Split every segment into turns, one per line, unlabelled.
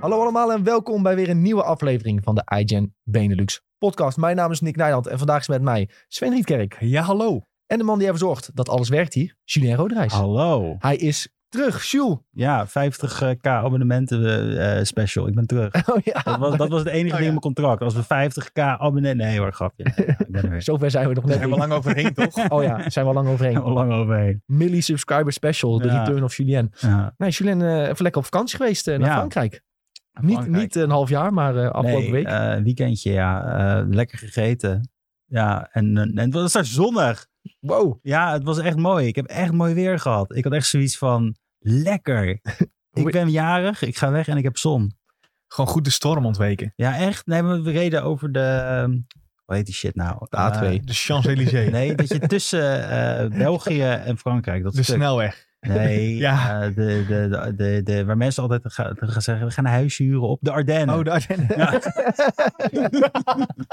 Hallo allemaal en welkom bij weer een nieuwe aflevering van de iGen Benelux podcast. Mijn naam is Nick Nijland en vandaag is met mij Sven Rietkerk.
Ja, hallo.
En de man die ervoor zorgt dat alles werkt hier, Julien Roderijs.
Hallo.
Hij is terug, Jules.
Ja, 50k abonnementen eh, special. Ik ben terug.
Oh ja,
Dat was, dat was het enige
Oh,
ding
ja.
in mijn contract. Als we 50k abonnementen... Nee hoor, grapje. Ja, ja, ik ben er weer.
zover zijn we nog
Daar
net
zijn we
niet.
lang overheen, toch?
Oh ja, zijn we al lang
Al
overheen.
lang overheen.
Millie subscriber special, de
Ja.
return of Julien.
Ja.
Nee, Julien eh, even lekker op vakantie geweest eh, naar
Ja.
Frankrijk. Niet,
Frankrijk.
niet een half jaar, maar eh, afgelopen
Nee,
week.
eh, weekendje, ja. Eh, lekker gegeten. Ja, en, en het was daar zonnig.
wow.
Ja, het was echt mooi. Ik heb echt mooi weer gehad. Ik had echt zoiets van, lekker. ik ben jarig, ik ga weg en ik heb zon.
Gewoon goed de storm ontweken.
Ja, echt. Nee, maar we reden over de... ehm, Hoe heet die shit nou?
De A2.
Eh,
De Champs-Élysées.
Nee, dat je tussen eh, België en Frankrijk. Dat
De
stuk.
snelweg.
Nee,
Ja.
eh, de, de, de, de, de- waar mensen altijd te gaan, te gaan zeggen, we gaan een huisje huren op de Ardennen.
Oh, daar zijn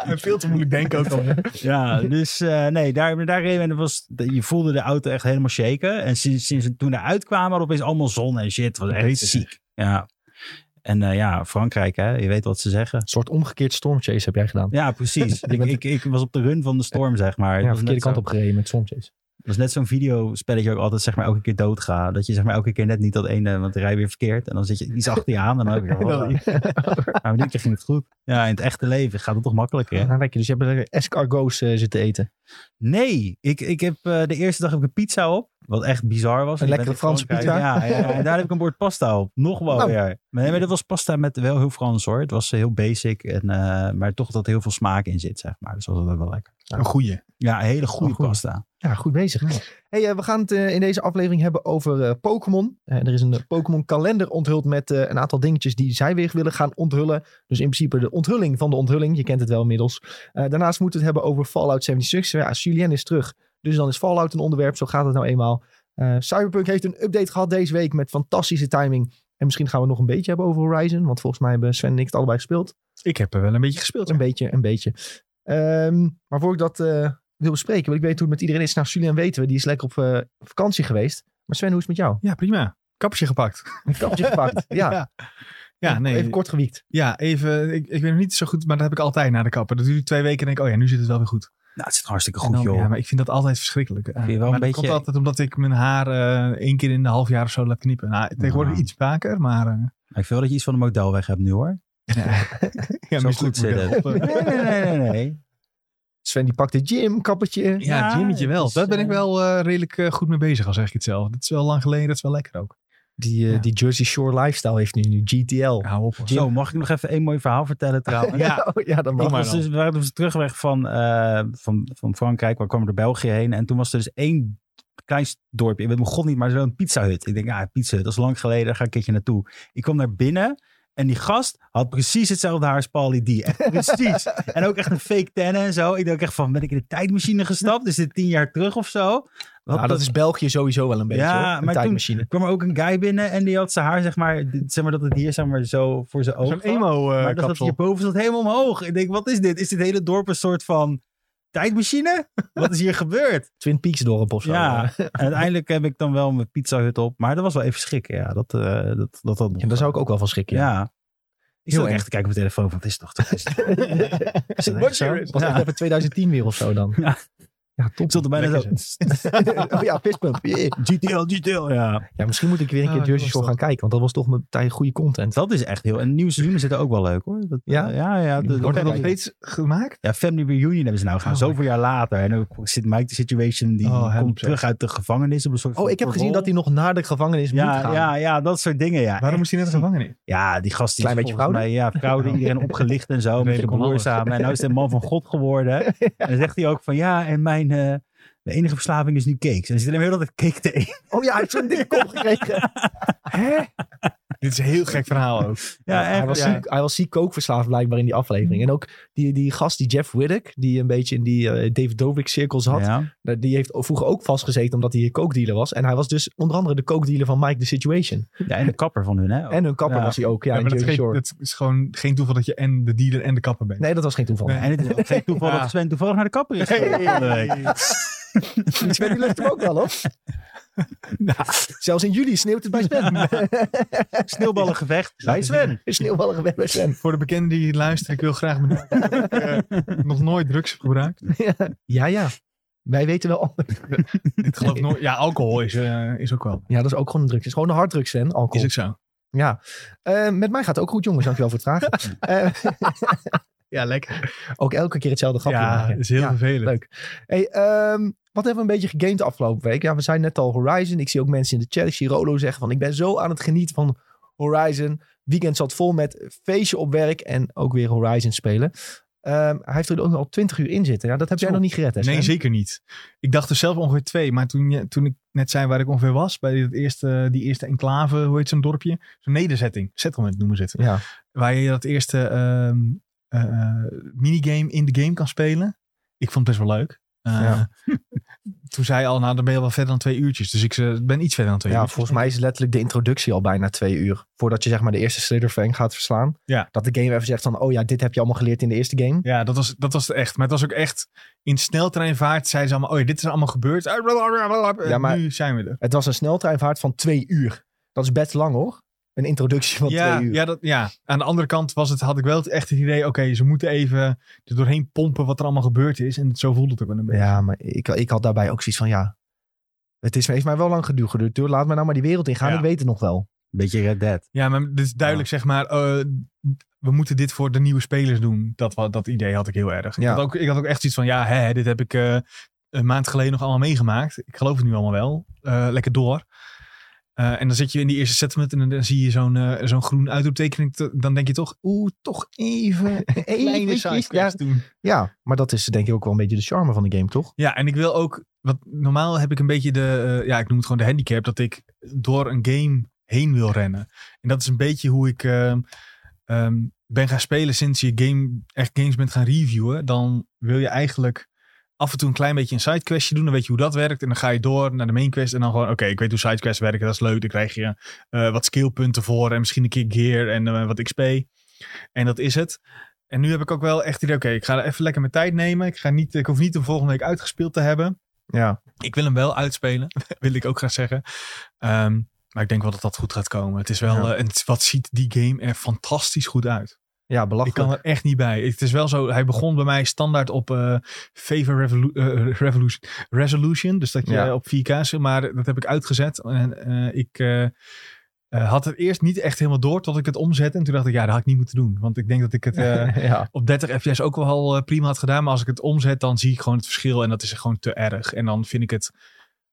En veel te moeilijk denken ook al.
Ja, dus eh, nee, daar, daar reden we en dat was, je voelde de auto echt helemaal shaken. En sinds, sinds we toen eruit kwamen, hadden we opeens allemaal zon en shit. Het was echt
Jezus.
ziek. Ja. En eh, ja, Frankrijk, hè, je weet wat ze zeggen.
Een soort omgekeerd stormchase heb jij gedaan.
Ja, precies.
Je
ik,
bent-
ik, ik was op de run van de storm, zeg maar. Het
Ja,
was
verkeerde
net
kant
zo.
op gereden met stormchase.
Dat is net zo'n videospelletje ook altijd zeg maar elke keer doodga. Dat je zeg maar elke keer net niet dat ene, want dan rij je weer verkeerd. En dan zit je iets achter je aan en dan heb je weer, oh, maar dit keer ging het goed. Ja, in het echte leven gaat het toch makkelijker. hè?
Ja, lekker. Dus je hebt er escargots eh, zitten eten.
Nee, ik, ik heb eh, de eerste dag heb ik een pizza op. Wat echt bizar was.
Een
Ik
lekkere
ben in
Franse
Frankrijk. Ja, ja, en daar heb ik een bord pasta op. Nog wel
Nou.
weer. Maar, nee, maar dat was pasta met wel heel Frans hoor. Het was eh, heel basic, en, eh, maar toch dat er heel veel smaak in zit, zeg maar. Dus dat was altijd wel lekker.
Een goeie.
Ja, een hele goede
Oh, goed.
pasta.
Ja, goed bezig. Hey, eh, we gaan het eh, in deze aflevering hebben over eh, Pokémon. Eh, er is een eh, Pokémon kalender onthuld met eh, een aantal dingetjes die zij weer willen gaan onthullen. Dus in principe de onthulling van de onthulling. Je kent het wel inmiddels. Eh, daarnaast moeten we het hebben over Fallout 76. Ja, Julien is terug. Dus dan is Fallout een onderwerp. Zo gaat het nou eenmaal. Eh, Cyberpunk heeft een update gehad deze week met fantastische timing. En misschien gaan we het nog een beetje hebben over Horizon. Want volgens mij hebben Sven en ik het allebei gespeeld.
Ik heb er wel een beetje gespeeld.
Een beetje, een beetje. Ehm, maar voor ik dat eh, wil bespreken, wil ik weten hoe het met iedereen is. Nou, Julian weten we, die is lekker op eh, vakantie geweest. Maar Sven, hoe is het met jou?
Ja, prima. Kappertje gepakt.
Een kapje gepakt. Ja,
Ja, Ja, nee.
even kort gewiekt.
Ja, even. Ik, ik weet nog niet zo goed, maar dat heb ik altijd na de kapper. Dat duurt twee weken en denk ik, oh ja, nu zit het wel weer goed.
Nou, het zit hartstikke
En
goed,
dan-
joh.
Ja, maar ik vind dat altijd verschrikkelijk. Eh,
Vind je wel
maar
een
dat
beetje-
komt altijd omdat ik mijn haar eh, één keer in de half jaar of zo laat knippen. Nou, tegenwoordig
Ja.
iets vaker, maar... eh,
Maar ik vind wel dat je iets van de model weg hebt nu, hoor.
ja,
Zo
mislukt
goed
me
zit
wel.
het. Nee, nee, nee, nee, nee.
Sven die pakt de gym, kappertje.
Ja,
Ja,
Jimmy'tje wel.
het is,
Daar ben ik
eh,
wel eh, redelijk eh, goed mee bezig, al zeg ik het zelf. Dat is wel lang geleden, dat is wel lekker ook.
Die, eh,
Ja.
die Jersey Shore lifestyle heeft nu, nu GTL.
Hou op. hoor.
Zo, mag ik nog even één mooi verhaal vertellen trouwens?
Ja.
Oh, ja dan
Ik
mag
maar
was
dan.
dus, we waren dus terugweg van, eh, van, van Frankrijk, waar kwam door België heen. En toen was er dus één klein dorpje, ik weet mijn god niet, maar zo'n pizzahut. Ik denk, ja, pizzahut, dat is lang geleden, daar ga ik een keertje naartoe. Ik kwam daar binnen en die gast had precies hetzelfde haar als Paulie D. Echt precies. en ook echt een fake tennen en zo. Ik dacht echt van, ben ik in de tijdmachine gestapt? Is dit tien jaar terug of zo? Wat
Nou, dat is België sowieso wel een beetje,
Ja,
hoor. Een
maar toen-
tijdmachine.
Er kwam er ook een guy binnen en die had zijn haar, zeg maar, dit- zeg maar dat het hier zeg maar, zo voor zijn ogen
Zo'n eh, emo-kapsel.
maar dat zat hierboven zat helemaal omhoog. Ik denk, wat is dit? Is dit hele dorp een soort van tijdmachine? Wat is hier gebeurd?
Twin Peaks dorp of zo.
Ja, en uiteindelijk heb ik dan wel mijn pizza hut op. Maar dat was wel even schrikken, ja. Dat, eh, dat, dat, dat
Ja, daar zou ik ook wel van schrikken. ja.
Ja. Ik
Heel
zat ook
erg.
echt te kijken op mijn telefoon, want het is toch... toch- is het- is het echt
What's
zo?
your-
Was dat
Ja.
even 2010 weer of zo dan?
Ja.
ja
Ik
top.
stond er bijna
Lekker
zo...
oh ja, fistbump. Yeah.
GTL, GTL, ja.
Ja, misschien moet ik weer een keer
Ah,
Jersey
dat
Shore
was
gaan kijken. Want dat was toch meteen goede content.
Dat is echt heel... En nieuwe seizoenen zitten ook wel leuk, hoor. Dat, eh,
Ja?
Ja, ja. de-
Wordt
de-
dat nog steeds gemaakt?
Ja, Family Reunion hebben ze nou gedaan.
Oh,
Zoveel jaar later. En ook zit Mike de Situation, die
Oh, helemaal
komt terug uit de gevangenis. Op een soort
Oh, ik heb gezien dat hij nog naar de gevangenis moet
Ja,
gaan.
ja, ja, dat soort dingen, ja.
Waarom moest hij net de gevangenis?
Ja, die gast die
Klein
is
beetje Oh.
volgens mij, ja, fraude, iedereen opgelicht en zo. Met zijn
Redelijk
broer
onhandig.
samen. En nou is hij een man van God geworden. En dan zegt hij ook van, ja, en mijn... eh, mijn enige verslaving is nu cakes. En ze zit hem heel altijd cake te eten.
Oh ja, hij heeft zo'n dikke kop gekregen.
Hè? Dit is een heel gek verhaal ook.
Ja, echt,
hij, was
ja.
ziek, hij was ziek kookverslaafd blijkbaar in die aflevering. En ook die, die gast, die Jeff Widdick, die een beetje in die eh, David Dobrik cirkels had.
Ja.
nou, Die heeft vroeger ook vastgezeten omdat hij een kookdealer was. En hij was dus onder andere de kookdealer van Mike The Situation.
ja, en de kapper van hun, hè.
En hun kapper
Ja.
was hij ook, Oh. ja,
Ja,
in
maar dat,
Jersey
geeft-
Shore.
dat is gewoon geen toeval dat je en de dealer en de kapper bent.
Nee, dat was geen toeval.
Nee.
En het is ook geen toeval
Ja.
dat Sven toevallig naar de kapper is.
Hey.
gegaan volgende week.
Sven, die lukt hem ook wel, hoor. Zelfs in juli sneeuwt het bij Sven.
Sneeuwballengevecht bij Sven.
Sneeuwballen weg bij Sven.
Voor de bekenden die luisteren, ik wil graag bedanken. dat ik, eh, nog nooit drugs heb gebruikt.
Ja, ja. Wij weten wel anders.
Ik geloof nooit. Ja, alcohol is, eh, is ook wel.
Ja, dat is ook gewoon een drugs. Het is gewoon een harddrugs, Sven. Alcohol.
Is ook zo.
Ja. Eh, met mij gaat het ook goed, jongens. Dankjewel voor het vragen. Eh,
Ja, lekker.
ook elke keer hetzelfde grapje
Ja,
maken.
is heel
Ja.
vervelend.
leuk. Hey, ehm, wat hebben we een beetje gegamed de afgelopen week? Ja, we zijn net al Horizon. Ik zie ook mensen in de chat. Ik zie Rolo zeggen van ik ben zo aan het genieten van Horizon. Weekend zat vol met feestje op werk en ook weer Horizon spelen. Ehm, hij heeft er ook al 20 uur in zitten. Ja, dat heb jij
Zo.
nog niet gered, hè?
Nee,
Sven?
zeker niet. Ik dacht er zelf ongeveer twee. Maar toen, je- toen ik net zei waar ik ongeveer was, bij dat eerste, die eerste enclave, hoe heet zo'n dorpje? Zo'n nederzetting. Settlement noemen ze het.
Ja.
Waar je dat eerste ehm, eh, eh, minigame in de game kan spelen. Ik vond het best wel leuk. Eh,
Ja.
toen zei je al, nou dan ben je wel verder dan twee uurtjes. Dus ik eh, ben iets verder dan twee
ja,
uurtjes.
volgens mij is letterlijk de introductie al bijna twee uur. Voordat je zeg maar de eerste Slytherin gaat verslaan.
Ja.
Dat de game even zegt van, oh ja, dit heb je allemaal geleerd in de eerste game.
Ja, dat was, dat was het echt. Maar het was ook echt in sneltreinvaart. Zeiden ze allemaal: Oh ja, dit is allemaal gebeurd.
Ja, maar-
Nu zijn we er.
Het was een sneltreinvaart van twee uur. Dat is best lang hoor. Een introductie van
ja,
twee uur.
Ja, dat, ja, aan de andere kant was het, had ik wel het, echt het idee: Oké, ze moeten even er doorheen pompen wat er allemaal gebeurd is. En zo voelde het ook wel een beetje.
Ja, maar ik, ik had daarbij ook zoiets van, ja, het is, heeft mij wel lang geduurd geduurd. hoor. Laat mij nou maar die wereld ingaan,
Ja.
ik weet het nog wel.
Beetje Red Dead.
Ja, maar dit is duidelijk zeg maar. eh, we moeten dit voor de nieuwe spelers doen. Dat, wa- dat idee had ik heel erg.
Ja.
Ik, had ook, ik had ook echt iets van: Ja, hè, dit heb ik eh, een maand geleden nog allemaal meegemaakt. Ik geloof het nu allemaal wel. Eh, lekker door. Eh, en dan zit je in die eerste settlement en dan, dan zie je zo'n eh, zo'n groen uitroepteken. Te- Dan denk je toch, oeh, toch even een kleine
Eventjes, ja.
sidequest doen.
ja, maar dat is denk ik ook wel een beetje de charme van de game, toch?
Ja, en ik wil ook, wat normaal heb ik een beetje de, eh, ja, ik noem het gewoon de handicap, dat ik door een game heen wil rennen. En dat is een beetje hoe ik ehm, ehm, ben gaan spelen sinds je game, echt games bent gaan reviewen. Dan wil je eigenlijk af en toe een klein beetje een sidequestje doen, dan weet je hoe dat werkt. En dan ga je door naar de main quest en dan gewoon, oké, ik weet hoe sidequests werken, dat is leuk. Dan krijg je eh, wat skillpunten voor en misschien een keer gear en eh, wat XP. En dat is het. En nu heb ik ook wel echt het idee, oké, ik ga even lekker mijn tijd nemen. Ik, ga niet, ik hoef niet de volgende week uitgespeeld te hebben.
Ja.
Ik wil hem wel uitspelen, wil ik ook graag zeggen. Ehm, maar ik denk wel dat dat goed gaat komen. Het is wel,
Ja.
eh, het, wat ziet die game er fantastisch goed uit.
Ja,
Ik
belachelijk.
kan er echt niet bij. Het is wel zo, hij begon bij mij standaard op eh Favor Revolu- eh, Revolution, Resolution. Dus dat je
Ja.
op 4K zit, maar dat heb ik uitgezet. En eh, ik... eh, eh, had het eerst niet echt helemaal door tot ik het omzette. En toen dacht ik, ja, dat had ik niet moeten doen. Want ik denk dat ik het eh,
ja.
op 30 fps ook wel eh, prima had gedaan. Maar als ik het omzet, dan zie ik gewoon het verschil. En dat is gewoon te erg. En dan vind ik het...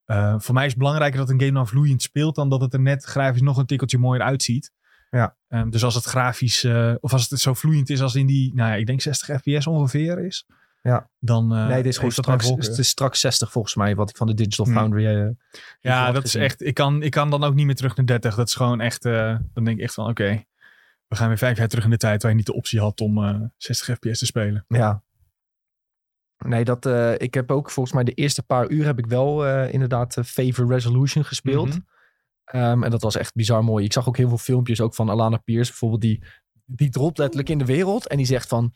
eh, voor mij is het belangrijker dat een game dan vloeiend speelt... dan dat het er net grafisch nog een tikkeltje mooier uitziet.
Ja.
Ehm, dus als het grafisch... eh, of als het zo vloeiend is als in die... Nou ja, ik denk 60 fps ongeveer is.
Ja.
Dan, eh,
nee, dit is gewoon
heeft dat mijn
straks,
voorkeur.
het is straks 60 volgens mij, wat ik van de Digital
Hmm.
Foundry... eh,
Ja,
had
dat is
gezien.
echt... Ik kan, ik kan dan ook niet meer terug naar 30. Dat is gewoon echt... eh, dan denk ik echt van, oké... we gaan weer vijf jaar terug in de tijd... waar je niet de optie had om eh, 60 fps te spelen.
Ja. Nee, dat, eh, ik heb ook volgens mij de eerste paar uur heb ik wel eh, inderdaad eh, Favor Resolution gespeeld.
Mhm.
Ehm, en dat was echt bizar mooi. Ik zag ook heel veel filmpjes ook van Alana Pierce bijvoorbeeld. Die, die dropt letterlijk in de wereld en die zegt van...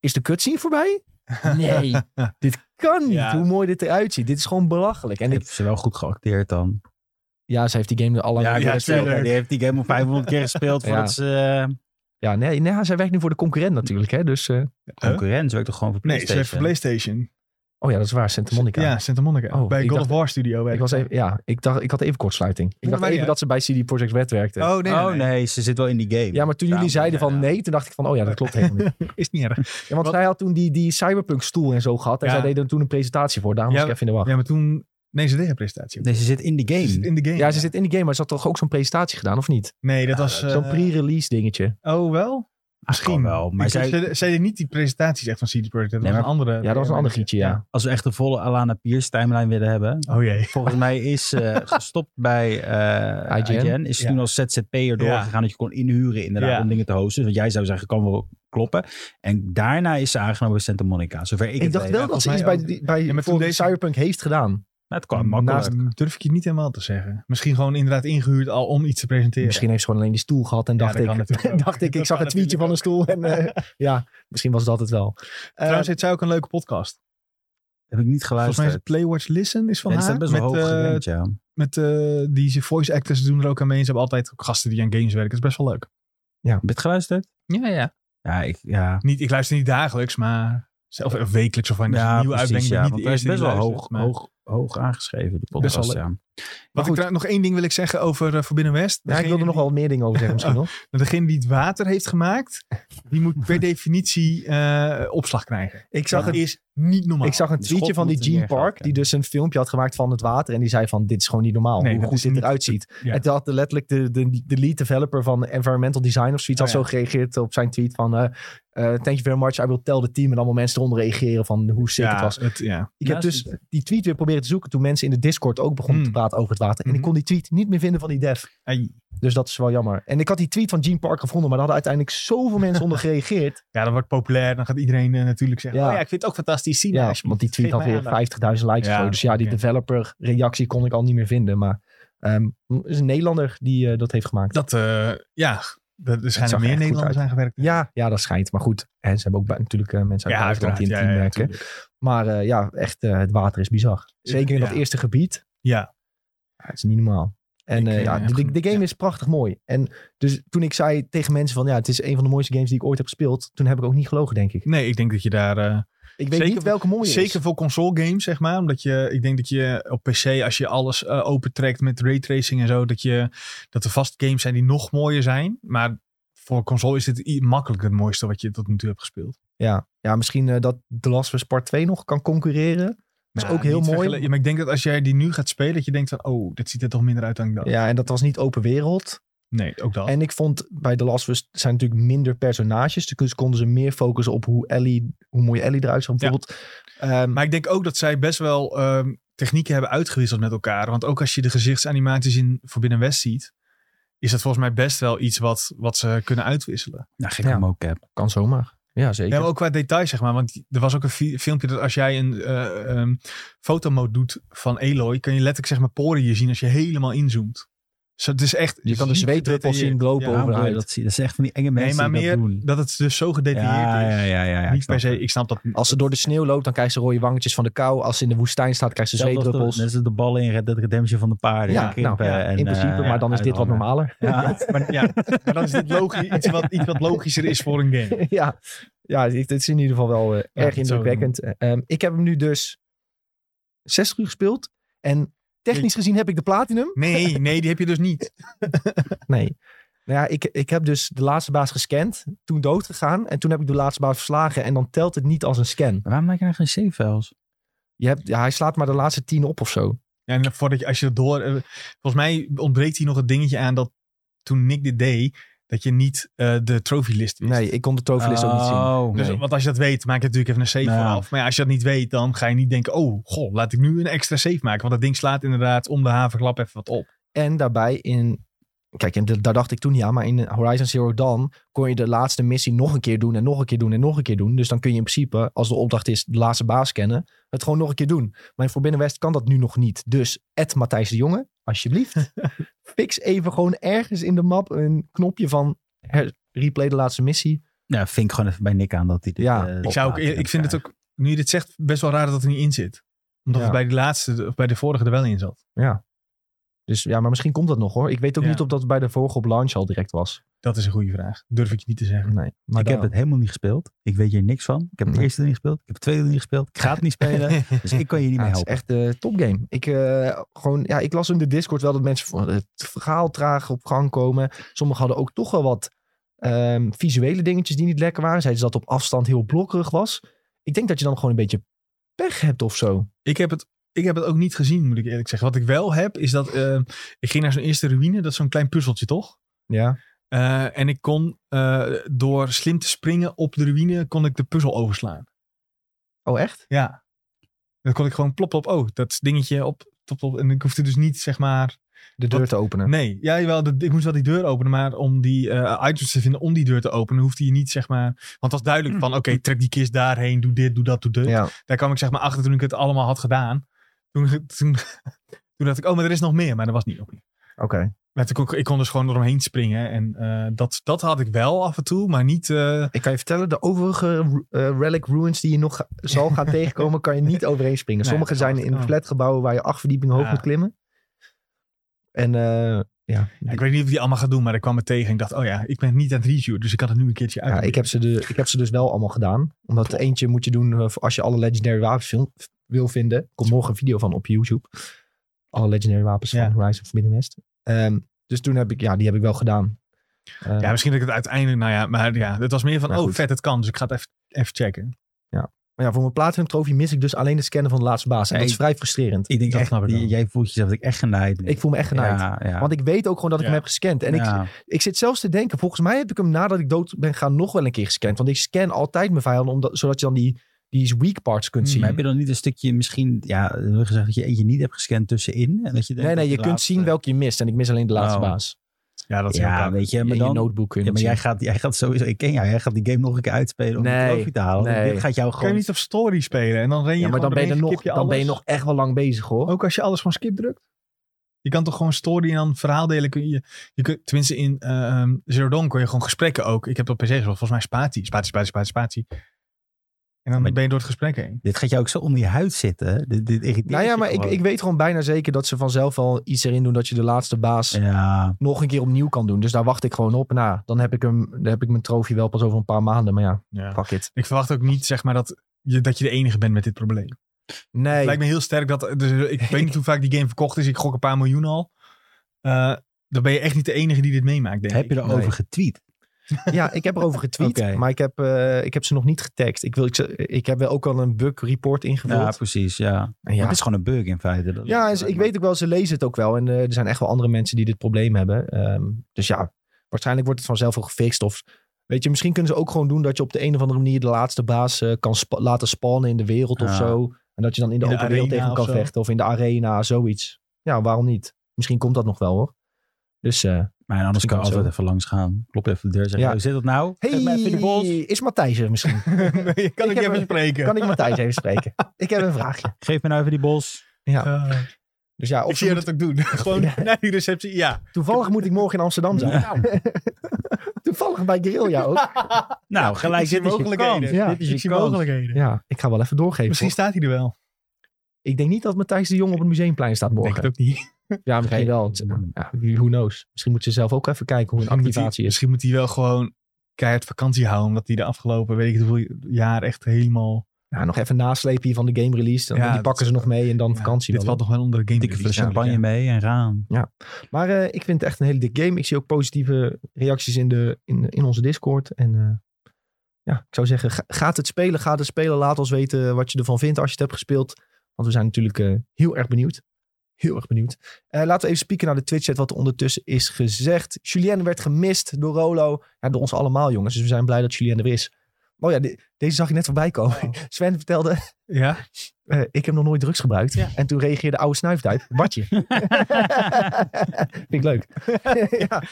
Is de cutscene voorbij? Nee, dit kan niet.
Ja.
Hoe mooi dit eruit ziet. Dit is gewoon belachelijk. En ik,
Heeft ze wel goed geacteerd dan.
ja, ze heeft die game er al lang
Ja,
niet
ja,
meer
tuurlijk.
gespeeld.
die heeft die game al 500 keer gespeeld
Ja.
voordat ze... eh,
Ja, nee, nee, zij werkt nu voor de concurrent natuurlijk. Hè? Dus, eh,
Concurrent, ze werkt toch gewoon voor
Nee, ze
PlayStation?
werkt voor PlayStation.
oh ja, dat is waar. Santa Monica.
Ja, Santa Monica.
Oh,
bij
ik
God
dacht-
of War Studio werkt
Ik, was
ze.
even, ja, ik, dacht, ik had even kortsluiting. Ik
Ja,
dacht
maar
even
ja.
dat ze bij CD Projekt Red werkte.
Oh, nee,
oh nee, ze zit wel in die game.
ja, maar toen jullie
Ja,
zeiden van
ja.
nee, toen dacht ik van, oh ja, dat klopt helemaal niet.
Is niet erg.
Ja, want
Wat-
zij had toen die, die cyberpunk-stoel en zo gehad. En
Ja.
zij deden er toen een presentatie voor. Daarom was
Ja,
ik even in de wacht.
Ja, maar toen... Nee, ze deed een presentatie.
Nee, ze zit in die
Ze zit
game.
In de game.
Ja, ze zit in die game, maar ze had toch ook zo'n presentatie gedaan, of niet?
Nee, dat was...
zo'n
eh,
pre-release dingetje.
Oh,
Ah,
wel? Misschien.
kan wel, maar
Ik-
zij-
Ze, ze deed niet die presentatie echt van CD Projekt. Dat
Nee,
was
maar-
een andere...
Ja, dat was een ander gietje, ja.
Als we echt de volle Alana Pierce timeline willen hebben.
Oh jee.
Volgens mij is ze gestopt bij eh
IGN.
IGN. Is ze
Ja.
toen als ZZP'er doorgegaan dat je kon inhuren inderdaad
Ja.
om dingen te hosten. Want jij zou zeggen, kan wel kloppen. En daarna is ze aangenomen bij Santa Monica. Zover ik,
Ik,
het
dacht
weet.
wel
ja,
dat ze iets
volgens
bij,
mij
die- bij
Ja, maar toen
voor
deze-
cyberpunk heeft gedaan.
Maar Nou, het kwam makkelijk.
Naast- durf ik je niet helemaal te zeggen. Misschien gewoon inderdaad ingehuurd al om iets te presenteren.
Misschien heeft ze gewoon alleen die stoel gehad en
Ja,
dacht
dat kan
ik...
natuurlijk ook.
dacht ik, ik
Dat
zag
kan
een tweetje van een stoel en eh, ja, misschien was dat het wel. Eh,
Trouwens, heeft zij ook een leuke podcast.
Heb ik niet
Volgens mij is
geluisterd.
het Playwatch Listen is van
Nee, die
haar.
staat best wel
met
hoog
eh,
gerankt, ja.
met eh, die voice actors doen er ook aan mee. Ze hebben altijd ook gasten die aan games werken. Dat is best wel leuk.
Heb je het geluisterd?
Ja, ja.
Ja, ik, ja.
Niet, ik luister niet dagelijks, maar zelf of wekelijks of wanneer
ja,
ja, nieuw uitbrengt. ben
ja,
ik niet
want
de
hij is
eerste
best
die
wel
luistert,
hoog,
maar-
hoog, hoog aangeschreven, die
Best
podcast.
wel
ja.
Wat ik
goed.
trouw- nog één ding wil ik zeggen over eh Forbidden West.
Ja, ik
Degene
wilde er nog
die-
wel meer dingen over zeggen misschien nog.
Degene die het water heeft gemaakt, die moet per definitie eh, opslag krijgen.
Ik zag,
dat
een,
is niet normaal.
ik zag een
Die
tweetje
schot
van die
moet
Gene
neergaan,
Park,
ja.
die dus een filmpje had gemaakt van het water. En die zei van, dit is gewoon niet normaal,
Nee,
hoe
dat
goed
is
dit
niet-
eruit ziet.
ja.
En toen had letterlijk de, de, de lead developer van Environmental Design of zoiets
Oh,
had
ja.
zo gereageerd op zijn tweet van... eh, eh, thank you very much, I will tell the team. En allemaal mensen eronder reageren van hoe sick het
ja,
was.
het, ja.
Ik
Ja,
heb
is
dus die tweet weer proberen te zoeken toen mensen in de Discord ook begonnen
Hmm.
te praten over het water. En
Mhm.
ik kon die tweet niet meer vinden van die dev.
Ai.
Dus dat is wel jammer. En ik had die tweet van Gene Park gevonden, maar daar hadden uiteindelijk zoveel mensen onder gereageerd.
ja, dat wordt populair. Dan gaat iedereen eh, natuurlijk zeggen,
Ja.
oh ja, ik vind het ook fantastisch. Zie nou,
Ja,
maar,
want die tweet
Geef
had
mij
weer 50.000
aandacht.
likes. of
Ja,
zo. Dus ja, die
oké.
developer reactie kon ik al niet meer vinden. Maar ehm, er is een Nederlander die eh, dat heeft gemaakt.
Dat, eh, ja, er- er
zag
zijn er
er echt
meer
goed
Nederlanders
uit.
aan gewerkt.
Ja, ja, dat schijnt. Maar goed, en ze hebben ook bij- natuurlijk eh, mensen uit
Ja,
het buitenland
uiteraard.
die in
Ja,
het team
ja,
werken.
tuurlijk.
maar eh, ja, echt, eh, het water is bizar. Zeker in dat
Ja.
eerste gebied.
ja.
Ja, het is niet normaal. En
Ik,
eh,
eh,
ja,
heb
de,
gewoon-
de game is prachtig mooi. En dus toen ik zei tegen mensen van ja, het is een van de mooiste games die ik ooit heb gespeeld. Toen heb ik ook niet gelogen, denk ik.
Nee, ik denk dat je daar... eh,
Ik weet
Zeker
niet
voor-
welke mooie is.
Zeker voor console games, zeg maar. Omdat je, ik denk dat je op PC, als je alles eh, opentrekt met raytracing en zo, dat, je, dat er vast games zijn die nog mooer zijn. Maar voor console is dit i- makkelijk het mooiste wat je tot nu toe hebt gespeeld.
Ja, ja misschien eh, dat The Last of Us Part 2 nog kan concurreren. Dat is
Nou,
ook heel
niet
mooi.
vergele- Ja, maar ik denk dat als jij die nu gaat spelen, dat je denkt van, oh, dit ziet er toch minder uit dan ik dacht.
Ja, en dat was niet open wereld.
Nee, ook dat.
En ik vond bij The Last of Us zijn natuurlijk minder personages. Dus konden ze meer focussen op hoe Ellie, hoe mooi Ellie eruit zag bijvoorbeeld. Ehm,
Maar ik denk ook dat zij best wel ehm, technieken hebben uitgewisseld met elkaar. Want ook als je de gezichtsanimaties in Forbidden West ziet, is dat volgens mij best wel iets wat, wat ze kunnen uitwisselen.
Nou, gekke
Ja.
mocap.
kan zomaar. Ja,
Ja,
zeker.
maar ook qua detail, zeg maar. Want er was ook een fi- filmpje dat als jij een eh ehm, fotomode doet van Eloy, kan je letterlijk zeg maar poriën zien als je helemaal inzoomt. Dus het is echt...
je kan de
ziek
zweetdruppels zien
gedetailleerd.
lopen
Ja,
over de
Waarom wil je
huid.
dat zien? Dat is echt van die enge mensen
maar
die dat
meer
doen.
Dat het dus zo gedetailleerd
ja,
is.
ja, ja, ja, ja. ik
Niet
snap
per se,
het.
ik snap dat.
Als ze door de sneeuw loopt, dan krijgt ze rode wangetjes van de kou. Als ze in de woestijn staat, krijgt ze
Zelfs als de-
zweetdruppels.
Net als de ballen in Red Dead Redemption van de paarden.
Ja,
en kippen
nou, ja,
en,
in principe.
eh,
maar dan is dit wat
uithangen.
normaler.
Ja,
Maar, ja, maar dan is dit logisch, iets, wat, iets wat logischer is voor een game.
ja, ja het is in ieder geval wel eh, erg
zo
indrukwekkend. Ehm, ik heb hem nu dus 60 uur gespeeld. En technisch gezien heb ik de platinum.
Nee, nee, die heb je dus niet.
Nee. Nou ja, ik, ik heb dus de laatste baas gescand, toen dood gegaan en toen heb ik de laatste baas verslagen en dan telt het niet als een scan.
Waarom maak je nou geen save files?
Je hebt, ja, hij slaat maar de laatste tien op of zo.
Ja, En voordat je, als je dat door. eh, Volgens mij ontbreekt hier nog het dingetje aan dat toen Nick dit deed, dat je niet eh, de trofylist wist.
Nee, ik kon de trofeelist ook niet zien.
Oh.
Dus,
Nee.
Want als je dat weet, maak je natuurlijk even een save
Nou.
vanaf. Maar ja, als je dat niet weet, dan ga je niet denken... oh, goh, laat ik nu een extra save maken. Want dat ding slaat inderdaad om de haverklap even wat op.
En daarbij in, kijk, en d- daar dacht ik toen niet aan, maar in Horizon Zero Dawn kon je de laatste missie nog een keer doen en nog een keer doen en nog een keer doen. Dus dan kun je in principe, als de opdracht is de laatste baas kennen, het gewoon nog een keer doen. Maar in Forbidden West kan dat nu nog niet. Dus, at Matthijs de Jonge, alsjeblieft, fix even gewoon ergens in de map een knopje van her- replay de laatste missie.
Ja, vink gewoon even bij Nick aan dat hij dit,
Ja.
eh,
Ik, zou ook, e-
oplaat.
ik vind het ook, nu je dit zegt, best wel raar dat het er niet in zit. Omdat
Ja.
het bij de laatste, of bij de vorige er wel in zat.
Dus ja, maar misschien komt dat nog hoor. Ik weet ook
Ja.
niet of dat bij de vorige op launch al direct was.
Dat is een goede vraag. Durf ik je niet te zeggen.
Nee. Maar
ik heb
dan-
het helemaal niet gespeeld. Ik weet hier niks van. Ik heb het
Nee.
eerste niet gespeeld. Ik heb het tweede niet gespeeld. Ik ga het niet spelen. Dus ik kan je niet
Ja,
meer
het is
helpen.
echt eh topgame. Ik, eh, gewoon, ja, ik las in de Discord wel dat mensen van het verhaal traag op gang komen. Sommigen hadden ook toch wel wat ehm, visuele dingetjes die niet lekker waren. Zeiden ze dat het op afstand heel blokkerig was. Ik denk dat je dan gewoon een beetje pech hebt of zo.
Ik heb het. Ik heb het ook niet gezien, moet ik eerlijk zeggen. Wat ik wel heb, is dat... eh, ik ging naar zo'n eerste ruïne. Dat is zo'n klein puzzeltje, toch?
Ja.
Eh, en ik kon eh, door slim te springen op de ruïne, kon ik de puzzel overslaan.
Oh, echt?
Ja. Dan kon ik gewoon plop, plop, oh, dat dingetje op, plop, plop. En ik hoefde dus niet, zeg maar...
De deur
Wat?
te openen.
Nee, ja, jawel, de- ik moest wel die deur openen, maar om die eh, items te vinden, om die deur te openen, hoefde je niet, zeg maar... Want het was duidelijk van, oké, trek die kist daarheen, doe dit, doe dat, doe dit.
Ja.
Daar kwam ik, zeg maar, achter toen ik het allemaal had gedaan. Toen, toen, toen dacht ik, oh, maar er is nog meer, maar dat was niet nog meer.
Oké.
Met de, conc- ik kon dus gewoon eromheen springen. En eh, dat, dat had ik wel af en toe, maar niet... eh,
Ik kan je vertellen, de overige eh, relic ruins die je nog ga- zal gaan tegenkomen, kan je niet overheen springen.
Nee,
Sommige
dat
zijn
kan.
in flatgebouwen waar je acht verdiepingen hoog
Ja.
moet klimmen. En eh, ja,
ik weet niet of ik die allemaal ga doen, maar ik kwam er tegen. en Ik dacht, oh ja, ik ben niet aan het reviewen, dus ik had het nu een keertje uit.
ja ik, heb ze de, ik heb ze dus wel allemaal gedaan. Omdat eentje moet je doen eh, voor als je alle legendary wapens wil- wil vinden. Er komt morgen een video van op YouTube. Alle legendary wapens
Ja.
van Rise of Forbidden West. Ehm, dus toen heb ik, ja, die heb ik wel gedaan. Eh,
Ja, misschien dat ik het uiteindelijk, nou ja, maar ja, het was meer van,
Maar
oh
goed.
vet, het kan, dus ik ga het even, even checken.
Maar ja, voor mijn platinum trofee mis ik dus alleen het scannen van de laatste baas. En
Nee.
dat is vrij frustrerend.
Ik denk
Dat
echt,
snap ik wel.
j- jij voelt jezelf dat ik echt genaaid ben.
Ik voel me echt genaaid.
Ja, ja.
Want ik weet ook gewoon dat ik
Ja.
hem heb gescand. En ik,
ja.
ik zit zelfs te denken, volgens mij heb ik hem nadat ik dood ben gaan nog wel een keer gescand. Want ik scan altijd mijn vijanden, omdat, zodat je dan die, die weak parts kunt
Hmm.
zien.
Maar heb je dan niet een stukje misschien, ja, we hebben gezegd dat je eentje niet hebt gescand tussenin? En dat je denkt
Nee,
dat
nee,
de
je kunt
laatste-
zien welke je mist. En ik mis alleen de laatste
Oh.
baas.
Ja, dat is heel
Ja,
knap.
weet je,
In
maar
je
dan...
notebook kun je
ja, maar
het
jij
zien.
gaat, jij gaat sowieso, ik ken jou, jij gaat die game nog een keer uitspelen om
Nee,
de trofee te halen.
nee.
Dit gaat jou
Kan je
gewoon...
niet op story spelen en dan ren je
Ja, maar dan
gewoon
ben je, er
doorheen,
nog,
skip je
dan ben je
alles?
nog echt wel lang bezig
Oh,
hoor. Nou
Ook als je alles van skip drukt? Je kan toch gewoon story en dan verhaaldelen kun je... je kun, tenminste, in eh, ehm, Zero Dawn kon je gewoon gesprekken ook. Ik heb dat op PC gespeeld. Volgens mij spatie, spatie, spatie, spatie, spatie. En dan
Maar-
ben je door het gesprek heen.
Dit gaat jou ook zo onder je huid zitten. Dit, dit irriteert
nou ja,
je
maar ik,
gewoon.
ik weet gewoon bijna zeker dat ze vanzelf al iets erin doen dat je de laatste baas
Ja,
nog een keer opnieuw kan doen. Dus daar wacht ik gewoon op. Nou, dan heb ik, hem, dan heb ik mijn trofee wel pas over een paar maanden. Maar ja, fuck it.
Ik verwacht ook niet, zeg maar, dat je, dat je de enige bent met dit probleem. Het
Nee,
lijkt me heel sterk dat... Dus ik weet niet hoe vaak die game verkocht is. Ik gok een paar miljoen al. Eh, dan ben je echt niet de enige die dit meemaakt, denk
heb
ik.
je erover
Nee.
getweet?
Ja, ik heb erover getweet,
Oké.
maar ik heb, eh, ik heb ze nog niet getagd. Ik, wil, ik, ze- ik heb wel ook al een bug report
Ja,
ingevuld.
precies, ja. Maar
En Ja,
Het is gewoon een bug in feite. Dat-
ja,
eh,
en ze- ik weet ook wel, ze lezen het ook wel. En eh, er zijn echt wel andere mensen die dit probleem hebben. Ehm, dus ja, waarschijnlijk wordt het vanzelf wel gefixt. Of weet je, misschien kunnen ze ook gewoon doen dat je op de een of andere manier de laatste baas eh, kan spa- laten spawnen in de wereld of
Ja.
zo. En dat je dan in de
In de
open wereld
arena
tegen hem kan
of zo.
vechten of in de arena, zoiets. Ja, waarom niet? Misschien komt dat nog wel hoor. Dus, eh
Maar anders kan
Misschien
ik
kan het
altijd even langs gaan. Klop even de deur zeggen,
Ja.
ja. hoe zit dat nou? Geef mij even die pols.
hey, is Matthijs er misschien?
nee, kan
Ik heb
ik, even
een-
spreken?
Kan ik Matthijs even spreken? Ik heb een vraagje.
Geef me nou even die bos.
Ja.
Eh,
Dus ja,
ik
of
zie
ze
je dat ook doen. Gewoon
Ja.
naar die receptie, ja.
Toevallig moet ik morgen in Amsterdam zijn. Toevallig bij Guerrilla ook.
Nou, gelijk,
Ik zie
dit is je kans.
mogelijkheden.
Ja.
Dit is
Ik
je
zie
kans.
mogelijkheden.
Ja, ik ga wel even doorgeven.
Misschien
hoor.
staat hij er wel.
Ik denk niet dat Matthijs de Jong op het museumplein staat
Denk
morgen.
het ook niet.
Ja, misschien wel.
eh,
Ja, who knows. Misschien moet ze zelf ook even kijken hoe een
Misschien moet, hij,
activatie is.
misschien moet hij wel gewoon keihard vakantie houden. Omdat hij de afgelopen, weet ik het hoeveel jaar echt helemaal...
Nou, nog even naslepen hier van de game release. Dan,
Ja,
die
dat-
pakken ze nog mee en dan
Ja,
vakantie.
Dit
wel.
valt nog wel onder de game.
Dikke fles
release
champagne
namelijk,
mee en gaan.
Maar eh, ik vind het echt een hele dik game. Ik zie ook positieve reacties in, de, in, in onze Discord. En eh, ja, ik zou zeggen, ga, gaat het spelen, gaat het spelen. Laat ons weten wat je ervan vindt als je het hebt gespeeld. Want we zijn natuurlijk eh, heel erg benieuwd. Heel erg benieuwd. Eh, laten we even spieken naar de Twitch-chat wat er ondertussen is gezegd. Julien werd gemist door Rolo. Ja, door ons allemaal, jongens. Dus we zijn blij dat Julien er is. Oh ja, de- deze zag ik net voorbij komen. Sven vertelde,
Ja? Ja?
eh, ik heb nog nooit drugs gebruikt.
Ja.
En toen reageerde oude snuifduif, Bartje. Vind ik leuk. ja.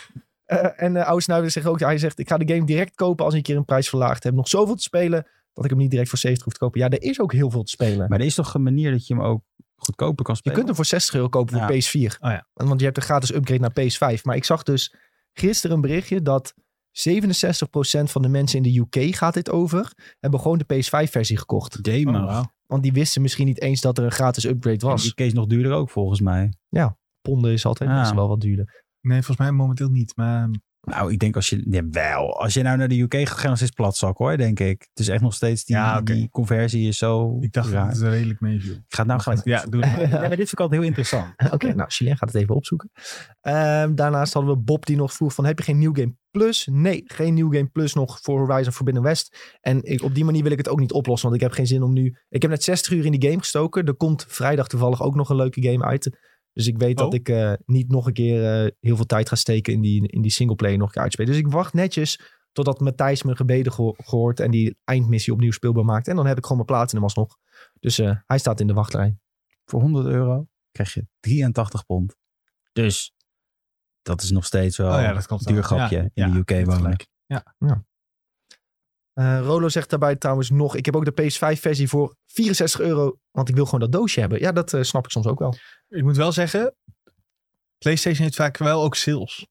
Eh, en eh oude snuifduif zegt ook, hij zegt, ik ga de game direct kopen als ik een keer een prijs verlaagd heb. Nog zoveel te spelen dat ik hem niet direct voor 70 hoef te kopen. Ja, er is ook heel veel te spelen.
Maar er is toch een manier dat je hem ook goedkoper kan
je
spelen?
kunt hem voor 60 euro kopen voor
Ja.
PS4.
Oh ja.
Want je hebt een gratis upgrade naar PS5. Maar ik zag dus gisteren een berichtje dat 67% van de mensen in de UK gaat dit over. Hebben gewoon de PS5-versie gekocht.
Gamer.
Oh, wauw.
Want die wisten misschien niet eens dat er een gratis upgrade
En
was. Ah.
Die case nog duurder ook volgens mij.
ponden is altijd
Ja.
best wel wat duurder.
Nee, volgens mij momenteel niet. Maar
Nou, ik denk als je... Jawel. Als je nou naar de UK gaat, ga je nog steeds platzak hoor, denk ik. Het is echt nog steeds die,
Ja, oké.
die conversie is zo
ik dacht
raar.
dat het er redelijk mee viel.
Ik ga het nou gelijk
Ja, doe het.
Ja, maar dit vind ik altijd heel interessant.
Oké, nou, Julien gaat het even opzoeken. Ehm, daarnaast hadden we Bob die nog vroeg van, heb je geen New Game Plus? Nee, geen New Game Plus nog voor Horizon Forbidden West. En ik, op die manier wil ik het ook niet oplossen, want ik heb geen zin om nu... Ik heb net 60 uur in die game gestoken. Er komt vrijdag toevallig ook nog een leuke game uit. Dus ik weet
Oh.
dat ik eh, niet nog een keer eh, heel veel tijd ga steken in die, in die singleplayer nog een keer uitspelen. Dus ik wacht netjes totdat Matthijs mijn gebeden geho- gehoord en die eindmissie opnieuw speelbaar maakt. En dan heb ik gewoon mijn platinum alsnog. Dus eh, hij staat in de wachtrij.
Voor 100 euro krijg je 83 pond. Dus dat is nog steeds wel
Oh ja, dat komt
een duur
wel.
grapje
Ja,
in
ja,
de UK wonen.
gelijk. Ja.
Eh, Rolo zegt daarbij trouwens nog: Ik heb ook de PS5-versie voor 64 euro, want ik wil gewoon dat doosje hebben. Ja, dat eh, snap ik soms ook wel.
Ik moet wel zeggen, PlayStation heeft vaak wel ook sales.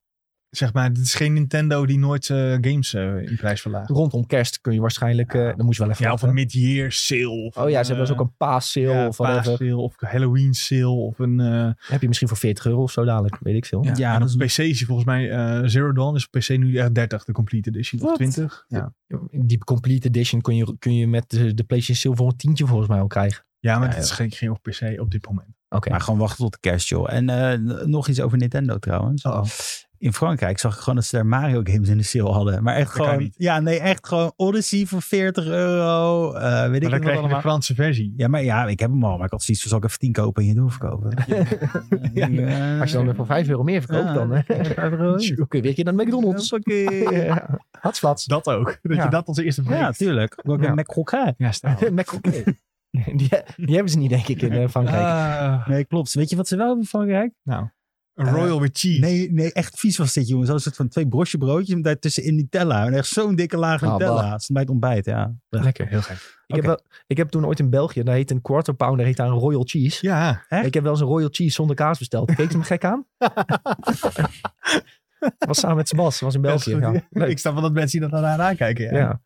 Zeg maar, dit is geen Nintendo die nooit eh, games eh, in prijs verlaagt.
Rondom kerst kun je waarschijnlijk... eh, dan moet je wel even...
Ja, of een
wachten.
mid-year sale. of
oh ja, ze hebben dus
eh,
ook een paassale
ja,
of whatever.
paassale of Halloween sale of een... eh,
Heb je misschien voor 40 euro of zo dadelijk. Weet ik veel.
Ja,
Ja,
en
dat
op PC is hij volgens mij eh, Zero Dawn is op PC nu echt 30, de complete edition. Of
Wat?
20. Ja,
Die complete edition kun je, kun je met de, de PlayStation Sale voor een tientje volgens mij al krijgen.
ja maar
Ja,
dat is geen, geen op PC op dit moment.
Oké.
Maar gewoon wachten tot de kerst, joh. En eh, n- nog iets over Nintendo trouwens.
Oh,
In Frankrijk zag ik gewoon dat ze daar Mario games in de sale hadden. Maar echt
Dat kan
gewoon...
niet.
Ja, nee, echt gewoon Odyssey voor 40 euro. eh, weet
Maar
ik ik
dan
wat
krijg je de
allemaal.
Franse versie.
Ja, maar ja, ik heb hem al. Maar ik had zoiets van, zal ik even 10 kopen en je doorverkopen?
Ja. Als je dan weer voor 5 euro meer verkoopt,
Ja,
dan hè.
euro.
Tjoe, kun je weer een keer naar de McDonald's.
Hoppakee.
Ja. Hartslats.
Dat ook. Dat
Ja.
je dat als eerste
Ja,
brengt.
tuurlijk. Ook
Ja.
een Mac Croquet.
Ja, staan.
McCoquet. die, die hebben ze niet, denk ik, in eh, Frankrijk.
Ah,
Nee, klopt. Weet je wat ze wel hebben in Frankrijk?
nou, een
Eh,
Royal with cheese.
Nee, nee, echt vies was dit, jongens. Zo'n soort van twee brosje broodjes en daartussenin Nutella. En echt zo'n dikke laag
Ah,
Nutella.
bah.
Het stond bij het ontbijt, ja.
Lekker.
Heel gek.
Ik, heb wel, ik heb toen ooit in België, daar heet een quarter pounder, heet daar een royal cheese.
Ja,
Echt?
Ik heb wel eens een royal cheese zonder kaas besteld. Keek ze me gek aan? was samen met Sebas, was in
dat
België.
is goed.
Ja. Leuk.
Ik snap wel dat mensen die dat daarna aankijken. Ja.
Ja.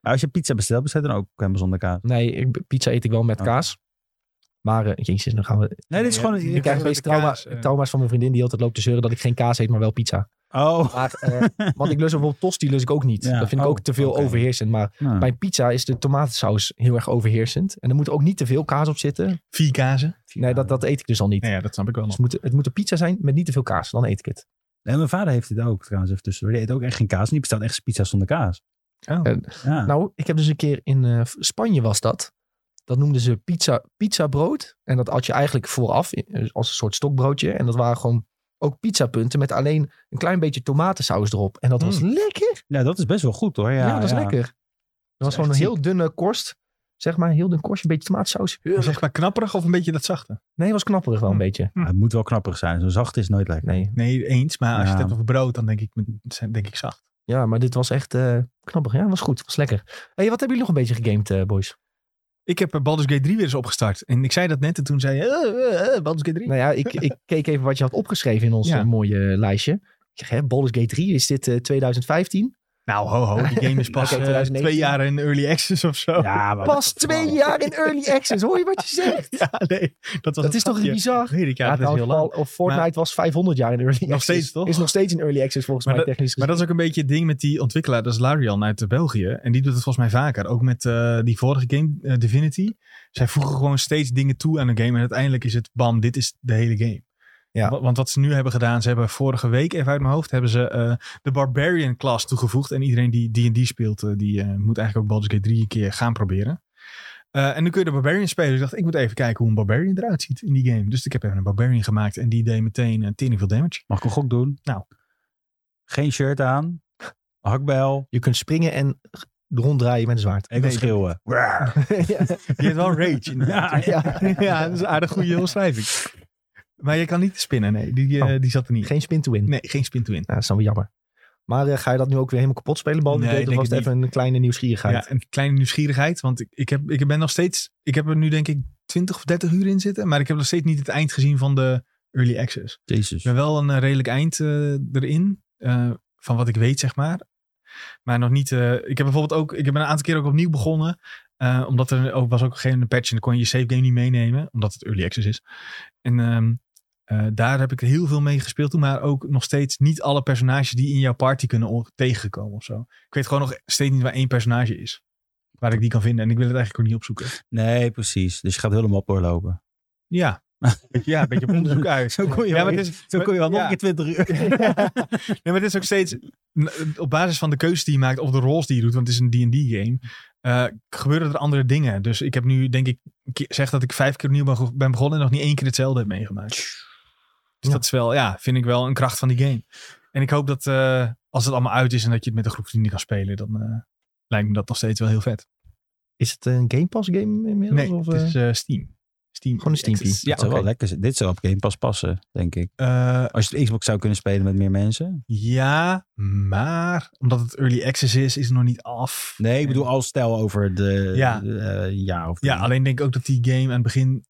Maar als je pizza bestelt, bestel je dan ook helemaal zonder kaas.
Nee, ik- pizza eet ik wel met
Oh.
kaas. Maar, eh, jezus, dan gaan we...
Nee, dit is
Ja,
gewoon...
je
Ik krijg
met
opeens
de
trauma,
kaas, eh.
trauma's van mijn vriendin die altijd loopt te zeuren dat ik geen kaas eet, maar wel pizza.
Oh.
Maar, eh, want ik lust bijvoorbeeld tosti, lust ik ook niet.
Ja.
Dat vind ik
Oh,
ook te veel
oké.
overheersend. Maar
Nou,
bij pizza is de tomatensaus heel erg overheersend. En er moet ook niet te veel kaas op zitten.
Vier kazen.
Nee, dat, dat eet ik dus al niet.
Nou ja, dat snap ik wel
Dus
nog.
het, moet, het moet een pizza zijn met niet te veel kaas. Dan eet ik het.
nee, mijn vader heeft dit ook trouwens even tussendoor. Die eet ook echt geen kaas. En die bestelt echt zijn pizza zonder kaas.
Oh.
Eh,
Ja.
Nou, ik heb dus een keer in eh, Spanje was dat. Dat noemden ze pizza, pizza brood. En dat at je eigenlijk vooraf eh, als een soort stokbroodje. En dat waren gewoon ook pizzapunten met alleen een klein beetje tomatensaus erop. En dat was
Mm.
lekker.
ja, nou, dat is best wel goed hoor.
Ja,
Ja,
dat is
ja.
lekker. Dat, was
echt
gewoon een
ziek.
heel dunne korst. Zeg maar, heel dun korstje, een beetje tomatensaus.
Zeg maar knapperig of een beetje dat zachte?
Nee, was knapperig wel een
Mm.
beetje.
Ja, het moet wel knapperig zijn. Zo zacht is nooit lekker.
Nee.
Nee, eens. Maar als je
Ja.
het hebt over brood, dan denk ik, denk ik zacht.
Ja, maar dit was echt eh knapperig. Ja, was goed. Was lekker. hey, wat hebben jullie nog een beetje gegamed, eh, boys?
Ik heb eh, Baldur's Gate 3 weer eens opgestart. En ik zei dat net en toen zei je, eh, eh, eh, Baldur's Gate 3.
Nou ja, ik, ik keek even wat je had opgeschreven in ons
Ja.
eh, mooie lijstje. Ik zeg, hè, Baldur's Gate 3, is dit eh, 2015?
Nou, ho, ho. Die game is pas
Oké,
eh,
2019.
twee jaar in early access of zo.
Ja, maar
Pas
dat is
twee
wel-
jaar in early access. Hoor je wat je zegt?
Ja, nee. Dat, was
dat is toch
grapje.
bizar?
Weet ik, ja,
Ja,
dat is
trouwens,
heel lang.
Fall- of Fortnite was 500 jaar in early access.
Nog steeds, toch?
Is nog steeds in early access volgens
Maar
mij
dat-
technisch
Maar
gezien.
dat is ook een beetje het ding met die ontwikkelaar. Dat is Larian uit eh, België. En die doet het volgens mij vaker. Ook met eh, die vorige game, eh, Divinity. Zij voegen gewoon steeds dingen toe aan een game. En uiteindelijk is het, bam, dit is de hele game.
Ja.
Wa- Want wat ze nu hebben gedaan, ze hebben vorige week, even uit mijn hoofd, hebben ze eh, de Barbarian class toegevoegd. En iedereen die D&D speelt, eh, die eh, moet eigenlijk ook Baldur's Gate 3 een keer gaan proberen. Eh, en nu kun je de Barbarian spelen. Dus ik dacht, ik moet even kijken hoe een Barbarian eruit ziet in die game. Dus ik heb even een Barbarian gemaakt en die deed meteen eh, tering veel damage.
Mag ik een gok doen?
Nou.
Geen shirt aan. Hakbel.
Je kunt springen en ronddraaien met een zwaard.
Ik wil
Nee,
schreeuwen.
ja,
Die heeft wel rage inderdaad.
Ja,
ja.
ja, dat is een aardig goede omschrijving. Maar je kan niet spinnen, nee. Die, eh,
Oh.
die zat er niet.
Geen spin to win.
nee, geen spin to win.
Nou, dat is dan weer jammer. Maar eh, ga je dat nu ook weer helemaal kapot spelen? Baldur's
Nee,
Gate? of
ik
was
denk
het
het
even een kleine nieuwsgierigheid?
Ja, een kleine nieuwsgierigheid. Want ik, ik, heb, ik ben nog steeds... Ik heb er nu denk ik 20 of 30 uur in zitten. Maar ik heb nog steeds niet het eind gezien van de early access.
Jezus.
Ik ben wel een eh, redelijk eind eh, erin. eh, van wat ik weet, zeg maar. Maar nog niet... eh, ik heb bijvoorbeeld ook... Ik ben een aantal keer ook opnieuw begonnen. eh, omdat er ook, was ook geen patch. En dan kon je je save game niet meenemen. Omdat het early access is. En ehm, eh, daar heb ik heel veel mee gespeeld toen. Maar ook nog steeds niet alle personages die in jouw party kunnen o- tegenkomen of zo. Ik weet gewoon nog steeds niet waar één personage is. Waar ik die kan vinden. En ik wil het eigenlijk ook niet opzoeken.
Nee, precies. Dus je gaat helemaal doorlopen.
Ja. ja, een beetje op onderzoek uit.
Zo kon je
ja,
wel-
maar het is,
Zo kon je wel nog
Ja.
een keer 20 uur.
nee, maar het is ook steeds n- op basis van de keuze die je maakt of de roles die je doet, want het is een D&D-game, eh, gebeuren er andere dingen. Dus ik heb nu, denk ik, een keer- zeg dat ik vijf keer opnieuw ben ge- ben begonnen en nog niet één keer hetzelfde heb meegemaakt.
Ja.
Dus dat is wel, ja, vind ik wel een kracht van die game. En ik hoop dat eh, als het allemaal uit is en dat je het met een groep vrienden kan spelen, dan eh, lijkt me dat nog steeds wel heel vet.
Is het een Game Pass game inmiddels?
Nee,
of,
het
eh?
is eh, Steam. Steam.
Gewoon een Steampie.
Access. Ja,
Dat zou wel
oké.
lekker zijn. Dit zou op Game Pass passen, denk ik.
eh,
Als je de Xbox zou kunnen spelen met meer mensen.
ja, maar omdat het early access is, is het nog niet af.
Nee, ik
En-
bedoel al stijl over de...
Ja.
de, eh, ja, of
Ja, alleen denk ik ook dat die game aan het begin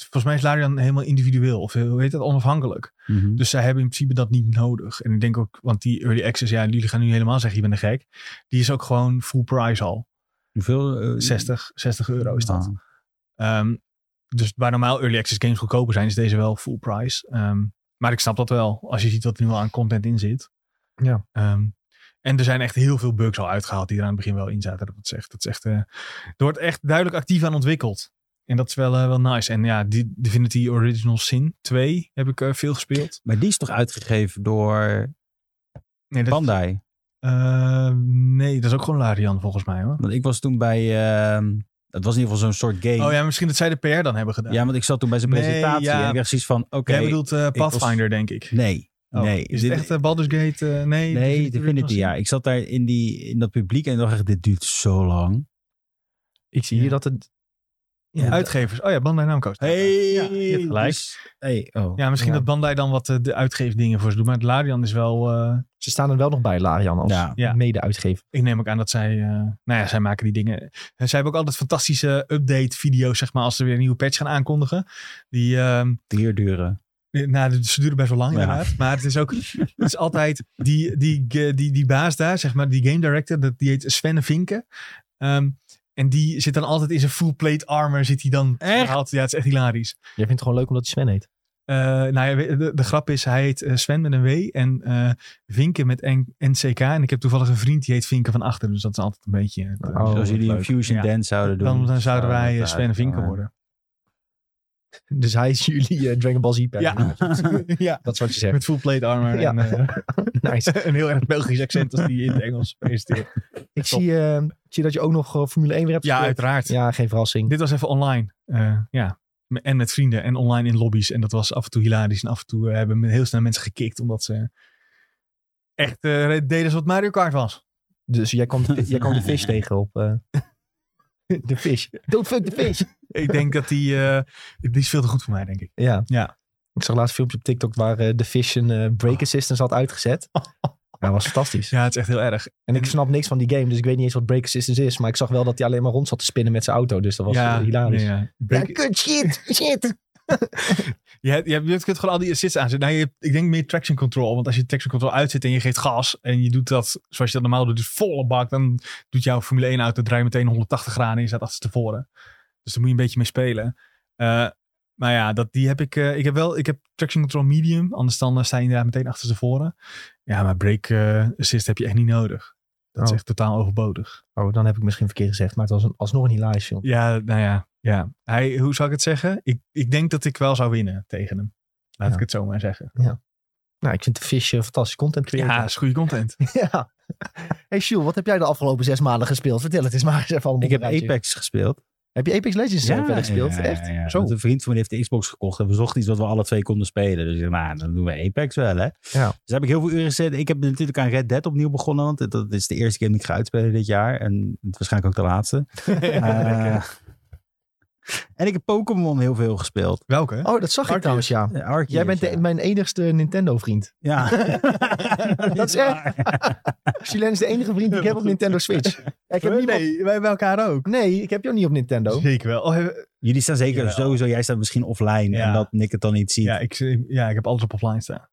Volgens mij is Larian helemaal individueel. Of eh, hoe heet dat? Onafhankelijk.
Mhm.
Dus zij hebben in principe dat niet nodig. En ik denk ook, want die early access, ja, jullie gaan nu helemaal zeggen, je bent een gek. Die is ook gewoon full price al.
Hoeveel? eh,
60, 60 euro is dat.
Ah.
Ehm, dus waar normaal early access games goedkoper zijn, is deze wel full price. Ehm, maar ik snap dat wel, als je ziet wat er nu al aan content in zit.
Ja.
Ehm, en er zijn echt heel veel bugs al uitgehaald die er aan het begin wel in zaten. Dat is echt, dat is echt, eh, er wordt echt duidelijk actief aan ontwikkeld. En dat is wel, eh, wel nice. En ja, die Divinity Original Sin 2 heb ik eh, veel gespeeld.
Maar die is toch uitgegeven door
Nee dat,
Bandai?
eh, nee, dat is ook gewoon Larian volgens mij hoor.
Want ik was toen bij... ehm, het was in ieder geval zo'n soort game.
Oh ja, misschien dat zij de PR dan hebben gedaan.
Ja, want ik zat toen bij zijn
Nee,
presentatie
ja.
en ik dacht zoiets van, oké,
Jij bedoelt eh,
was-
Pathfinder, denk ik.
nee,
Oh,
nee.
Is
Dit-
het echt eh, Baldur's Gate? eh, nee,
nee,
Original
Divinity,
Sin?
ja. Ik zat daar in, die, in dat publiek en dacht echt, dit duurt zo lang.
Ik zie
Ja.
hier dat het...
Ja, uitgevers. Oh ja, Bandai Namco. staat daar. Ja, je hebt gelijk.
dus- hey, oh.
Ja, misschien
Ja.
dat Bandai dan wat eh, de uitgeefdingen voor ze doet. Maar het Larian is wel... eh,
Ze staan er wel nog bij, Larian, als
Ja.
Ja.
mede-uitgever.
ik neem ook aan dat zij... eh, nou ja, zij maken die dingen. En zij hebben ook altijd fantastische update-video's, zeg maar, als ze weer een nieuwe patch gaan aankondigen. Die... ehm,
Drie uur duren.
nou, ze duren best wel lang
Ja.
inderdaad. Maar het is ook het is altijd die, die, eh, die, die, die baas daar, zeg maar, die game director, dat- die heet Sven Vinken. Ehm, en die zit dan altijd in zijn full plate armor, zit hij dan
Echt?
verhaald. Ja, het is echt hilarisch.
Jij vindt het gewoon leuk omdat hij Sven heet.
Eh, nou ja, we- de, de grap is, hij heet eh, Sven met een W en eh Vinken met N- NCK. En ik heb toevallig een vriend die heet Vinken van achter. Dus dat is altijd een beetje... het, eh,
Oh,
Zoals Dus jullie
leuk.
een fusion
Ja.
dance zouden doen.
dan, dan zouden wij eh,
dat
Sven Vinken
uitkomen.
worden.
Dus hij is jullie eh, Dragon Ball Z-pen.
Ja. ja,
Dat is wat je zegt.
met full plate armor
Ja.
en eh,
Nice.
een heel erg Belgisch accent als die in het Engels presenteert.
Ik
Top.
zie, eh, ik zie dat je ook nog eh, Formule 1 weer hebt
Ja,
gespeeld.
uiteraard.
Ja, geen verrassing.
Dit was even online. eh, ja. Me- En met vrienden en online in lobby's. En dat was af en toe hilarisch. En af en toe eh, hebben me heel snel mensen gekikt. Omdat ze echt eh, deden zoals wat Mario Kart was.
Dus jij kwam, jij kwam de vis tegen op... eh, de vis. Don't fuck the fish.
Ik denk dat die... eh, die is veel te goed voor mij, denk ik.
Ja.
Ja. Oh.
Ik zag laatst een filmpje op TikTok waar eh, de Fish een eh, brake assistance had uitgezet. Ja, dat was fantastisch.
Ja, het is echt heel erg.
En ik snap niks van die game, dus ik weet niet eens wat brake assistance is. Maar ik zag wel dat hij alleen maar rond zat te spinnen met zijn auto. Dus dat was
ja,
eh, hilarisch.
nee, ja.
Ja,
Break-
kut, shit, shit.
Je, hebt- je, hebt- je kunt gewoon al die assists aanzetten. Nou, je hebt- ik denk meer traction control. Want als je traction control uitzet en je geeft gas. En je doet dat zoals je dat normaal doet. Dus volle bak. Dan doet jouw Formule 1 auto draai meteen 180 graden. En je staat achterstevoren. Dus daar moet je een beetje mee spelen. Eh, maar ja, dat, die heb ik. eh, ik heb wel. Ik heb traction control medium. Anders dan eh, sta je inderdaad meteen achterstevoren. Ja, maar brake eh, assist heb je echt niet nodig. Dat is
Oh.
echt totaal overbodig.
Oh, dan heb ik misschien verkeerd gezegd, maar het was een, alsnog een hilarisch film.
Ja, nou ja. ja. Hij, hoe zou ik het zeggen? Ik, ik denk dat ik wel zou winnen tegen hem. Laat
Ja.
ik het zo maar zeggen.
Nou, ik vind de Fish eh, fantastische content creator.
Ja, is goede content.
Ja. Hey Sjoel, wat heb jij de afgelopen zes maanden gespeeld? Vertel het eens maar eens even allemaal.
Ik heb
op een rijtje.
Apex gespeeld.
Heb je Apex Legends eh, verder gespeeld? Echt?
ja, ja.
Zo.
Want Een vriend van me heeft de Xbox gekocht en we zochten iets wat we alle twee konden spelen. Dus ik dacht, nou, dan doen we Apex wel, hè. Dus daar heb ik heel veel uren gezet. Ik heb natuurlijk aan Red Dead opnieuw begonnen, want dat is de eerste game die ik ga uitspelen dit jaar. En het is waarschijnlijk ook de laatste. Eh, en ik heb Pokémon heel veel gespeeld.
Welke?
Oh, dat zag ik
Arceus.
trouwens, ja.
Eh, Arceus,
Jij bent de-
ja.
mijn enigste Nintendo-vriend.
Ja.
Dat is echt-
waar.
Chilen is de enige vriend die ik heb op Nintendo Switch. Ik heb
nee,
niemand...
wij hebben elkaar ook.
Nee, ik heb jou niet op Nintendo.
Zeker wel. Oh, hebben-
Jullie staan zeker
Jawel.
sowieso, jij staat misschien offline
Ja.
en dat Nick het dan niet ziet.
ja, ik, ja, ik heb alles op offline staan.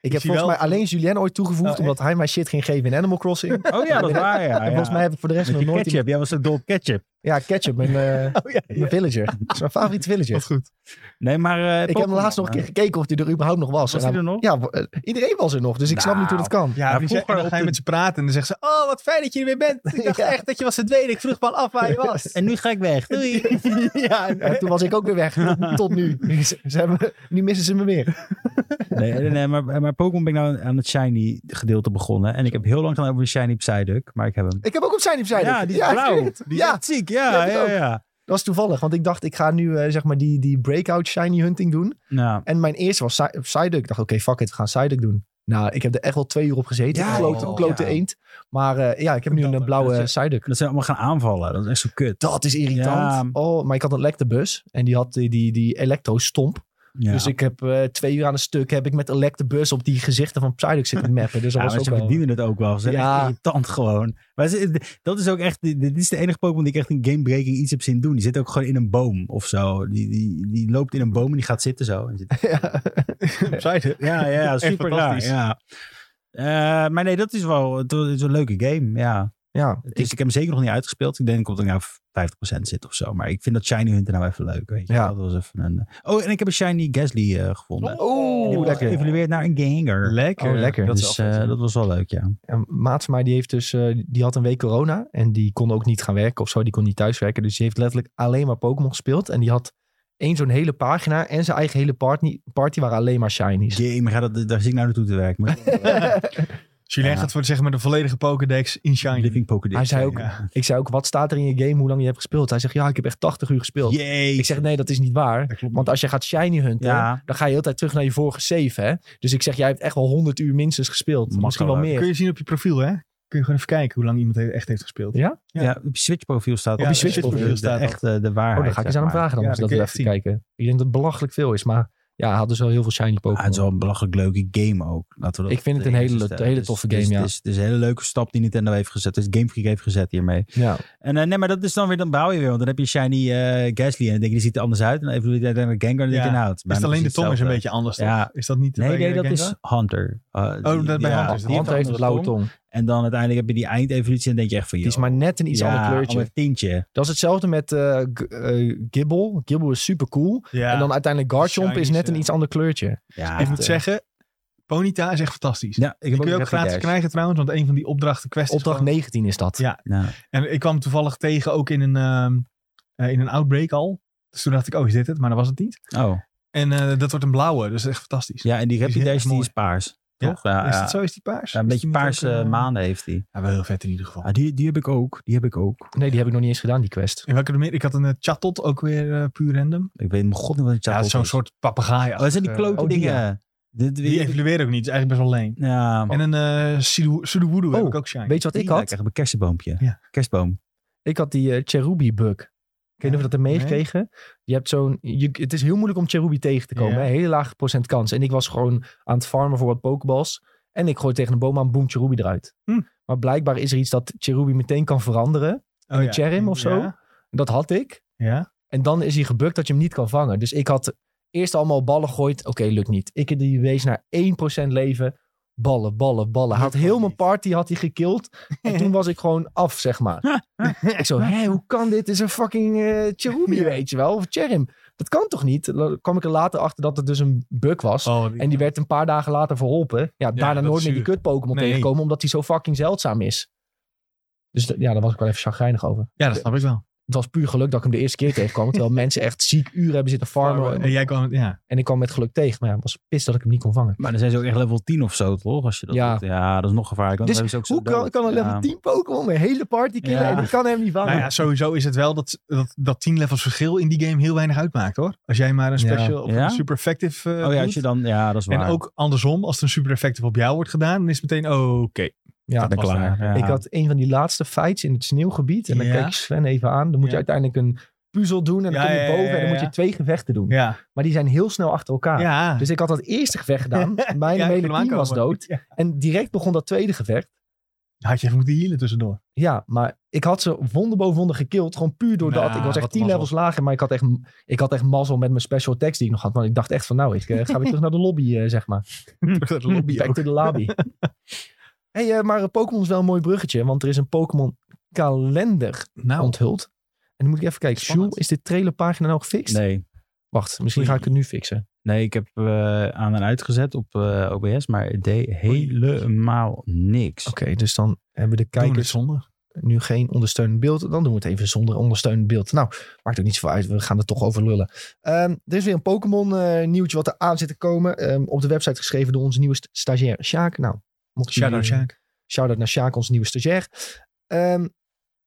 Ik heb
zie
volgens
wel-
mij alleen Julien ooit toegevoegd,
Oh,
omdat hij mij shit ging geven in Animal Crossing. en
Oh ja, dat is waar, ja. ja.
volgens mij heb ik voor de rest
Met
nog
die
nooit...
ketchup, jij was een dol op ketchup.
Ja, ketchup, mijn, eh,
Oh ja,
mijn villager. Dat is mijn favoriete villager.
Wat goed.
Nee, maar... eh,
Ik heb hem
Pokémon,
laatst nog een
eh,
keer gekeken of hij er überhaupt nog was.
Was
En
hij er nog? Nou.
Ja, w- eh, iedereen was er nog, dus ik snap niet hoe dat kan.
Ja,
Ja,
die
vroeger
zei- en dan
op
ga je
de-
met ze praten en dan zeggen ze... Oh, wat fijn dat je er weer bent. Ik dacht
Ja.
echt dat je was verdwenen. Ik vroeg me al af waar je was.
En nu ga ik weg. Doei.
Ja, en, en toen was ik ook weer weg. Tot, tot nu. Ze, ze hebben, nu missen ze me weer.
Nee, nee, nee, maar, maar Pokémon ben ik nou aan het shiny gedeelte begonnen. En ik heb heel lang gedaan over een shiny Psyduck, maar ik heb hem.
Ik heb ook op zijn zijde.
Ja, die is blauw.
shit.
Die is
ja,
echt ziek,
Ja,
ja.
die
ja,
ook.
ja.
dat was toevallig. Want ik dacht, ik ga nu eh, zeg maar die, die breakout shiny hunting doen.
Nou,
En mijn eerste was Psy- Psyduck. Ik dacht, oké, fuck it, we gaan Psyduck doen. Nou, ik heb er echt wel twee uur op gezeten.
Ja,
klote,
joh.
klote
Ja.
eend. Maar eh, ja, ik heb nu een eh, blauwe
Dat
uh,
is-
dat zijn allemaal gaan aanvallen. Dat is echt zo kut.
Dat is irritant.
Ja.
Oh, maar ik had een lekterbus. En die had die, die, die elektro-stomp.
Ja.
Dus ik heb eh, twee uur aan een stuk heb ik met Electabuzz op die gezichten van Psyduck zitten mappen. Dus dat
Ja,
was
maar
ook
ze
wel-
verdienen het ook wel. Ze zijn
Ja.
echt irritant gewoon. Maar ze- dat is ook echt... Dit dit is de enige Pokémon die ik echt in gamebreaking iets heb zien doen. Die zit ook gewoon in een boom of zo. Die, die, die loopt in een boom en die gaat zitten zo. En zit-
Ja.
Opzijde.
Ja, ja, ja, super raar.
fantastisch.
Ja. Eh, maar nee, dat is wel het is een leuke game. Ja.
ja,
Het is, ik heb hem zeker nog niet uitgespeeld. Ik denk dat ik nou 50% zit of zo. Maar ik vind dat Shiny Hunter nou even leuk. Weet je?
Ja.
wel. Dat was even een... Oh, en ik heb een Shiny Gasly eh, gevonden.
Oh,
Die wordt
lekker.
geëvalueerd naar een Ganger.
Lekker.
Oh, lekker.
Dat
Dat,
is
dus,
wel vet.
eh, dat was wel leuk, ja.
een maat van mij die, heeft dus, eh, die had een week corona en die kon ook niet gaan werken of zo. Die kon niet thuiswerken. Dus die heeft letterlijk alleen maar Pokémon gespeeld. En die had één zo'n hele pagina en zijn eigen hele party, party waren alleen maar shinies.
Game, ga dat, daar zit ik nou naartoe te werken. Moet ik-
Julien
Ja.
gaat voor het zeggen met een volledige Pokédex in Shiny.
Living Pokédex.
Hij zei ook,
Ja.
ik zei ook, wat staat er in je game, hoe lang je hebt gespeeld? Hij zegt, ja, ik heb echt 80 uur gespeeld.
Jee.
Ik zeg, nee, dat is niet waar.
Dat klopt.
Want als je gaat shiny hunten,
Ja.
dan ga je heel de tijd terug naar je vorige save, hè? Dus ik zeg, jij hebt echt wel 100 uur minstens gespeeld.
Makkelijk.
Misschien wel meer.
Kun je zien op je profiel, hè? Kun je gewoon even kijken hoe lang iemand he- echt heeft gespeeld.
Ja,
Ja. op je Switch profiel staat.
Ja,
op je Switch
profiel staat
de,
dat.
echt eh, de waarheid.
Oh, dan ga ik
zeg
eens aan hem
maar.
vragen dan,
Ja,
als
dan
dat we
kun
even
je echt
kijken. Ik denk dat het belachelijk veel is, maar ja, hij had dus wel heel veel shiny Pokémon.
Ah, het is wel een belachelijk leuke game ook. Laten we dat
Ik vind het een
erin
hele-
stellen.
hele
Dus-
toffe
dus-
game, ja.
dus- Het is een hele leuke stap die Nintendo heeft gezet. Dus Game Freak heeft gezet hiermee.
Ja.
En eh, nee, maar dat is dan weer, dan bouw je weer. Want dan heb je Shiny eh Gasly en dan denk je, die ziet er anders uit. En dan evolueert hij naar Gengar en dan denk je,
Ja.
nou, het
Is
bijna
het alleen de
precies
tong is een
hetzelfde.
beetje anders, toch?
Ja.
Is dat niet bij,
Nee, nee,
eh,
dat
Gengar? Oh,
is Hunter. Eh, die-
dat bij Hunter is het.
die
Want hij heeft een blauwe tong.
En dan uiteindelijk heb je die eindevolutie en dan denk je echt van,
Die is
joh,
maar net een iets
ja,
ander kleurtje.
ander tintje.
Dat is hetzelfde met eh G- eh, Gibble. Gibble is super cool.
Ja.
En dan uiteindelijk Garchomp
Shinies,
is net een
ja.
iets ander kleurtje.
Ja,
ik moet
eh,
zeggen, Ponyta is echt fantastisch.
Ja, ik
Die
heb
kun je ook
een
gratis
Rapidash.
krijgen trouwens, want een van die opdrachten kwesties.
Opdracht
gewoon-
19 is dat.
Ja.
Nou,
En ik kwam toevallig tegen ook in een, ehm, eh, in een outbreak al. Dus toen dacht ik, oh, is dit het? Maar dat was het niet.
Oh,
En eh, dat wordt een blauwe, dus echt fantastisch.
ja, en die
Die is echt
Rapidash die
mooi.
is paars.
Ja,
Toch? Ja,
is
ja.
dat zo? Is die paars?
Ja, een
Is
beetje
die niet
paarse
ook, eh,
maanden heeft hij.
Ja, wel heel vet in ieder geval.
die, die heb ik ook. Die heb ik ook.
Nee, die heb ik nog niet eens gedaan, die quest.
In welke er meer? Ik had een eh, chatot, ook weer eh, puur random.
Ik weet mijn god niet wat een
Ja,
chatbot
zo'n
is.
soort papegaai.
Oh, dat zijn die
eh,
klote
oh, die,
dingen.
ja.
Dit- dit-
Die evolueert ook niet, is eigenlijk best wel leen.
ja,
En een eh Sudowoodoo Sudowoodoo heb
Oh,
ik ook shiny.
Weet je wat ik had?
Ik heb een kerstboompje.
Ja.
Kerstboom.
Ik had die eh, Cherubi bug. Ik weet niet of je dat hebt
Nee.
meegekregen. Je hebt zo'n, je- het is heel moeilijk om Cherubi tegen te komen.
Ja.
hè. Hele lage procent kans. En ik was gewoon aan het farmen voor wat pokeballs. En ik gooi tegen een boom aan, boem, Cherubi eruit.
Hm.
Maar blijkbaar is er iets dat Cherubi meteen kan veranderen.
Oh,
een
ja.
Cherim of zo?
Ja.
Dat had ik.
ja.
En dan is hij gebukt dat je hem niet kan vangen. Dus ik had eerst allemaal ballen gegooid. Oké, lukt niet. Ik heb die wees naar 1% leven. Ballen, ballen, ballen. Hij had
Lukt
heel
ook
mijn
niet.
party had hij gekild. En toen was ik gewoon af, zeg maar. ik zo, hé, hoe kan dit? Het is een fucking eh Cherubi,
Ja.
weet je wel. Of Cherim. Dat kan toch niet? Dan kwam ik er later achter dat het dus een bug was.
Oh, die-
En die werd een paar dagen later verholpen. Ja, daarna
dat
nooit
is
meer die
zuur.
kut Pokémon
Nee.
tegenkomen. Omdat hij zo fucking zeldzaam is. Dus dat- ja, daar was ik wel even chagrijnig over.
ja, dat snap ik wel.
Het was puur geluk dat ik hem de eerste keer tegenkwam. Terwijl mensen echt ziek uren hebben zitten farmen.
En jij kwam, ja.
En ik kwam met geluk tegen. Maar ja, het was pis dat ik hem niet kon vangen.
Maar dan zijn ze ook echt level 10 of zo, toch? Als je dat
Ja.
doet. ja dat is nog gevaarlijk. want
Dus
dan hebben ze ook
Hoe
zo
kan,
dood.
kan een level
Ja.
10 Pokémon een hele party killen
Ja.
en ik kan hem niet vangen?
Nou ja, sowieso is het wel dat, dat, dat 10 levels verschil in die game heel weinig uitmaakt hoor. Als jij maar een
Ja.
special of
Ja?
een super effective eh,
Oh ja, als
doet.
je dan... Ja, dat is waar.
En ook andersom, als er een super effective op jou wordt gedaan, dan is het meteen oh, oké.
Ja,
Ja, dan
was
klaar.
daar.
Ja.
Ik had een van die laatste fights in het sneeuwgebied. En dan
Ja.
keek ik Sven even aan. Dan moet je
Ja.
uiteindelijk een puzzel doen. En dan
Ja,
kom je
ja,
boven
ja,
en dan moet
ja.
je twee gevechten doen.
Ja,
Maar die zijn heel snel achter elkaar.
ja.
Dus ik had dat eerste gevecht gedaan. Mijn
Ja, ik
hele
wil hem
team was
aankomen.
dood.
Ja.
En direct begon dat tweede gevecht.
Had je even moeten healen tussendoor.
Ja, maar ik had ze wonder boven wonder gekild. Gewoon puur doordat.
Nou,
ik was echt
wat
10
mazzel.
levels lager. Maar ik had, echt, ik had echt mazzel met mijn special attacks die ik nog had. Want ik dacht echt van nou, ik eh, ga weer terug naar de lobby, eh, zeg maar.
Terug naar de lobby
Back
ook.
to the lobby. hey, eh, maar eh, Pokémon is wel een mooi bruggetje. Want er is een Pokémon kalender
Nou,
onthuld. En dan moet ik even kijken. Sjoel,
Spannend.
Oh. is dit trailerpagina nou gefixt?
Nee.
Wacht, misschien ga ik het nu fixen.
Nee, ik heb eh, aan en uitgezet op eh, OBS, maar het deed helemaal niks.
Oké, dus dan hebben de
doen we het
kijkers
zonder.
nu geen ondersteunend beeld. Dan doen we het even zonder ondersteunend beeld. Nou, maakt ook niet zoveel uit. We gaan er toch over lullen. Ehm, er is weer een Pokémon eh, nieuwtje wat er aan zit te komen. Ehm, op de website geschreven door onze nieuwe st- stagiair Sjaak. Nou, mocht je
Shadow Shack.
Shout-out naar Sjaak, onze nieuwe stagiair. Ehm,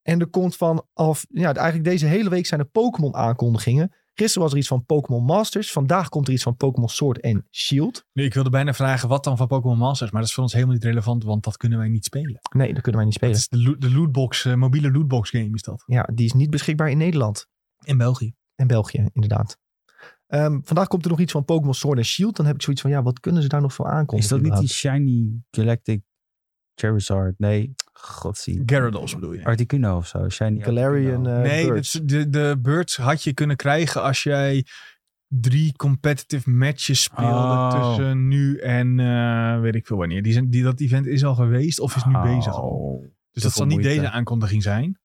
en er komt vanaf... Ja, eigenlijk deze hele week zijn er Pokémon aankondigingen. Gisteren was er iets van Pokémon Masters. Vandaag komt er iets van Pokémon Sword en Shield.
Nu, ik wilde bijna vragen wat dan van Pokémon Masters, maar dat is voor ons helemaal niet relevant, want dat kunnen wij niet spelen.
Nee, dat kunnen wij niet spelen.
Dat is de, loo- de lootbox, eh, mobiele lootbox game is dat.
Ja, die is niet beschikbaar in Nederland.
In België.
En België, inderdaad. Ehm, vandaag komt er nog iets van Pokémon Sword and Shield. Dan heb ik zoiets van, ja, wat kunnen ze daar nog voor
Is
aankondigen?
dat niet die
überhaupt?
shiny Galactic Charizard? Nee, godsie.
Gyarados bedoel je?
Articuno of zo. Shiny
Galarian
Articuno.
eh,
nee,
Bird.
dat is- de, de birds had je kunnen krijgen als jij drie competitive matches speelde
Oh.
tussen nu en eh, weet ik veel wanneer. Die zijn, die, dat event is al geweest of is nu
Oh.
bezig. Dus dat zal niet
moeite.
deze aankondiging zijn.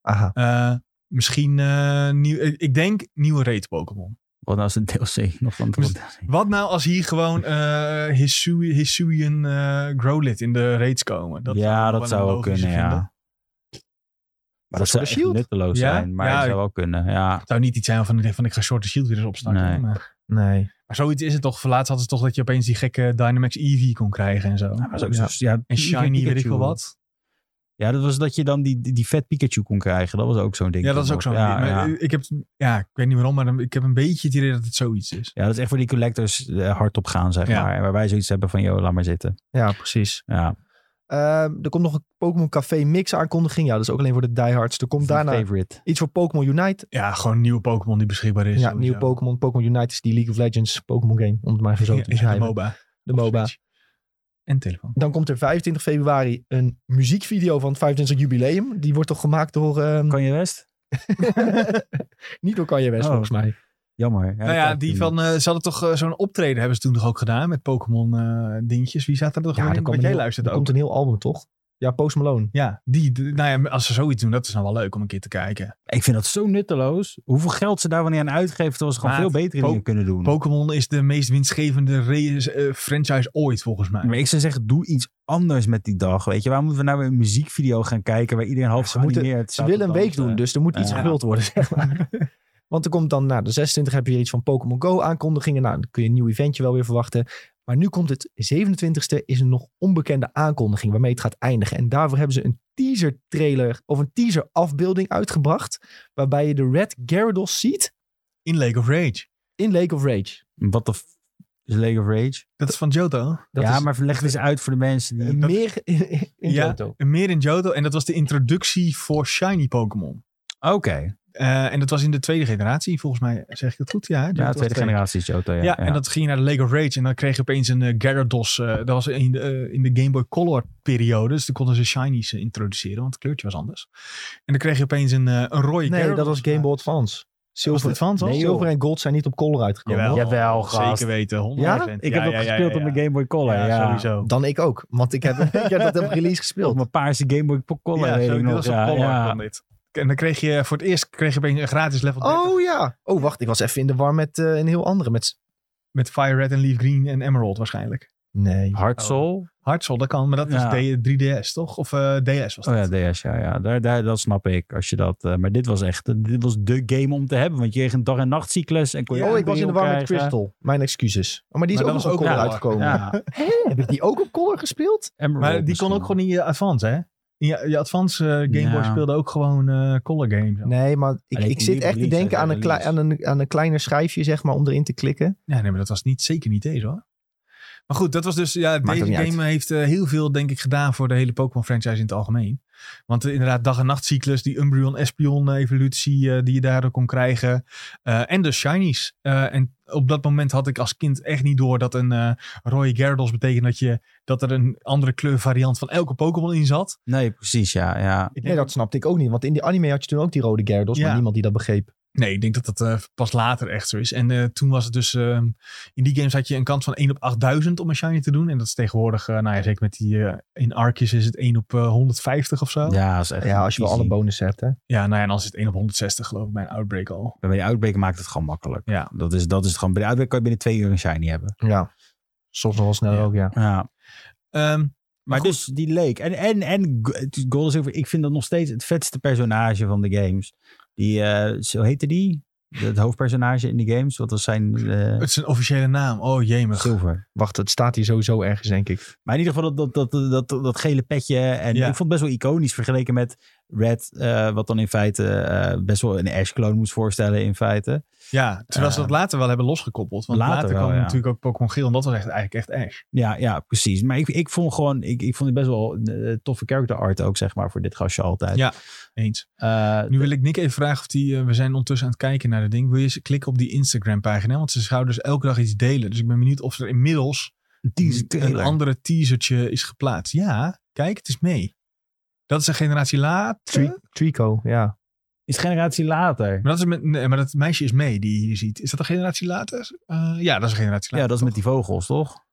Aha.
Eh, misschien eh, nieuw, ik ik denk nieuwe raid Pokémon.
Wat nou als een DLC? Nog van
Dus- Wat nou als hier gewoon eh Hisui, Hisuian eh, Growlithe in de raids komen? Dat
ja, dat
wel
zou
een
wel kunnen,
logische
ja.
vinden.
Maar
dat
dat is voor
zou
de
echt
Shield.
nutteloos
Ja?
zijn, maar
Ja,
het
ik-
zou wel kunnen. Ja,
Het zou niet iets zijn van ik denk van ik ga Short de Shield weer eens opstarten.
Nee.
Maar-
Nee.
Maar zoiets is het toch. Voor laatst hadden ze toch dat je opeens die gekke Dynamax Eevee kon krijgen en zo.
Maar zo-
Ja.
zo- ja,
en Shiny, weet ik
Pikachu.
wel wat.
Ja, dat was dat je dan die, die, die vet Pikachu kon krijgen. Dat was ook zo'n ding.
Ja, dat is
toch
ook zo'n
nog?
ding.
ja,
Maar
ja.
Ik, heb, ja, ik weet niet waarom, maar dan- ik heb een beetje het idee dat het zoiets is.
Ja, dat is echt voor die collectors eh, hardop gaan, zeg
Ja.
maar. Waar wij zoiets hebben van, joh, laat maar zitten.
Ja, precies.
Ja,
Ehm, er komt nog een Pokémon Café Mix aankondiging. Ja, dat is ook alleen voor de diehards. Er komt daarna
favorite.
iets voor Pokémon Unite.
Ja, gewoon nieuwe Pokémon die beschikbaar is.
ja,
sowieso.
nieuw Pokémon. Pokémon Unite is die League of Legends Pokémon game. Om het maar even zo
Ja,
te
ja, de
beschrijven.
MOBA.
de MOBA.
En telefoon.
Dan komt er 25 februari een muziekvideo van het 25 jubileum. Die wordt toch gemaakt door... ehm,
Kan je West?
niet door Kanye West,
Oh.
volgens mij.
Jammer.
nou
dat
ja,
kan
die
niet.
van, eh, ze hadden toch eh, zo'n optreden hebben ze toen toch ook gedaan met Pokémon eh, dingetjes. Wie zaten er toch
Ja,
in?
er
Want
komt,
jij
een heel,
luistert
er
ook.
komt een heel album, toch? Ja, Post Malone.
Ja, die, de- nou ja, als ze zoiets doen, dat is nou wel leuk om een keer te kijken.
Ik vind dat zo nutteloos. Hoeveel geld ze daar wanneer aan uitgeven, terwijl ze gewoon
Maat,
veel betere
Po-
dingen kunnen doen.
Pokémon is de meest winstgevende race, eh, franchise ooit, volgens mij.
Maar ik zou zeggen, doe iets anders met die dag, weet je. Waarom moeten we nou weer een muziekvideo gaan kijken waar iedereen half
ze moeten-
geanimeerd
Ze
staat
willen
te
een week
dansen?
doen, dus er moet iets
Ja.
gevuld worden, zeg maar. Want er komt dan, nou, de 26 heb je weer iets van Pokémon Go aankondigingen. Nou, dan kun je een nieuw eventje wel weer verwachten. Maar nu komt het 27e, is een nog onbekende aankondiging waarmee het gaat eindigen. En daarvoor hebben ze een teaser trailer of een teaser afbeelding uitgebracht. Waarbij je de Red Gyarados ziet
In Lake of Rage.
in Lake of Rage.
Wat de f- is League of Rage?
Dat is van Johto.
Dat
ja,
is
maar leg het eens uit voor de mensen die...
dat-
meer in, in
Ja.
Johto.
En Meer in Johto. En dat was de introductie voor Shiny Pokémon.
Oké,
Eh, en dat was in de tweede generatie, volgens mij zeg ik dat goed. Ja, hè?
ja,
Dat was
tweede generatie is Johto, ja.
Ja, en dat ging je naar de Lake of Rage. En dan kreeg je opeens een eh, Gyarados. eh, dat was in de, eh, in de Game Boy Color periode. Dus toen konden ze Shinies eh, introduceren, want het kleurtje was anders. En dan kreeg je opeens een, eh, een rode
Nee,
Gyarados.
dat was Game Boy Advance.
Was het
Silver,
Advance al?
nee,
Zo.
Silver en Gold zijn niet op Color uitgekomen.
Jawel,
hoor.
Jawel, gast.
Zeker weten, 100%.
Ik heb ook gespeeld op mijn Game Boy Color, ja.
Ja, sowieso.
Dan ik ook, want ik heb, ik heb dat op release
Op
gespeeld.
mijn paarse Game Boy Color,
ja,
weet
zo,
ik
dit
nog.
was
ja,
op Color
ja.
kwam dit. En dan kreeg je voor het eerst kreeg je opeens een gratis level 30
Oh ja. Oh, wacht. Ik was even in de war met eh, een heel andere. Met...
met Fire Red en Leaf Green en Emerald waarschijnlijk.
Nee.
Ah,
Hard Soul?
Hartzell, dat kan. Maar dat
Ja.
was D- 3DS, toch? Of eh, DS was
Oh
dat?
ja, DS, ja. ja. Daar, daar, dat snap ik. Als je dat, eh, maar dit was echt, dit was de game om te hebben. Want je kreeg een dag- en nachtcyclus. En kon je
Ja,
oh, ik was in de war met
krijgen.
Crystal. Mijn excuses. Oh, maar die is
Maar
ook
dat
nog op
was
Color
ook
wel-
uitgekomen.
Ja.
Hè? Heb ik die ook op Color gespeeld?
Emerald
maar die
misschien.
kon ook gewoon in je Advance, hè? In je, je Advance eh, Game Boy
Ja.
speelde ook gewoon eh, color games.
Nee, maar ik,
Alleen
ik zit
niet
echt te
release,
denken
hè,
aan een, klei-
release.
aan, een, aan een kleiner schijfje, zeg maar, om erin te klikken.
Ja, nee, maar dat was niet, zeker niet deze, hoor. Maar goed, dat was dus... Ja,
Maakt ook
deze
niet
game heeft eh, heel veel, denk ik, gedaan voor de hele Pokémon-franchise in het algemeen. Want eh, inderdaad, dag- en nachtcyclus, die Umbreon-Espion-evolutie eh, die je daardoor kon krijgen. eh, en de Shinies. Eh, en op dat moment had ik als kind echt niet door dat een eh, rode Gyarados betekent dat, je, dat er een andere kleurvariant van elke Pokémon in zat.
Nee, precies, ja. ja.
Ik denk
Nee, dat snapte ik ook niet. Want in die anime had je toen ook die rode Gyarados, maar
Ja.
niemand die dat begreep.
Nee, ik denk dat dat eh, pas later echt zo is. En eh, toen was het dus... ehm, in die games had je een kans van 1 op 8000 om een shiny te doen. En dat is tegenwoordig... eh, nou ja, zeker met die... eh, in Arceus is het 1 op eh, 150 of zo. Ja.
Ja, dat is echt
Ja, als je wel
easy.
alle bonus hebt, hè.
nou ja, en dan is het 1 op 160 geloof ik bij een Outbreak al.
Bij die Outbreak maakt het gewoon makkelijk.
Ja.
Dat is, dat is het gewoon. Bij de Outbreak kan je binnen twee uur een shiny hebben.
Ja. Soms nog wel sneller
Ja.
ook, ja.
Ja.
Ehm,
Maar dus die leek. En, en, en Go- Golden Silver, ik vind dat nog steeds het vetste personage van de games. Die, eh, zo heette die? Het hoofdpersonage in de games. Wat was zijn eh,
het is een officiële naam. Oh, jemig.
Silver?
Wacht, het staat hier sowieso ergens, denk ik.
Maar in ieder geval dat, dat, dat, dat, dat, dat gele petje. En
Ja.
ik vond het best wel iconisch vergeleken met Red. eh, wat dan in feite eh, best wel een Ash-clone moest voorstellen in feite.
Ja, terwijl ze dat later wel hebben losgekoppeld. Want
later
later,
wel,
kwam
ja.
natuurlijk ook Pokémon Geel. En dat was echt, eigenlijk echt Ash.
Ja, ja, precies. Maar ik, ik vond gewoon, ik, ik vond het best wel eh, toffe character art ook, zeg maar, voor dit gastje altijd.
Ja. Eens.
Eh,
Nu wil ik Nick even vragen of die... eh, we zijn ondertussen aan het kijken naar dat ding. Wil je eens klikken op die Instagram pagina? Want ze zouden dus elke dag iets delen. Dus ik ben benieuwd of er inmiddels
teaser
een
trailer.
andere teasertje is geplaatst. Ja, kijk, het is mee. Dat is een generatie later.
Tri- Trico, ja.
Is generatie later.
Maar dat, is met, nee, maar dat meisje is mee die je hier ziet. Is dat een generatie later? Eh, ja, dat is een
Ja,
generatie later.
dat is met die vogels, toch?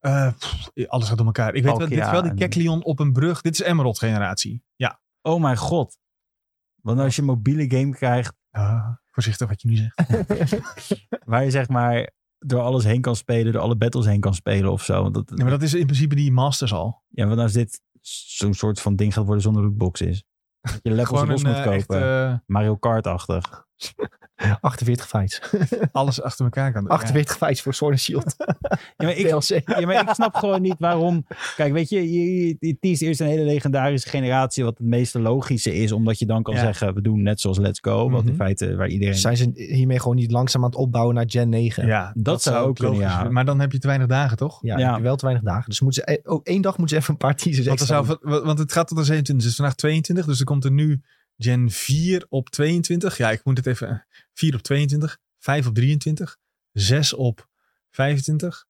Eh, pff, alles gaat door elkaar. Ik weet wel, dit is wel die
Palkia en-
Keklion op een brug. Dit is Emerald generatie. Ja.
Oh mijn god. Want als je een mobiele game krijgt,
Ah, voorzichtig wat je nu zegt.
waar je zeg maar door alles heen kan spelen, door alle battles heen kan spelen of zo. Want dat,
Nee, maar dat is in principe die Masters al.
Ja, want als dit zo'n soort van ding gaat worden zonder lootbox is. Dat je levels
Gewoon
los
een,
moet
eh,
kopen.
echt, eh,
Mario Kart-achtig.
48 fights.
eh, alles achter elkaar kan doen.
48 fights voor Sword and Shield.
Ja, maar ik,
DLC.
ja, maar ik snap gewoon niet waarom. Kijk, weet je, je, je, je teest eerst een hele legendarische generatie, wat het meeste logische is, omdat je dan kan
Ja.
zeggen, we doen net zoals Let's Go, wat in
Mhm.
feite waar iedereen...
Zijn ze hiermee gewoon niet langzaam aan het opbouwen naar Gen 9?
Ja, ja,
dat zou ook kunnen,
logisch
ja.
zijn. Maar dan heb je te weinig dagen, toch?
Ja,
Ja.
heb je wel te weinig dagen. Dus moeten ze, ook één dag moeten ze even een paar teasers
Want, er
Dus extra
zou, wa- want het gaat tot de 27. Het is vandaag 22, dus er komt er nu Gen 4 op 22. Ja, ik moet het even... 4 op 22, 5 op 23, 6 op 25,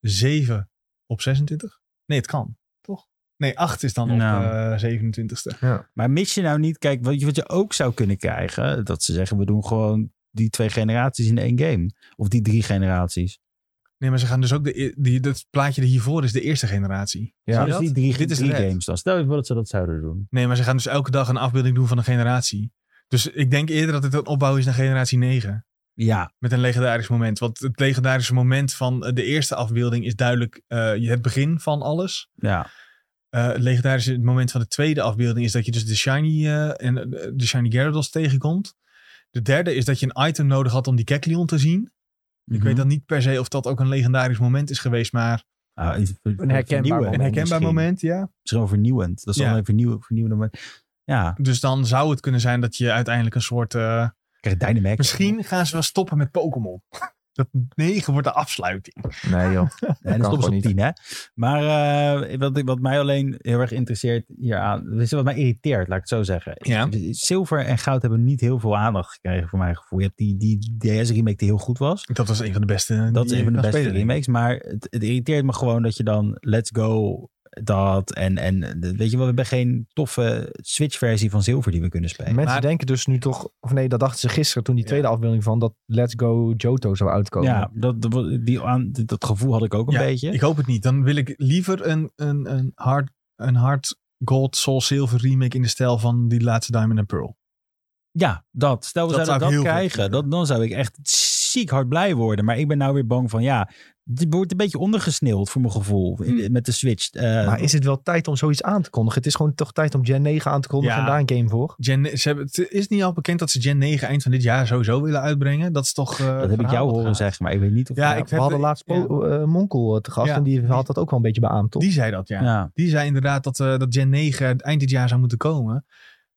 7 op 26. Nee, het kan, toch? Nee, 8 is dan
Nou.
op eh 27ste.
Maar mis je nou niet, kijk, wat je, wat je ook zou kunnen krijgen, dat ze zeggen, we doen gewoon die twee generaties in één game. Of die drie generaties.
Nee, maar ze gaan dus ook... De, e- die, dat plaatje er hiervoor is de eerste generatie.
Ja,
Ja,
Zie je
dus
dat?
die drie,
Dit is
drie
red.
games dan. Stel je voor dat ze dat zouden doen.
Nee, maar ze gaan dus elke dag een afbeelding doen van een generatie. Dus ik denk eerder dat het een opbouw is naar generatie 9.
Ja,
Met een legendarisch moment. Want het legendarische moment van eh, de eerste afbeelding is duidelijk eh, je het begin van alles.
ja.
Eh, het legendarische moment van de tweede afbeelding is dat je dus de Shiny, eh, en, eh, de shiny Gyarados tegenkomt. De derde is dat je een item nodig had om die Keklion te zien. Ik weet dan niet per se of dat ook een legendarisch moment is geweest, maar
Ah, een
herkenbaar moment.
een herkenbaar moment, ja.
Misschien vernieuwend. Dat is
Ja.
dan een vernieuw, vernieuwende moment. Ja,
Dus dan zou het kunnen zijn dat je uiteindelijk een soort... eh,
ik krijg Dynamax.
misschien gaan ze wel stoppen met Pokémon. Dat 9 wordt de afsluiting.
Nee joh.
En
Kan
dan stoppen ze op
gewoon
tien, hè. Maar eh, wat, ik- wat mij alleen heel erg interesseert hieraan... Weet je, wat mij irriteert, laat ik het zo zeggen.
Ja.
Zilver en goud hebben niet heel veel aandacht gekregen, voor mijn gevoel. Je hebt die, die DS-remake die heel goed was.
Dat was een van de beste.
Dat
eh, die
is een
je
van de
kan
beste
spelen.
remakes. Maar het, het irriteert me gewoon dat je dan Let's Go dat en, en weet je wel, we hebben geen toffe Switch versie van zilver die we kunnen spelen.
Mensen
Maar-
denken dus nu toch, of nee, dat dachten ze gisteren toen die
Ja.
tweede afbeelding van dat Let's Go Johto zou uitkomen.
ja, dat, dat- die, aan, dat gevoel had ik ook een
Ja,
beetje.
Ik hoop het niet. Dan wil ik liever een, een, een, hard, een hard gold soul silver remake in de stijl van die laatste Diamond and Pearl.
ja, dat. Stel we
Dat zou
zouden
ik
dat
heel goed
krijgen,
vinden.
dat, dan zou ik echt ziek hard blij worden. Maar ik ben nou weer bang van ja, dit wordt een beetje ondergesneeuwd voor mijn
Hm.
gevoel in- met de Switch. Eh,
Maar is het wel tijd om zoiets aan te kondigen? Het is gewoon toch tijd om Gen 9 aan te kondigen
Ja.
en daar een game voor.
Gen, ze hebben, het is niet al bekend dat ze Gen 9 eind van dit jaar sowieso willen uitbrengen. Dat is toch. eh,
dat heb ik
verhaal
jou
wat
horen
gaat.
zeggen, maar ik weet niet of...
Ja,
Ja,
ik
we
heb-
hadden laatst
ja.
Po- eh, Monkel eh, te gast
Ja.
en die had dat ook wel een beetje beaamd, toch?
Die zei dat, ja.
ja.
Die zei inderdaad dat, eh, dat Gen 9 eind dit jaar zou moeten komen.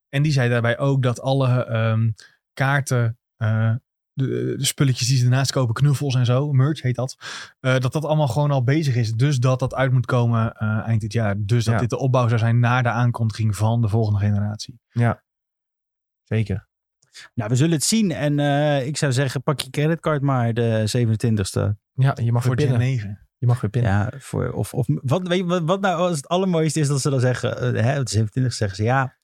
En die zei daarbij ook dat alle ehm, kaarten, eh, de, de spulletjes die ze daarnaast kopen, knuffels en zo, merch heet dat, eh, dat dat allemaal gewoon al bezig is. Dus dat dat uit moet komen eh, eind dit jaar. Dus dat
Ja.
dit de opbouw zou zijn na de aankondiging van de volgende generatie.
Zeker.
Nou, we zullen het zien. En eh, ik zou zeggen, pak je creditcard maar de 27e.
Ja, je mag weer
Voor Gen
pinnen.
9.
Je mag weer pinnen.
Ja, voor, of, of wat, weet je, wat, wat nou als het allermooiste is dat ze dan zeggen, eh, hè, op de 27e zeggen ze ja.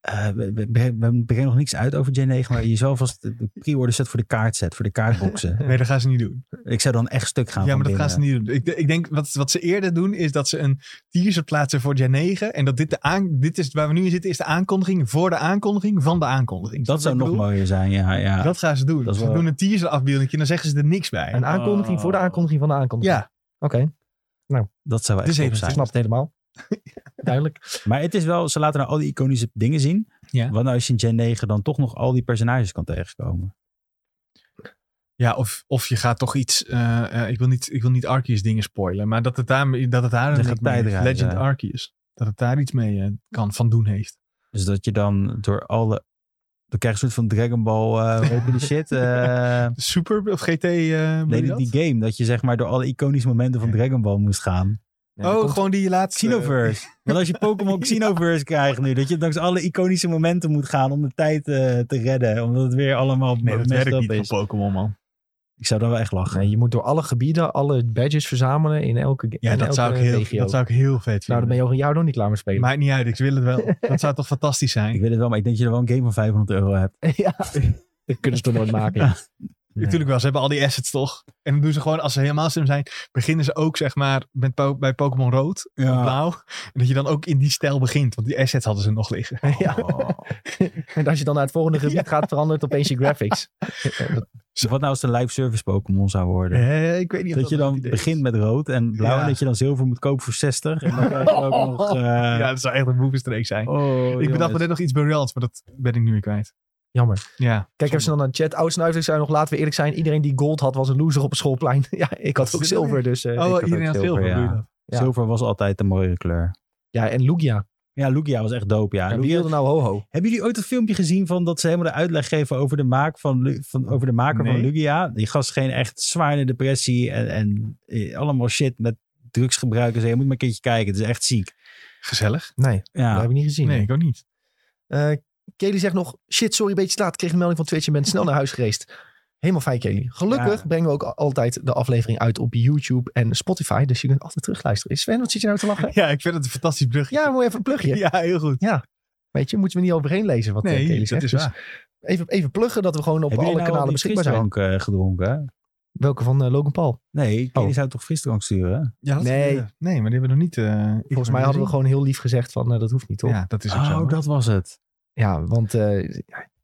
eh, we, we, we- we brengen nog niks uit over Gen 9, maar je zou vast de pre-order set voor de kaart set, voor de kaartboxen.
Nee, dat gaan ze niet doen.
ik zou dan echt stuk gaan.
ja, maar
van
dat gaan ze
binnen.
niet doen. Ik, ik denk wat, wat ze eerder doen is dat ze een teaser plaatsen voor Gen 9. En dat dit de aan, dit is waar we nu in zitten, is de aankondiging voor de aankondiging van de aankondiging.
Dat zou
Ik
nog
bedoel,
mooier zijn, ja. ja.
Dat gaan ze doen.
Dat is
ze
wel-
doen een teaser afbeelding en dan zeggen ze er niks bij.
Een aankondiging voor de aankondiging van de aankondiging.
Oh. ja,
Oké,
dat zou wel echt top
Het is even
ik
zijn.
snap het helemaal. Duidelijk.
Maar het is wel, ze laten nou al die iconische dingen zien.
Ja.
Want nou als je in Gen 9 dan toch nog al die personages kan tegenkomen.
ja of, of je gaat toch iets. eh, eh, ik wil niet, ik wil niet Arceus dingen spoilen, maar dat het daar, dat het daar
Dat gaat
een link mee heeft.
bijdragen,
Legend
ja.
Arceus. Dat het daar iets mee eh, kan van doen heeft.
Dus dat je dan door alle Dan krijg je een soort van Dragon Ball, eh hoe heet die shit. eh,
Super of GT? eh
nee,
nee,
die, die game. Dat je zeg maar door alle iconische momenten van Dragon Ball moest gaan.
oh, gewoon die laatste.
Xenoverse. Want als je Pokémon Xenoverse krijgt nu, dat je dankzij alle iconische momenten moet gaan om de tijd eh, te redden. Omdat het weer allemaal
Nee, dat
messed
werkt
up
niet
is.
van Pokémon, man.
Ik zou dan wel echt lachen.
Nee, je moet door alle gebieden alle badges verzamelen in elke ge-
Ja,
in
dat
elke
zou, ik heel,
regio.
dat zou ik heel vet
Nou,
vinden.
dan ben je over een jaar nog niet klaar mee spelen.
Maakt niet uit, ik wil het wel. Dat zou toch fantastisch zijn?
Ik weet het wel, maar ik denk dat je er wel een game van 500 euro hebt.
ja, dat kunnen ze toch nooit maken.
Ja.
Nee.
Natuurlijk wel, ze hebben al die assets toch? En dan doen ze gewoon, als ze helemaal slim zijn, beginnen ze ook zeg maar met po- bij Pokémon rood en
Ja.
blauw. En dat je dan ook in die stijl begint, want die assets hadden ze nog liggen.
Ja.
Oh.
En als je dan naar het volgende gebied gaat, verandert opeens je graphics.
Wat nou als het een live service Pokémon zou worden?
Eh, ik weet niet of
Dat je
een
dan
goed idee is.
begint met rood en blauw
Ja.
en dat je dan zilver moet kopen voor 60. En dan krijg je ook nog... eh,
Ja, dat zou echt een moviestreek zijn.
oh,
ik bedacht
jongens.
me net nog iets briljants, maar dat ben ik nu weer kwijt.
Jammer.
Ja.
Kijk even snel naar de chat. Oudsnuiver zei nog, laten we eerlijk zijn. Iedereen die gold had, was een loser op het schoolplein. ja, ik had ook zilver, dus... eh,
Oh,
had
iedereen
ook
had
zilver,
zilver.
ja.
bedoel je dat?
Ja.
Zilver was altijd de mooiere kleur.
ja, en Lugia.
Ja, Lugia was echt dope, ja.
Ja, wie
Lugia-
wilde nou ho-ho?
Hebben jullie ooit dat filmpje gezien van dat ze helemaal de uitleg geven over de, maak van, Lu- van, over de maker van
Nee.
Lugia? Die gast geen echt zwaar in de depressie en, en eh, allemaal shit met drugsgebruik. en zo. je moet maar een keertje kijken, het is echt ziek.
Gezellig?
Nee, dat
Ja,
heb ik niet gezien.
Nee, ik ook niet.
Eh, Kelly zegt nog, shit, sorry, een beetje te laat. Ik kreeg een melding van Twitch en ben snel naar huis gereest. Helemaal fijn, Kelly. Gelukkig
Ja.
brengen we ook al- altijd de aflevering uit op YouTube en Spotify. Dus je kunt altijd terugluisteren. Sven, wat zit je nou te lachen?
Ja, ik vind het een fantastisch brugje.
Ja, moet je even een plugje.
Ja, heel goed.
Weet je, moeten we niet overheen lezen wat eh,
Nee,
Kelly
dat
zegt.
is
Dus
waar.
even, even pluggen dat we gewoon op
Hebben
alle
jullie nou al
kanalen
die
beschikbaar zijn.
frisdrank, eh, gedronken?
Welke van eh, Logan Paul?
Nee,
Oh.
jullie zou toch frisdrank sturen?
Ja, dat is-
Nee.
nee, maar die hebben we nog niet. eh, ik heb
Volgens mij
hem
hadden we
gezien.
gewoon heel lief gezegd van, eh, dat hoeft niet, toch? Oh, Ja,
Ja, Oh, dat is ook zo.
dat was het.
want eh,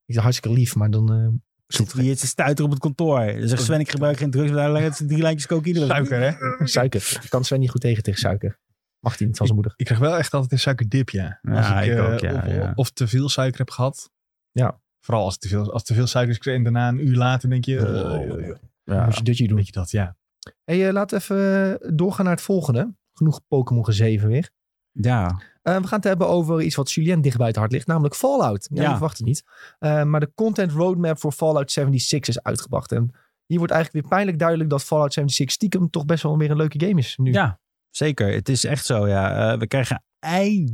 ja, hartstikke lief, maar dan... eh,
Zit hier te stuiter op het kantoor. Dan zegt Sven, ik gebruik geen drugs, maar het drie lijntjes cocaïne.
Suiker, hè?
suiker. Kan Sven niet goed tegen, tegen suiker. Mag hij niet van zijn moeder.
Ik krijg wel echt altijd een suikerdip, ja.
Ja,
als ik,
ik
eh,
ook, ja,
of,
ja.
of te veel suiker heb gehad.
Ja.
Vooral als te veel, als te veel suiker is en daarna een uur later denk je...
Oh,
oh, oh, oh.
Moet je dutje doen.
Weet je dat, ja.
Hey, eh, laten we even eh, doorgaan naar het volgende. Genoeg Pokémon gezeven weer.
Ja,
Eh, we gaan het hebben over iets wat Julien dicht bij het hart ligt, namelijk Fallout. Ja,
Ja.
je verwacht het niet. Eh, maar de content roadmap voor Fallout 76 is uitgebracht. En hier wordt eigenlijk weer pijnlijk duidelijk dat Fallout 76 stiekem toch best wel weer een leuke game is nu.
Ja, zeker. Het is echt zo, ja. Eh, we krijgen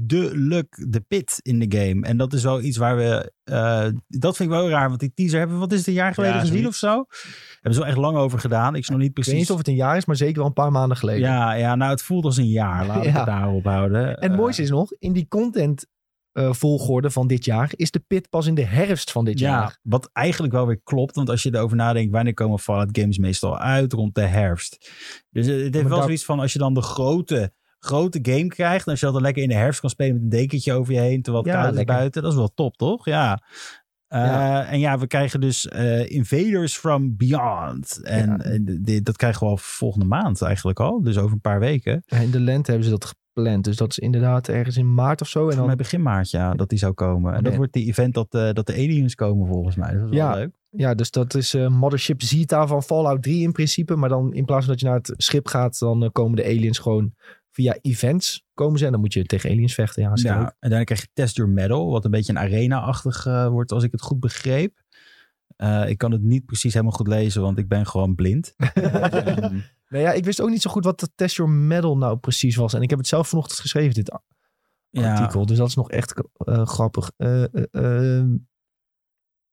eindelijk de pit in de game. En dat is wel iets waar we... eh, dat vind ik wel raar, want die teaser hebben we... Wat is het, een jaar geleden gezien of
zoiets.
zo? Hebben ze wel echt lang over gedaan. Ik snap niet
Ik weet
precies...
niet of het een jaar is, maar zeker wel een paar maanden geleden.
ja, ja, nou, het voelt als een jaar. Laten we
Ja.
het daarop houden. Eh,
En het mooiste is nog, in die content eh, volgorde van dit jaar is de pit pas in de herfst van dit
ja,
jaar.
wat eigenlijk wel weer klopt. Want als je erover nadenkt, wanneer komen Fallout games meestal uit? Rond de herfst. Dus eh, het heeft
Maar
wel
daar-
zoiets van, als je dan de grote, grote game krijgt... en als je dat dan lekker in de herfst kan spelen met een dekentje over je heen... terwijl het
Ja,
koud is
lekker.
buiten, dat is wel top, toch? Ja. Eh,
Ja.
En ja, we krijgen dus eh, Invaders from Beyond. En
Ja.
eh, dit- dat krijgen we al volgende maand eigenlijk al. Dus over een paar weken.
En Eh, in de lente hebben ze dat gepland. Dus dat is inderdaad ergens in maart of zo. En
Volgens
dan
mij begin maart, ja, dat die zou komen. En dat
Nee.
wordt die event dat, eh, dat de aliens komen volgens mij. Dus dat is
Ja.
wel leuk.
Ja, dus dat is eh, Mothership Zeta van Fallout 3 in principe. Maar dan in plaats van dat je naar het schip gaat, dan eh, komen de aliens gewoon via events komen ze. En dan moet je tegen aliens vechten. Ja, dat is
Ja,
leuk.
en daarna krijg je Test Your Metal, wat een beetje een arena-achtig eh, wordt, als ik het goed begreep. Eh, ik kan het niet precies helemaal goed lezen, want ik ben gewoon blind. Ehm,
Nou ja, ik wist ook niet zo goed wat dat Test Your Medal nou precies was. En ik heb het zelf vanochtend geschreven, dit a-
ja.
artikel. Dus dat is nog echt eh, grappig. Eh, eh, eh,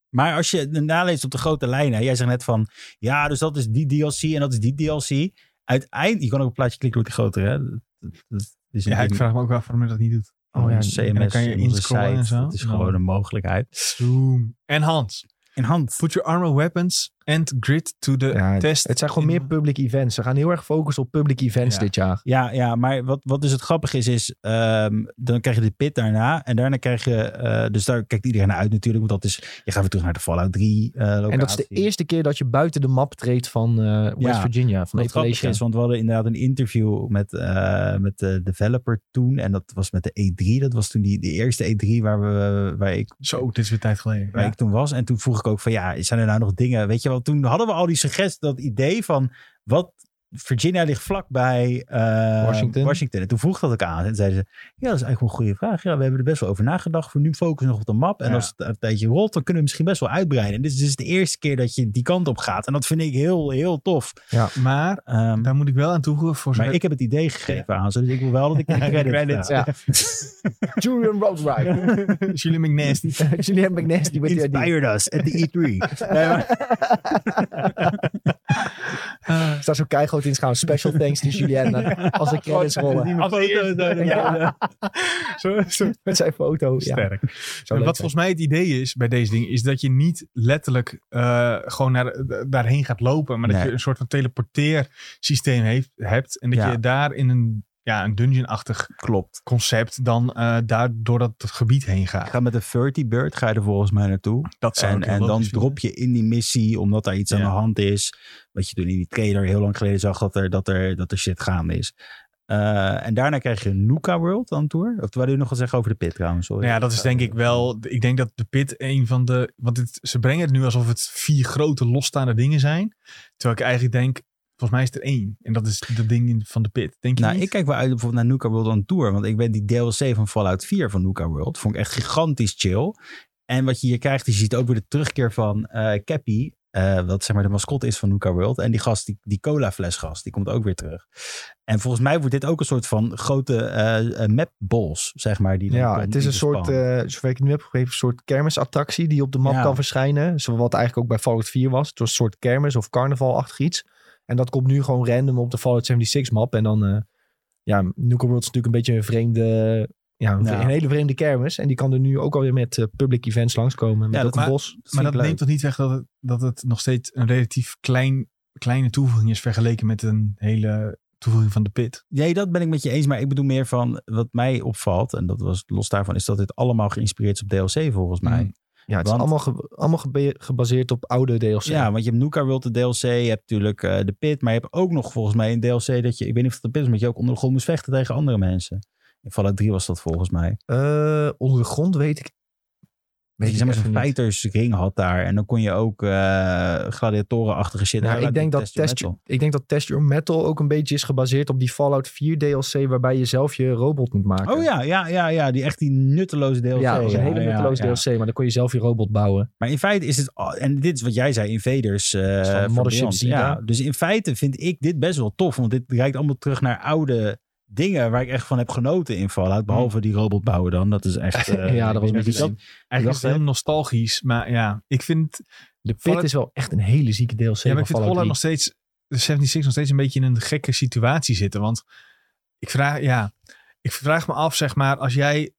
Maar als je het naleest op de grote lijnen, jij zegt net van, ja, dus dat is die DLC en dat is die DLC. Uiteindelijk, je kan ook een plaatje klikken door de grotere, hè? Dat, dat is
Ja, ik
natuurlijk
vraag me ook wel af waarom je dat niet doet.
oh ja,
CMS,
en dan kan je
onze
inscrollen en
site,
zo. Oh.
Dat is
Ja.
gewoon een mogelijkheid.
Zoom. En Hans.
In hand.
Put your armor, weapons and grid to the
ja,
test.
het zijn gewoon
in-
meer public events. Ze gaan heel erg focussen op public events
Ja.
dit jaar.
Ja, ja maar wat, wat dus het grappige is, is ehm, dan krijg je de pit daarna. En daarna krijg je, eh, dus daar kijkt iedereen naar uit natuurlijk. Want dat is, je gaat weer terug naar de Fallout 3 eh locatie.
En dat is de eerste keer dat je buiten de map treedt van eh, West
Ja,
Virginia, van
Wat grappig
Appalachia.
is, want we hadden inderdaad een interview met, eh, met de developer toen. En dat was met de E3. Dat was toen die, de eerste E3 waar, we, waar ik
Zo, dit is weer tijd geleden.
waar ik toen was. En toen vroeg ik ook van ja, zijn er nou nog dingen? Weet je wel, toen hadden we al die suggestie, dat idee van wat Virginia ligt vlakbij eh
Washington.
Washington. En toen vroeg dat ik aan. En zeiden ze, ja, dat is eigenlijk wel een goede vraag. Ja, we hebben er best wel over nagedacht. Voor nu focussen we nog op de map. En
Ja.
als het een tijdje rolt, dan kunnen we misschien best wel uitbreiden. En dit is dus de eerste keer dat je die kant op gaat. En dat vind ik heel, heel tof.
Maar
Ehm,
daar moet ik wel aan toevoegen voor
maar
zover-
ik heb het idee gegeven aan ze. Dus ik wil wel dat ik de credit,
Credits,
krijg.
Julian Roadride.
Jullie McNasty.
Julian McNasty met die idee.
Inspired us at the E E3. Nee, maar-
Eh,
Staat zo keigoot in schaam. Special thanks to Julian eh, als de credits rollen.
Ja.
zo, zo
Met zijn foto. Ja,
sterk.
zo
En
leuk zijn.
wat volgens mij het idee is bij deze dingen, is dat je niet letterlijk eh, gewoon naar, daarheen gaat lopen. Maar dat
Nee.
je een soort van teleporteersysteem heeft, hebt. En dat
Ja.
je daar in een, ja, een dungeon-achtig
Klopt.
concept dan eh daar door dat gebied heen
Ik
gaat. Eh,
ga met een 30 bird ga je er volgens mij naartoe.
Dat zou
En,
ik heel
en dan
logisch vinden.
drop je in die missie, omdat daar iets aan
Ja.
de hand is. Wat je toen in die trailer heel lang geleden zag, dat er, dat er, dat er shit gaande is. Eh, en daarna krijg je Nuka World aan tour. Of wat wil je nog wat zeggen over de pit trouwens? Sorry.
Nou ja, dat is denk ik wel. Ik denk dat de pit een van de. Want dit, ze brengen het nu alsof het vier grote losstaande dingen zijn. Terwijl ik eigenlijk denk. Volgens mij is er één. En dat is dat ding van de pit. Denk je
Nou,
niet?
ik kijk wel uit bijvoorbeeld naar Nuka World on Tour. Want ik weet die DLC van Fallout 4 van Nuka World. Vond ik echt gigantisch chill. En wat je hier krijgt, is je ziet ook weer de terugkeer van eh Cappy. eh, wat zeg maar de mascotte is van Nuka World. En die gast, die, die cola gast, die komt ook weer terug. En volgens mij wordt dit ook een soort van grote eh map balls, zeg maar. Die dan
Ja,
komt
het
in
is
de
een soort,
span.
eh, zover ik het nu heb gegeven, een soort kermisattractie die op de map
Ja.
kan verschijnen. Zoals wat eigenlijk ook bij Fallout 4 was. Het was een soort kermis of carnavalachtig iets. En dat komt nu gewoon random op de Fallout 76 map. En dan, eh, ja, Nuka World is natuurlijk een beetje een vreemde, ja, een
Ja.
vre- een hele vreemde kermis. En die kan er nu ook alweer met eh, public events langskomen. Met
Ja,
ja,
dat
ook een
maar-
bos.
maar
vind
dat
ik leuk.
neemt toch niet weg dat het, dat het nog steeds een relatief klein, kleine toevoeging is vergeleken met een hele toevoeging van de pit.
Nee, dat ben ik met je eens. Maar ik bedoel meer van wat mij opvalt. En dat was los daarvan, is dat dit allemaal geïnspireerd is op DLC volgens mij.
Mm.
Ja, het
want-
is allemaal, ge- allemaal gebe- gebaseerd op oude DLC.
Ja, want je hebt Nuka World, de DLC. Je hebt natuurlijk eh, de Pit. Maar je hebt ook nog volgens mij een DLC dat je... Ik weet niet of het de Pit is, maar dat je ook onder de grond moest vechten tegen andere mensen. In Fallout 3 was dat volgens mij.
Eh, onder de grond weet ik.
Dat je zeg maar
even niet.
zo'n fightersring had daar. En dan kon je ook eh, gladiatorenachtige shit
Nou,
halen
ik, denk
uit die
dat
Your
test,
Metal.
ik denk dat Test Your Metal ook een beetje is gebaseerd op die Fallout 4 DLC, waarbij je zelf je robot moet maken.
Oh ja, ja, ja, ja. Die echt die nutteloze DLC.
ja, Eh, dat is een hele
ja,
nutteloze
ja.
DLC, maar dan kon je zelf je robot bouwen.
Maar in feite is het... al- En dit is wat jij zei, Invaders. eh
van
van
Mothership
Beyond.
Zeta.
Ja, dus in feite vind ik dit best wel tof. Want dit reikt allemaal terug naar oude dingen waar ik echt van heb genoten in Fallout. Behalve die robot bouwen dan. Dat is echt... eh,
Hmm. ja, dat was een beetje
dat-
lame.
Eigenlijk is
Dacht,
het heel nostalgisch, maar ja, ik vind,
De Pit
Fallout-
is wel echt een hele zieke DLC
ja, maar
van
ik vind
Fallout
Fallout
3.
nog steeds, de 76 nog steeds een beetje in een gekke situatie zitten. Want ik vraag, ja, ik vraag me af, zeg maar, als jij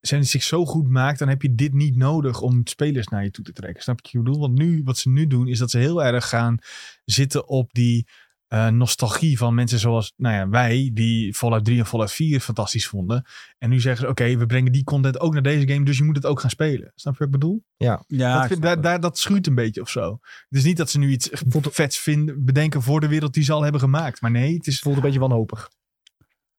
76 zo goed maakt, dan heb je dit niet nodig om spelers naar je toe te trekken. Snap je wat ik bedoel? Want nu, wat ze nu doen, is dat ze heel erg gaan zitten op die eh, nostalgie van mensen zoals nou ja, wij, die Fallout 3 en Fallout 4 fantastisch vonden. En nu zeggen ze, oké, we brengen die content ook naar deze game, dus je moet het ook gaan spelen. Snap je wat ik bedoel?
Ja,
dat,
ik
vind,
snap
daar,
het.
daar, dat schuurt een beetje of zo. Het is niet dat ze nu iets vets vinden, bedenken voor de wereld die ze al hebben gemaakt. Maar nee, het
Het
is...
voelt een beetje wanhopig.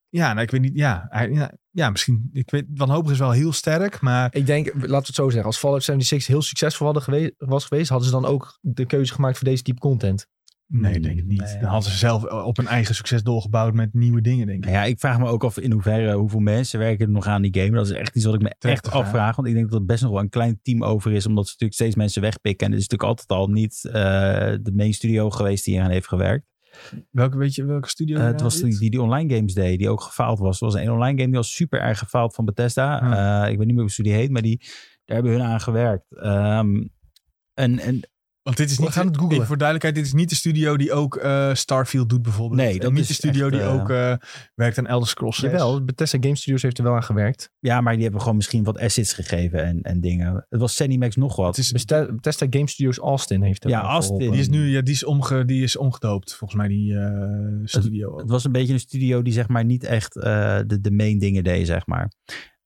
Ja, nou, ik weet niet. Ja, hij- ja, ja misschien... Ik weet, wanhopig is wel heel sterk, maar...
Ik denk, laten we het zo zeggen, als Fallout 76 heel succesvol hadden gewe- was geweest, hadden ze dan ook de keuze gemaakt voor deze type content.
Nee, ik denk het niet.
Hmm, Nee.
Dan hadden ze zelf op hun eigen succes doorgebouwd met nieuwe dingen, denk ik.
Nou Ja, ik vraag me ook af in hoeverre hoeveel mensen werken er nog aan die game. Dat is echt iets wat ik me
Terechte
echt
vraag.
afvraag. Want ik denk dat er best nog wel een klein team over is. Omdat ze natuurlijk steeds mensen wegpikken. En het is natuurlijk altijd al niet eh, de main studio geweest die hieraan heeft gewerkt.
Welke, weet je, welke studio?
Eh, het
daar nou
was
zit?
die, die die online games deed, die ook gefaald was. Er was een online game die was super erg gefaald van Bethesda.
Hmm.
Eh, ik weet niet meer hoe ze die heet, maar die, daar hebben hun aan gewerkt. Ehm, en, en
Want dit is
We
niet...
gaan het googlen.
Even voor duidelijkheid, dit is niet de studio die ook eh, Starfield doet bijvoorbeeld.
Nee,
En
dat
niet
is
de studio
echt,
die
eh,
ook eh, werkt aan Elder Scrolls 6.
Jawel, Bethesda Game Studios heeft er wel aan gewerkt.
ja, maar die hebben gewoon misschien wat assets gegeven en, en dingen. Het was Max nog wat.
Het is,
Beste- Bethesda Game Studios Austin heeft er
Ja,
wel
Austin.
geholpen.
die is nu ja, die is omge, die is omgedoopt, volgens mij, die eh, studio. ook.
Het was een beetje een studio die zeg maar niet echt eh, de, de main dingen deed, zeg maar.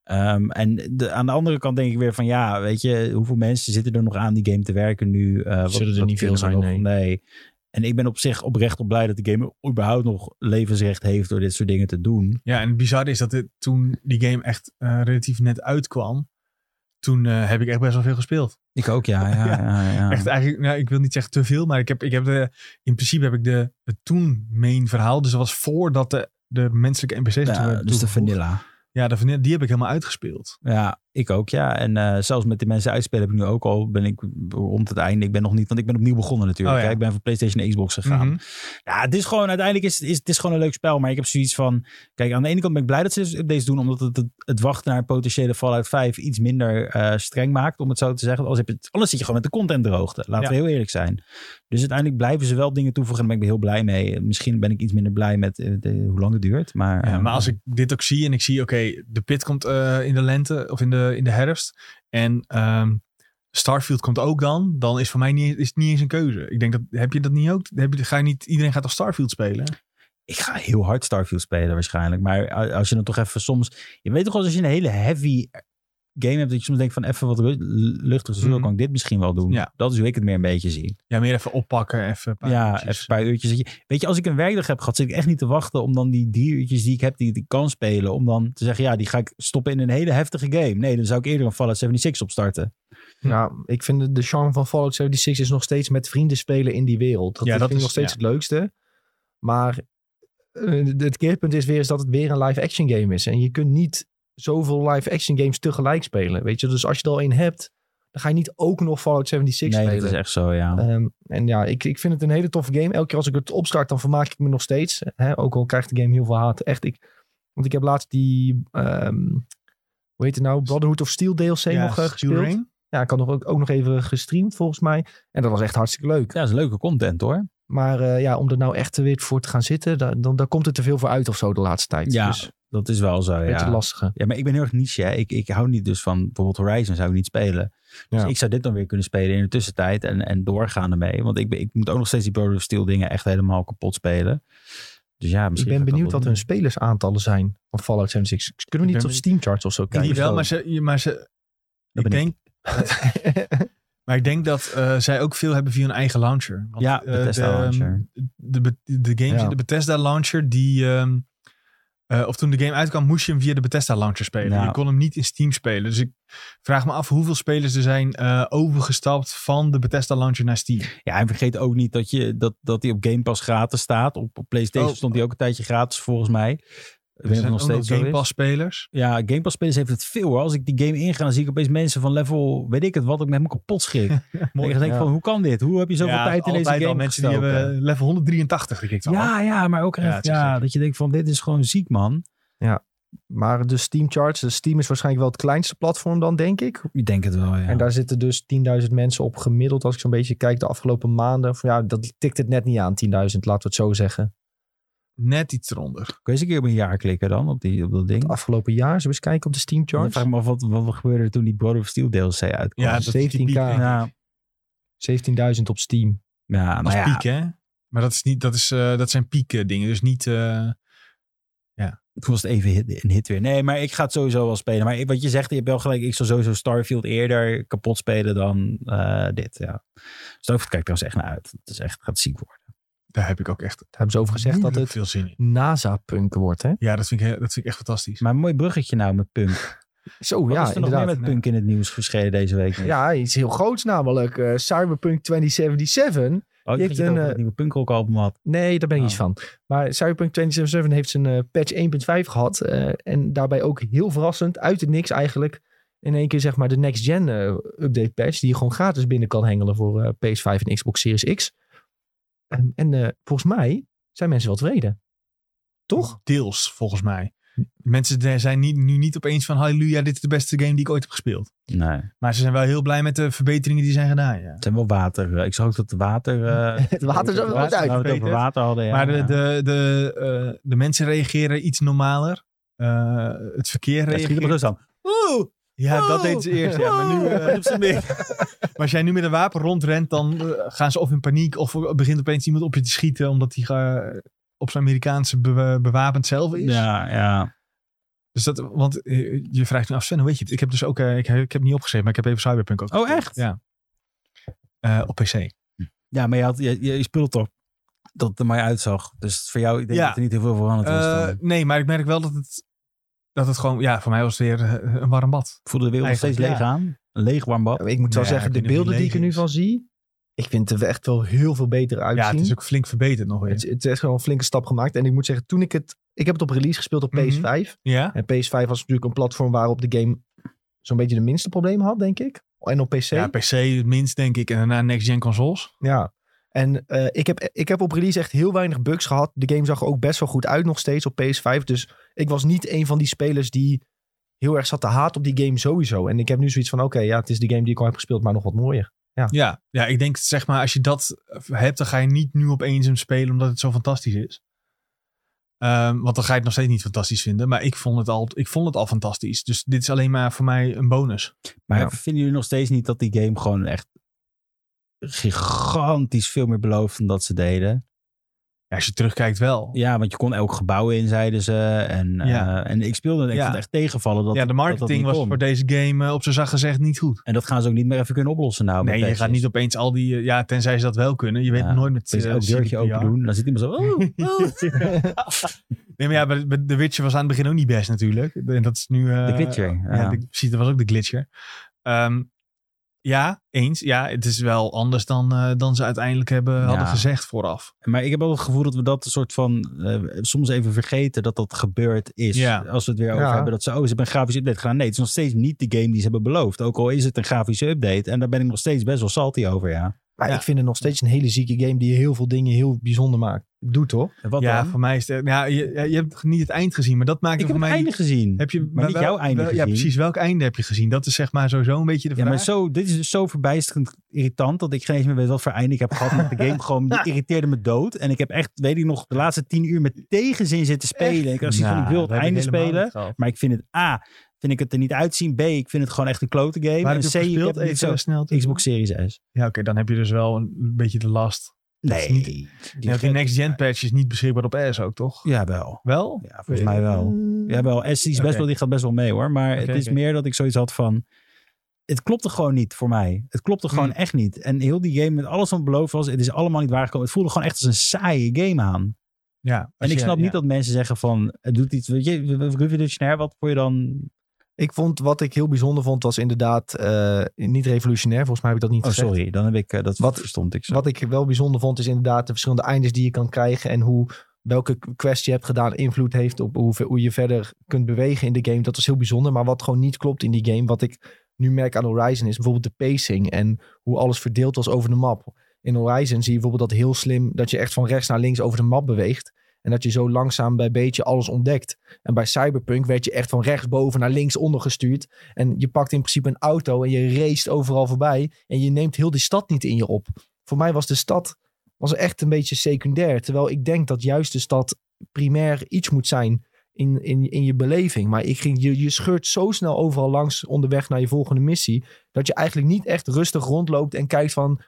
Ehm, en de, aan de andere kant denk ik weer van ja, weet je, hoeveel mensen zitten er nog aan die game te werken nu? Eh, wat-
Zullen er
wat
niet veel
kunnen we
zijn,
nog? nee. En ik ben op zich oprecht op blij dat de game überhaupt nog levensrecht heeft door dit soort dingen te doen.
Ja, en het bizarre is dat dit, toen die game echt eh, relatief net uitkwam, toen eh, heb ik echt best wel veel gespeeld.
Ik ook, ja. ja, ja, ja, ja.
Echt eigenlijk, nou, ik wil niet zeggen te veel, maar ik heb, ik heb de, in principe heb ik de, het toen main verhaal. Dus dat was voordat de, de menselijke NPC's
Ja,
toen werden
dus de
toegevoegd.
vanilla.
Ja, de vanille, die heb ik helemaal uitgespeeld.
Ja, ik ook, ja. En eh, zelfs met de mensen uitspelen heb ik nu ook al, ben ik rond het einde, ik ben nog niet, want ik ben opnieuw begonnen natuurlijk.
Oh, ja.
hè. Ik ben van PlayStation naar Xbox gegaan.
Mhm.
Ja, het is gewoon, uiteindelijk is, is het is gewoon een leuk spel. Maar ik heb zoiets van, kijk, aan de ene kant ben ik blij dat ze dus updates doen, omdat het het, het wachten naar een potentiële Fallout 5 iets minder eh, streng maakt, om het zo te zeggen. Anders, heb je, het- anders zit je gewoon met de content droogte. Laten we heel eerlijk zijn. Dus uiteindelijk blijven ze wel dingen toevoegen en daar ben ik heel blij mee. Misschien ben ik iets minder blij met eh, de, hoe lang het duurt, maar...
Ja,
eh,
maar als ik dit ook zie en ik zie, oké, de pit komt eh, in de lente of in de, in de herfst. En ehm, Starfield komt ook dan. Dan is voor mij niet, is het niet eens een keuze. Ik denk dat, heb je dat niet ook? Heb je, ga je niet, iedereen gaat toch Starfield spelen?
Ik ga heel hard Starfield spelen waarschijnlijk. Maar a- als je dan toch even soms... Je weet toch wel, eens als je een hele heavy game hebt... dat je soms denkt van even wat ru- luchtig zo
Mhm.
kan ik dit misschien wel doen.
Ja.
Dat is hoe ik het meer een beetje zie.
Ja, meer even oppakken. Even een paar
ja,
uurtjes.
even een paar uurtjes. dat je- Weet je, als ik een werkdag heb gehad... zit ik echt niet te wachten om dan die drie uurtjes die ik heb... die die ik kan spelen, om dan te zeggen... ja, die ga ik stoppen in een hele heftige game. Nee, dan zou ik eerder een Fallout 76 opstarten.
Nou, ik vind de- de charme van Fallout 76 is nog steeds met vrienden spelen in die wereld. Dat,
Ja, dat
vind ik
is-
nog steeds het leukste. Maar eh, het keerpunt is weer is dat het weer een live-action game is. En je kunt niet zoveel live-action games tegelijk spelen. Weet je, dus als je er al één hebt, dan ga je niet ook nog Fallout 76
nee,
spelen.
dat is echt zo, ja.
Oh.
Ehm, en ja, ik, ik vind het een hele toffe game. Elke keer als ik het opstart, dan vermaak ik me nog steeds. Hè? Ook al krijgt de game heel veel haat. Echt, ik, want ik heb laatst die, ehm, hoe heet het nou, Brotherhood of Steel DLC
Ja,
nog eh,
Steel
gespeeld.
Ring.
Ja, ik had nog ook, ook nog even gestreamd volgens mij. En dat was echt hartstikke leuk.
Ja, dat is leuke content hoor.
Maar eh, ja, om er nou echt weer voor te gaan zitten, da- dan, dan komt het te veel voor uit of zo de laatste tijd.
Ja,
Dus
dat is wel zo,
een beetje
ja.
lastige.
Ja, maar ik ben heel erg niche, hè. Ik, ik hou niet dus van... Bijvoorbeeld Horizon zou ik niet spelen. Dus
Ja.
ik zou dit dan weer kunnen spelen in de tussentijd en, en doorgaan ermee. Want ik, ben- ik moet ook nog steeds die Brother of Steel dingen echt helemaal kapot spelen. Dus ja,
Ik
misschien.
ben
ga
benieuwd
dat
wat
wel
hun spelersaantallen zijn van Fallout 76. Kunnen we
Ik
niet
ben
op Steam Charts of zo
Ja, die
kijken?
wel, maar ze, maar ze
Dat
ik
ben ik.
denk, maar ik denk dat eh, zij ook veel hebben via hun eigen launcher. Want,
Ja,
eh,
Bethesda
de,
launcher.
De, be- de games,
Ja.
de Bethesda launcher, die, ehm, eh, of toen de game uitkwam, moest je hem via de Bethesda launcher spelen.
Ja.
Je kon hem niet in Steam spelen. Dus ik vraag me af hoeveel spelers er zijn eh, overgestapt van de Bethesda launcher naar Steam.
Ja, en vergeet ook niet dat, je, dat, dat die op Game Pass gratis staat. Op, op PlayStation
Oh.
stond die ook een tijdje gratis volgens mij. Ik weet
Er
niet of het
zijn
nog
ook nog
steeds zo
Game
is.
Pass spelers.
Ja, Game Pass spelers heeft het veel hoor. Als ik die game inga, dan zie ik opeens mensen van level, weet ik het wat, ik met me kapot schrik.
Mooi.
ik denk
ja.
van, hoe kan dit? Hoe heb je zoveel
Ja,
tijd in
altijd
deze game
al mensen die
gestoken?
hebben level 183 gekrikt.
Ja, ja, maar ook
Ja,
echt,
het is
ja,
echt-
dat je denkt van, dit is gewoon ziek man.
Maar de Steam Charts, dus Steam is waarschijnlijk wel het kleinste platform dan, denk ik.
Ik denk het wel, ja.
En daar zitten dus 10.000 mensen op gemiddeld. Als ik zo'n beetje kijk de afgelopen maanden. Van, ja, dat tikt het net niet aan, 10.000, laten we het zo zeggen.
Net iets eronder.
Kun je eens een keer op een jaar klikken dan, op, die, op dat ding?
Het afgelopen jaar, zullen we eens kijken op de Steam
Ik
Charts?
vraag me af, wat, wat gebeurde er toen die Brother of Steel DLC uitkwam?
Ja,
Ja,
dat is die piek,
17k.
denk ik.
ja,
17.000 op Steam.
ja
Als
maar ja,
piek, hè? Maar dat, is niet, dat, is, eh, dat zijn pieken dingen. Dus niet... eh,
toen was het even hit- een hit weer. Nee, maar ik ga het sowieso wel spelen. Maar wat je zegt, je hebt wel gelijk. Ik zou sowieso Starfield eerder kapot spelen dan eh, dit, ja. Starfield kijkt trouwens echt naar uit. Het is echt, gaat ziek worden.
daar heb ik ook echt
Daar hebben ze over gezegd dat
moeilijk
het
veel zin in.
NASA-punk wordt, hè?
Ja, dat vind ik, heel- dat vind ik echt fantastisch.
Maar een mooi bruggetje nou met Punk.
Zo,
Wat
ja,
is er nog meer
inderdaad.
met Punk in het nieuws verschenen deze week?
Ja, iets heel groots namelijk. eh, Cyberpunk 2077.
oh,
je
ik
hebt
dacht dat je het
een,
over
eh,
het nieuwe Punk ook album had.
Nee, daar ben ik
Oh.
iets van. Maar Cyberpunk 2077 heeft zijn eh, patch 1.5 gehad. eh, en daarbij ook heel verrassend, uit het niks eigenlijk. In één keer zeg maar de next gen eh, update patch. Die je gewoon gratis binnen kan hengelen voor eh, PS5 en Xbox Series X. En, en eh, volgens mij zijn mensen wel tevreden. Toch?
Deels, volgens mij. Mensen de- zijn niet, nu niet opeens van... Halleluja, dit is de beste game die ik ooit heb gespeeld.
Nee, het
Maar ze zijn wel heel blij met de verbeteringen die zijn gedaan, ja.
zijn wel water. eh, Ik zag ook dat de water... eh
Het water is
dat
er wel
nou, we
uit.
het over
Peter.
water hadden, ja.
maar de,
ja.
de, de, eh, de mensen reageren iets normaler. Eh, het verkeer
Ja, schiet er maar
reageert...
rust aan. Oeh!
Ja, dat
Oh!
deed ze eerst, ja. Maar nu... eh,
Op zijn bek.
Maar als jij nu met een wapen rondrent, dan eh, gaan ze of in paniek of er begint opeens iemand op je te schieten omdat hij eh, op zijn Amerikaanse be- bewapend zelf is.
Ja, ja.
Dus dat, want eh, je vraagt me af, Sven, hoe weet je het? Ik heb dus ook, eh, ik, heb- ik heb niet opgeschreven, maar ik heb even Cyberpunk ook.
Oh,
gespeeld.
echt?
Ja. Eh, op PC.
Ja, maar je, had, je, je, je speelt toch dat het er maar uitzag. Dus voor jou, ik denk
Ja.
dat er niet heel veel veranderd was. dan.
Eh, nee, maar ik merk wel dat het, dat het gewoon, ja, voor mij was het weer eh, een warm bad.
Voelde de wereld nog steeds leeg
eigenlijk,
aan? Een leeg warmbad.
Ik moet wel
Nee,
zeggen,
ik
de
weet niet of
beelden
die
die ik er
leeg
nu
is.
van zie, ik vind het er echt wel heel veel beter uitzien.
Ja, het is ook flink verbeterd nog
Het,
weer.
het is gewoon een flinke stap gemaakt. En ik moet zeggen, toen ik het... Ik heb het op release gespeeld op
Mhm.
PS5.
Ja?
En PS5 was natuurlijk een platform waarop de game zo'n beetje de minste problemen had, denk ik. En op PC.
Ja,
Ja.
PC het minst, denk ik. En daarna next-gen consoles.
En eh, ik, heb, ik heb op release echt heel weinig bugs gehad. De game zag er ook best wel goed uit nog steeds op PS5. Dus ik was niet een van die spelers die heel erg zat te haat op die game sowieso. En ik heb nu zoiets van, oké, ja, het is de game die ik al heb gespeeld, maar nog wat mooier.
Ja. ja, ik denk, zeg maar, als je dat hebt, dan ga je niet nu opeens hem spelen omdat het zo fantastisch is. Ehm, want dan ga je het nog steeds niet fantastisch vinden. Maar ik vond, het al, ik vond het al fantastisch. Dus dit is alleen maar voor mij een bonus.
Maar
Ja.
vinden jullie nog steeds niet dat die game gewoon echt gigantisch veel meer belooft dan dat ze deden?
Ja, als je terugkijkt wel.
Ja, want je kon elk gebouw in, zeiden ze. En,
Ja.
eh, en ik speelde en ik
Ja.
vond het echt tegenvallen dat
ja, de
dat dat
marketing
niet
was
kon.
voor deze game eh, op zijn zacht gezegd niet goed.
En dat gaan ze ook niet meer even kunnen oplossen nou. met
Nee, je
patches.
gaat niet opeens al die... eh, Ja, tenzij ze dat wel kunnen. Je weet
Ja,
het nooit met...
Dus
eh,
elk deurtje
CDPR.
open doen. Dan zit iemand zo... Oh, oh.
Nee, maar ja, bij- bij The Witcher was aan het begin ook niet best natuurlijk. En dat is nu... eh,
De glitcher.
Ja,
ja.
de- precies, dat was ook de glitcher. Ehm, ja, eens. Ja, het is wel anders dan, eh, dan ze uiteindelijk hebben, hadden
Ja.
gezegd vooraf.
Maar ik heb wel het gevoel dat we dat soort van eh, soms even vergeten dat dat gebeurd is.
Ja.
Als we het weer over
Ja.
hebben dat ze, oh, ze hebben een grafische update gedaan. Nee, het is nog steeds niet de game die ze hebben beloofd. Ook al is het een grafische update. En daar ben ik nog steeds best wel salty over, ja.
Maar
Ja.
ik vind het nog steeds een hele zieke game die heel veel dingen heel bijzonder maakt. Doet hoor.
En Wat
ja,
dan?
voor mij is het... Ja, je, ja, je hebt niet het eind gezien, maar dat maakt
Ik
het
heb
voor
het
mij...
einde
niet-
gezien.
Heb je,
maar niet jouw einde
wel- Ja,
gezien.
precies. Welk einde heb je gezien? Dat is zeg maar sowieso een beetje de
Ja,
vraag.
maar zo, dit is dus zo verbijsterend irritant dat ik geen eens meer weet wat voor einde ik heb gehad. Want de game gewoon die irriteerde me dood. En ik heb echt, weet ik nog, de laatste tien uur met tegenzin zitten spelen. Ik was
Nou,
van, ik wil het
dat heb ik
einde
helemaal
spelen.
niet gehad.
Maar ik vind het A, vind ik het er niet uitzien. B, ik vind het gewoon echt een klote game.
Waar
en
heb je
C,
op
ik
gespeeld?
heb niet
Even
zo...
snel. te-
Xbox Series S.
Ja, oké, dan heb je dus wel een beetje de last. Dat is
Nee.
niet-
die
Ja, want die
gek-
next-gen patch is niet beschikbaar op S ook, toch?
Jawel.
Wel?
Ja, volgens mij wel. Jawel, S is best
Oké.
wel, die gaat best wel mee hoor. Maar
Oké,
het is
oké.
meer dat ik zoiets had van... Het klopte gewoon niet voor mij. Het klopte gewoon
Hmm.
echt niet. En heel die game met alles wat beloofd was, het is allemaal niet waargekomen. Het voelde gewoon echt als een saaie game aan.
Ja.
En
als
ik
je-
snap
ja.
niet dat mensen zeggen van, het doet iets, weet je, revolutionair, wat voor je dan...
Ik vond wat ik heel bijzonder vond was inderdaad eh, niet revolutionair. Volgens mij heb ik dat niet
Oh,
gezegd.
sorry, dan heb ik, eh, dat
Wat-
verstond ik zo.
Wat ik wel bijzonder vond is inderdaad de verschillende eindes die je kan krijgen. En hoe welke quest je hebt gedaan invloed heeft op hoe, hoe je verder kunt bewegen in de game. Dat was heel bijzonder. Maar wat gewoon niet klopt in die game. Wat ik nu merk aan Horizon is bijvoorbeeld de pacing. En hoe alles verdeeld was over de map. In Horizon zie je bijvoorbeeld dat heel slim. Dat je echt van rechts naar links over de map beweegt. En dat je zo langzaam bij beetje alles ontdekt. En bij Cyberpunk werd je echt van rechtsboven naar linksonder gestuurd. En je pakt in principe een auto en je raced overal voorbij. En je neemt heel die stad niet in je op. Voor mij was de stad was echt een beetje secundair. Terwijl ik denk dat juist de stad primair iets moet zijn in, in, in je beleving. Maar ik ging, je, je scheurt zo snel overal langs onderweg naar je volgende missie. Dat je eigenlijk niet echt rustig rondloopt en kijkt van...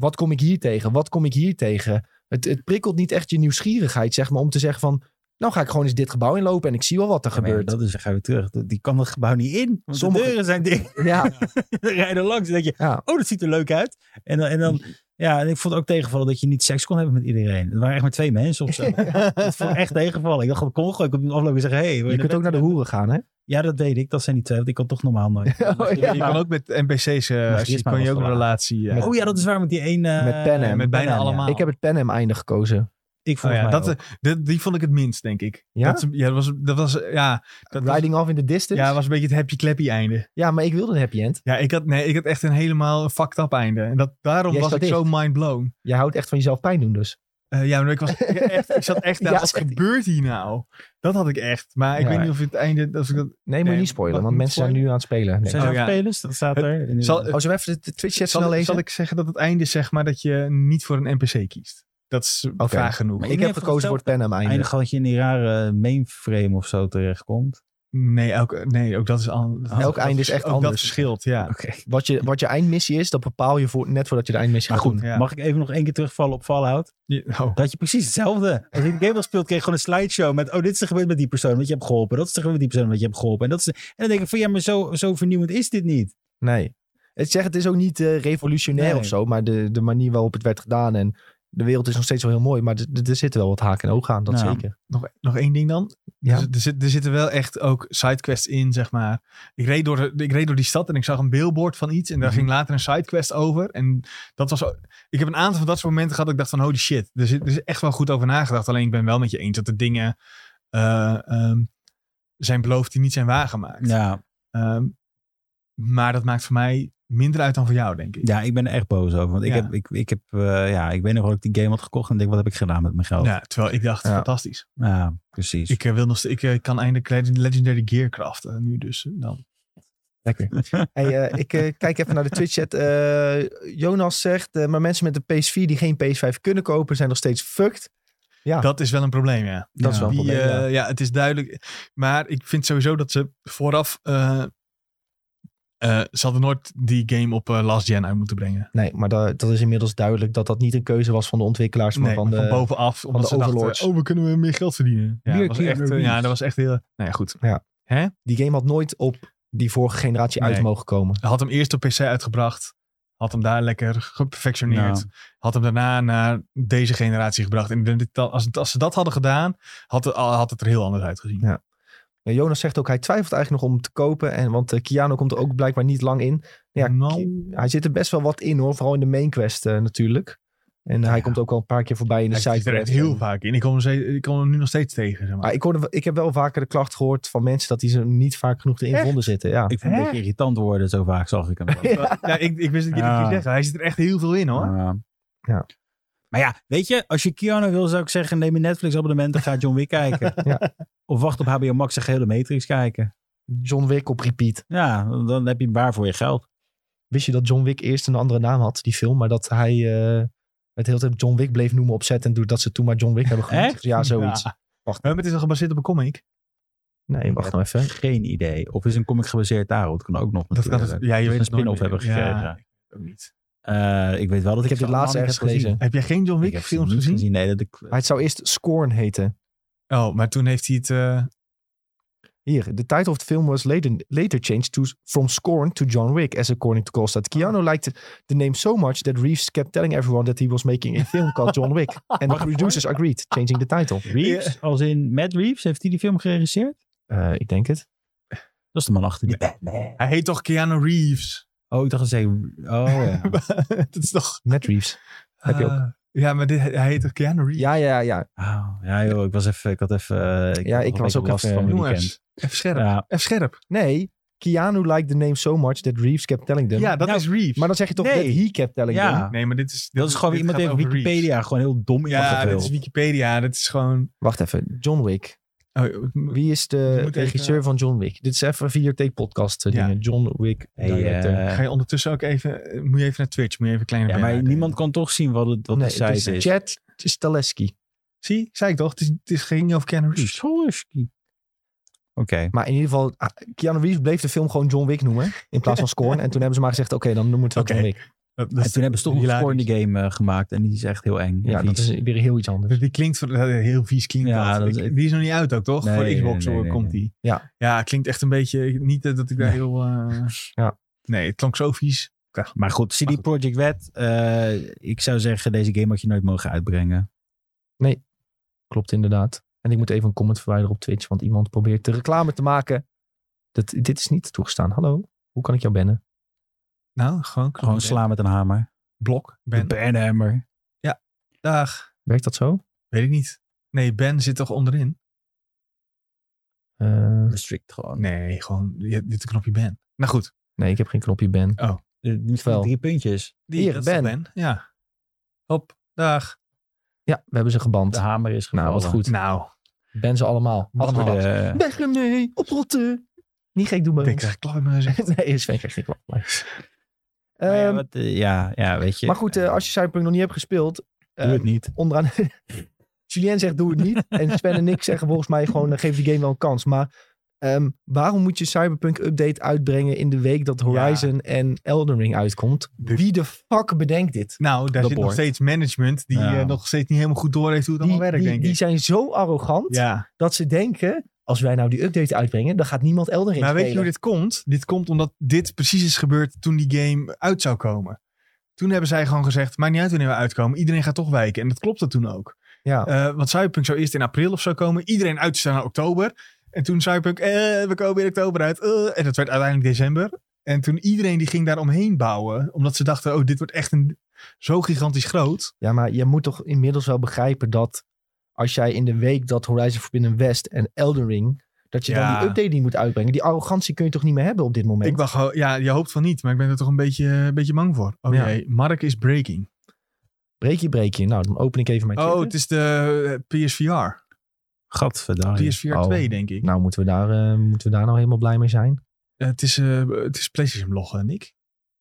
Wat kom ik hier tegen? Wat kom ik hier tegen? Het, het prikkelt niet echt je nieuwsgierigheid, zeg maar, om te zeggen van... Nou ga ik gewoon eens dit gebouw inlopen en ik zie wel wat er
Ja, maar ja,
gebeurt.
dat is, gaan we terug. Dat- Die kan dat gebouw niet in. Want
Sommige-
de deuren zijn dicht.
Ja,
Dan rij je er langs en denk je,
ja.
oh, dat ziet er leuk uit. En dan, en dan ja, en ik vond het ook tegenvallen dat je niet seks kon hebben met iedereen. Er waren echt maar twee mensen of zo. dat vond ik echt tegenvallen. Ik dacht, dat kon gewoon. Ik op de afloop en zeggen, hey, wil
Je
naar
kunt ook
bed?
naar de hoeren gaan, hè?
Ja, dat weet ik. Dat zijn die twee, want ik kan toch normaal nooit.
Oh,
Je kan ook met NPC's, eh als je,
Grisma
kan je
was
ook
te
een
laat.
relatie... eh,
oh ja, dat is waar met die één. eh,
Met Panem.
Met bijna
Panem, ja.
allemaal.
Ik heb het Panem einde gekozen.
Ik
Oh
vond
ja, dat,
dat.
dat- die vond ik het minst, denk ik.
Ja?
Dat, is- ja, dat was, dat was, ja, dat was,
Riding off in the distance.
ja, dat was een beetje het happy clappy einde.
Ja, maar ik wilde een happy end.
Ja, ik had, nee, ik had echt een helemaal een fucked up einde. En dat, daarom
Jij
was ik
staat
zo mind blown.
Jij houdt echt van jezelf pijn doen dus.
Eh, ja, maar ik, was, ik, echt, ik zat echt daar,
Ja,
wat
zegt hij.
gebeurt hier nou? Dat had ik echt. Maar ik
Ja.
weet niet of het einde... Of ik dat,
Nee, moet
Nee,
je niet spoilen,
wat
want
moet
mensen zijn nu aan het spelen. Nee.
Zijn ze
Oh ja.
spelers? Dat staat
Het-
er. In-
zal,
Oh, zullen we even de Twitch chat snel
zal,
lezen?
zal ik zeggen dat het einde is, zeg maar, dat je niet voor een NPC kiest? Dat is eh,
Oké.
vaag genoeg.
Maar
ik
Nee,
heb
voor
gekozen voor het Panem einde.
Eindig dat je in die rare mainframe of zo terechtkomt.
Nee, elk, nee, ook dat is anders.
Elk einde is echt
ook Dat
anders.
verschilt, ja.
Oké.
Wat, je, wat je eindmissie is, dat bepaal je voor, net voordat je de eindmissie
Maar
gaat
goed,
doen.
Ja.
mag ik even nog één keer terugvallen op Fallout?
Je- oh.
Dat je precies hetzelfde. Als je de game al speelt, kreeg je gewoon een slideshow met. Oh, dit is er gebeurd met die persoon, want je hebt geholpen. Dat is er gebeurd met die persoon, want je hebt geholpen. En, dat is, en dan denk ik van ja, maar zo, zo vernieuwend is dit niet.
Nee. Het, zeg, het is ook niet eh, revolutionair
Nee.
of zo, maar de, de manier waarop het werd gedaan en de wereld is nog steeds wel heel mooi, maar d- d- er zitten wel wat haken en ogen aan, dat
Ja.
zeker.
Nog, nog één ding dan.
Ja.
Dus er, zit, er zitten wel echt ook sidequests in, zeg maar. Ik reed, door de, ik reed door die stad en ik zag een billboard van iets. En daar
Mhm.
ging later een sidequest over. En dat was... o- Ik heb een aantal van dat soort momenten gehad dat ik dacht van... Holy shit, er, zit, er is echt wel goed over nagedacht. Alleen ik ben wel met je eens dat er dingen eh, ehm, zijn beloofd die niet zijn waargemaakt.
Ja,
Ehm, maar dat maakt voor mij minder uit dan voor jou, denk ik.
ja, ik ben er echt boos over. Want ik,
Ja.
heb, ik, ik, heb, eh, ja, ik weet nog wel dat ik die game had gekocht. En denk, wat heb ik gedaan met mijn geld? Ja, Dus-
Ja, terwijl ik dacht,
Ja.
fantastisch.
precies.
Ik, eh, wil nog, st- ik eh, kan eindelijk Legend- Legendary Gear craften nu dus. eh, Dan.
Lekker. Hey, eh, ik eh, kijk even naar de Twitch-chat. Eh, Jonas zegt, eh, maar mensen met een PS4 die geen PS5 kunnen kopen, zijn nog steeds fucked.
Ah.
Ja.
Dat is wel een probleem, ja.
Dat is wel een
Die,
probleem,
eh, ja. het is duidelijk. Maar ik vind sowieso dat ze vooraf... eh eh, ze hadden nooit die game op eh, last gen uit moeten brengen.
Nee, maar da- dat is inmiddels duidelijk dat dat niet een keuze was van de ontwikkelaars, maar
Nee,
van, de,
bovenaf. Omdat
de
ze dachten,
overlords.
oh, we kunnen weer meer geld verdienen. Ja,
Meer
dat was,
Keanu
echt, eh,
Reeves.
ja dat was echt heel... Nou ja, goed.
die game had nooit op die vorige generatie uit
Nee.
mogen komen.
Had hem eerst op PC uitgebracht. Had hem daar lekker geperfectioneerd.
Nou.
Had hem daarna naar deze generatie gebracht. En ik denk dat dat- als, als ze dat hadden gedaan, had het, had het er heel anders uitgezien.
Ja. Ja, Jonas zegt ook, hij twijfelt eigenlijk nog om het te kopen, en, want eh, Keanu komt er ook blijkbaar niet lang in. Ja,
Nou.
Hij zit er best wel wat in hoor, vooral in de main quest eh, natuurlijk. En eh, hij
Ja.
komt ook al een paar keer voorbij in de
Hij zit er
side
echt heel
en-
vaak in. Ik kom, hem ze- ik kom hem nu nog steeds tegen. Zeg maar.
Maar ik, hoorde, ik heb wel vaker de klacht gehoord van mensen dat die ze niet vaak genoeg erin
Echt?
vonden zitten. Ja.
Ik vind het een
Hè?
beetje irritant worden, zo vaak zag ik hem. wel.
Ja, ik, ik wist het niet
Ja.
ja. zeggen. Hij zit er echt heel veel in hoor.
Ja.
Ja.
Maar ja, weet je, als je Keanu wil, zou ik zeggen, neem een Netflix abonnement en ga John Wick kijken.
Ja.
Of wacht op HBO Max en ga heel de Matrix kijken.
John Wick op repeat.
Ja, dan heb je een waar voor je geld.
Wist je dat John Wick eerst een andere naam had, die film, maar dat hij eh, het hele tijd John Wick bleef noemen op set en doordat ze toen maar John Wick hebben genoemd.
Echt?
Ja, zoiets.
Ja.
Wacht.
Huh, maar het is al gebaseerd op een comic.
Nee, wacht nou even.
Geen idee. Of is een comic gebaseerd daarop? Dat kan ook nog
Dat kan
natuurlijk.
het- ja, je
Of
weet
een
het nooit
spin-off
meer.
hebben gekregen.
Ja. Ook niet.
Eh, ik weet wel dat ik,
Ik heb dit
ze allemaal
laatst
niet
ergens
heb gezien.
gelezen.
Heb jij geen John
Ik
Wick
heb ze
films
niet
gezien?
Nee, dat ik,
Maar het zou eerst Scorn heten.
Oh, maar toen heeft hij het... eh,
Hier, the title of the film was later, later changed to from Scorn to John Wick, as according to Colstad. Keanu liked the name so much that Reeves kept telling everyone that he was making a film called John Wick. And the producers agreed, changing the title.
Reeves, als in Matt Reeves, heeft hij die film geregisseerd?
Eh, ik denk het.
Dat is de man achter die Batman.
hij heet toch Keanu Reeves?
Oh, ik dacht dat hij... Oh ja.
dat is toch...
Matt Reeves. Heb je ook.
Ah, ja, maar dit, hij heet toch Keanu Reeves?
Ja, ja, ja.
Oh, ja joh, ik was even... Ik had even... eh,
Ja,
had
ik
nog
was
een
ook
beetje last
even-
van mijn weekend.
Jongens, even scherp.
Ja,
Even scherp.
Nee, Keanu liked the name so much that Reeves kept telling them.
Ja, dat
Nou,
is Reeves.
Maar dan zeg je toch
Nee.
dat he kept telling
Ja.
them.
Nee, maar dit is...
dat is gewoon
dit
iemand
gaat
heeft
over
Wikipedia gewoon heel dom
Reeves. Ja,
ingevuld.
dit is Wikipedia. Dat is gewoon...
Wacht even, John Wick.
Oh,
Wie is de
Je moet even-
regisseur van John Wick? Dit is even vier take podcast eh,
Ja.
dingen. John Wick.
Hey,
director.
eh,
ga je ondertussen ook even... eh, Moet je even naar Twitch. Moet je even kleiner
ja,
bellen.
maar niemand kan toch zien wat, het, wat
nee,
de site
het is
is.
Chad Staleski.
Zie, zei ik toch? Het, is, het is, ging niet over Keanu Reeves.
Solski. Oké.
Maar in ieder geval, ah, Keanu Reeves bleef de film gewoon John Wick noemen. In plaats van Scorn. en toen hebben ze maar gezegd, oké, dan noemen we het wel
Oké.
John Wick.
Dat,
En toen hebben ze toch een
hilarisch.
score in die game eh, gemaakt. En die is echt heel eng. en
Ja, dat
vies.
is weer heel iets anders.
Dus die klinkt voor- eh, heel vies. Klinkt
Ja,
dat.
dat is-
Ik- die is nog niet uit ook, toch?
Nee,
voor de
nee,
Xbox
nee,
hoor,
nee,
komt
nee.
die.
Ja.
ja, klinkt echt een beetje... ik- Niet eh, dat ik daar
Nee.
heel... eh,
Ja.
Nee, het klonk zo vies.
Maar goed, CD
Maar goed.
Projekt Red. eh, ik zou zeggen, deze game had je nooit mogen uitbrengen.
Klopt inderdaad. En ik moet even een comment verwijderen op Twitch, want iemand probeert de reclame te maken. Dat, dit is niet toegestaan. Hallo, hoe kan ik jou bannen?
Nou, gewoon...
Gewoon slaan met een hamer.
Blok. Ben.
De banhammer.
Dag.
Werkt dat zo?
Weet ik niet. Nee, Ben zit toch onderin?
Eh,
Restrict gewoon.
Nee, gewoon... je- Dit knopje Ben. Nou goed.
nee, ik heb geen knopje ban.
Eh, niet van die drie puntjes.
Die,
Hier,
dat is toch
Ben.
Ben. Ja. Hop. Dag.
Ja, we hebben ze geband.
De hamer is
nou,
gevallen.
wat goed.
Nou.
Ben ze allemaal.
Voor
allemaal.
de-
Weg hem nee, oprotten. Niet gek doen bij
Ik
ons.
krijg klap in mijn gezicht.
nee, Sven krijgt niet klap. Maar,
Maar ja,
Ehm,
wat, eh, ja, ja, weet je.
maar goed, eh, als je Cyberpunk nog niet hebt gespeeld,
Doe het
eh,
niet.
onderaan. Julien zegt doe het niet. En Sven en ik zeggen volgens mij gewoon eh, geef die game wel een kans. Maar ehm, waarom moet je Cyberpunk update uitbrengen in de week dat Horizon en Elden Ring uitkomt?
De-
Wie de fuck bedenkt dit?
Nou, daar
De
zit nog
board.
steeds management die
Ja.
eh, nog steeds niet helemaal goed door heeft hoe het
Die,
allemaal werkt,
die-
denk
die
ik.
zijn zo arrogant
Ja,
dat ze denken, als wij nou die update uitbrengen, dan gaat niemand Elden Ring
maar weet je
spelen.
hoe dit komt? Dit komt omdat dit precies is gebeurd toen die game uit zou komen. Toen hebben zij gewoon gezegd, maakt niet uit wanneer we uitkomen. Iedereen gaat toch wijken. En dat klopte toen ook.
Ja.
Eh, want Cyberpunk zou eerst in april of zo komen. Iedereen uitstellen naar oktober. En toen Cyberpunk, eh, we komen in oktober uit. eh. en dat werd uiteindelijk december. En toen iedereen die ging daar omheen bouwen. Omdat ze dachten, oh, dit wordt echt een, zo gigantisch groot.
ja, maar je moet toch inmiddels wel begrijpen dat als jij in de week dat Horizon Forbidden West en Elden Ring, dat je dan
Ja.
die update niet moet uitbrengen. Die arrogantie kun je toch niet meer hebben op dit moment?
Ik dacht, oh, ja, je hoopt van niet. Maar ik ben er toch een beetje, een beetje bang voor. Oh
Ja.
jee, Mark is breaking.
Breekje, breekje. Nou, dan open ik even mijn
Oh,
Twitter.
het is de eh, PSVR.
Gadverdamme.
PSVR
Oh.
2, denk ik.
Nou, moeten we, daar, eh, moeten we daar nou helemaal blij mee zijn?
Eh, het, is, eh, het is PlayStation bloggen, Nick.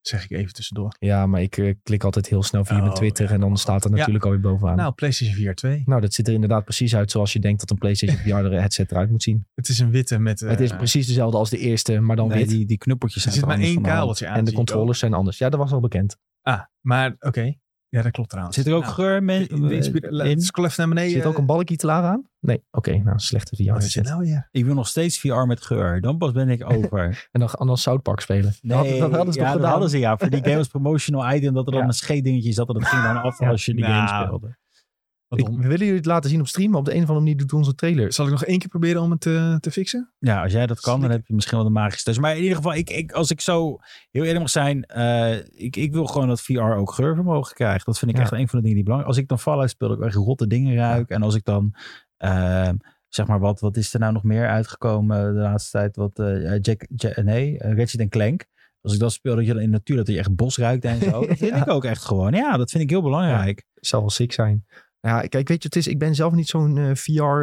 Zeg ik even tussendoor.
Ja, maar ik eh, klik altijd heel snel via mijn
Oh,
Twitter
ja.
en dan staat er
Ja.
natuurlijk alweer bovenaan. Nou.
Nou, PlayStation VR 2.
dat ziet er inderdaad precies uit zoals je denkt dat een PlayStation VR headset eruit moet zien.
Het is een witte met... eh,
het is precies dezelfde als de eerste, maar dan
Nee,
wit.
die, die knuppeltjes
Er
zijn
zit maar
toch
één
anders van de hand.
kabeltje aan.
en de
zie ik ook.
controllers zijn anders. Ja, dat was al bekend.
Ah, maar oké. Ja, dat klopt trouwens.
Zit er ook
Nou,
geur mee?
de- de inspira- la-
in?
Scroll even naar beneden.
eh, Zit ook
eh,
een balkje te laag aan? Nee, oké, nou slechte
Oh,
VR
Wat is dit
headset.
nou weer?
Ik wil nog steeds VR met geur. Dan pas ben ik over.
En dan, en dan South Park spelen. Dat hadden- dat hadden ze toch
ja, dat
gedaan?
hadden ze ja. Voor die game als promotional item dat er dan
Ja.
een scheedingetje zat. En dat ging dan af
Ja.
als je die game
Nou.
speelde.
Wat
Ik-
dom.
we willen jullie het laten zien op stream, maar op de een of andere manier doet onze trailer.
Zal ik nog één keer proberen om het eh, te fixen?
Ja, als jij dat kan, dan
Slikken.
heb je misschien wel de magische thuis. Maar in ieder geval, ik, ik, als ik zo heel eerlijk mag zijn, eh, ik, ik wil gewoon dat VR ook geurvermogen krijgt. Dat vind ik
Ja.
echt een van de dingen die belangrijk Als ik dan Fallout speel, dat ik echt rotte dingen ruik. En als ik dan, eh, zeg maar, wat, wat is er nou nog meer uitgekomen de laatste tijd? Wat, eh, Jack, Jack- nee, eh, Ratchet Clank. Als ik dat speel, dat je dan in de natuur, dat je echt bos ruikt en zo. Dat vind
Ja.
ik ook echt gewoon. Ja, dat vind ik heel belangrijk.
Zou wel sick zijn. Ja, kijk, weet je, het is, ik ben zelf niet zo'n eh,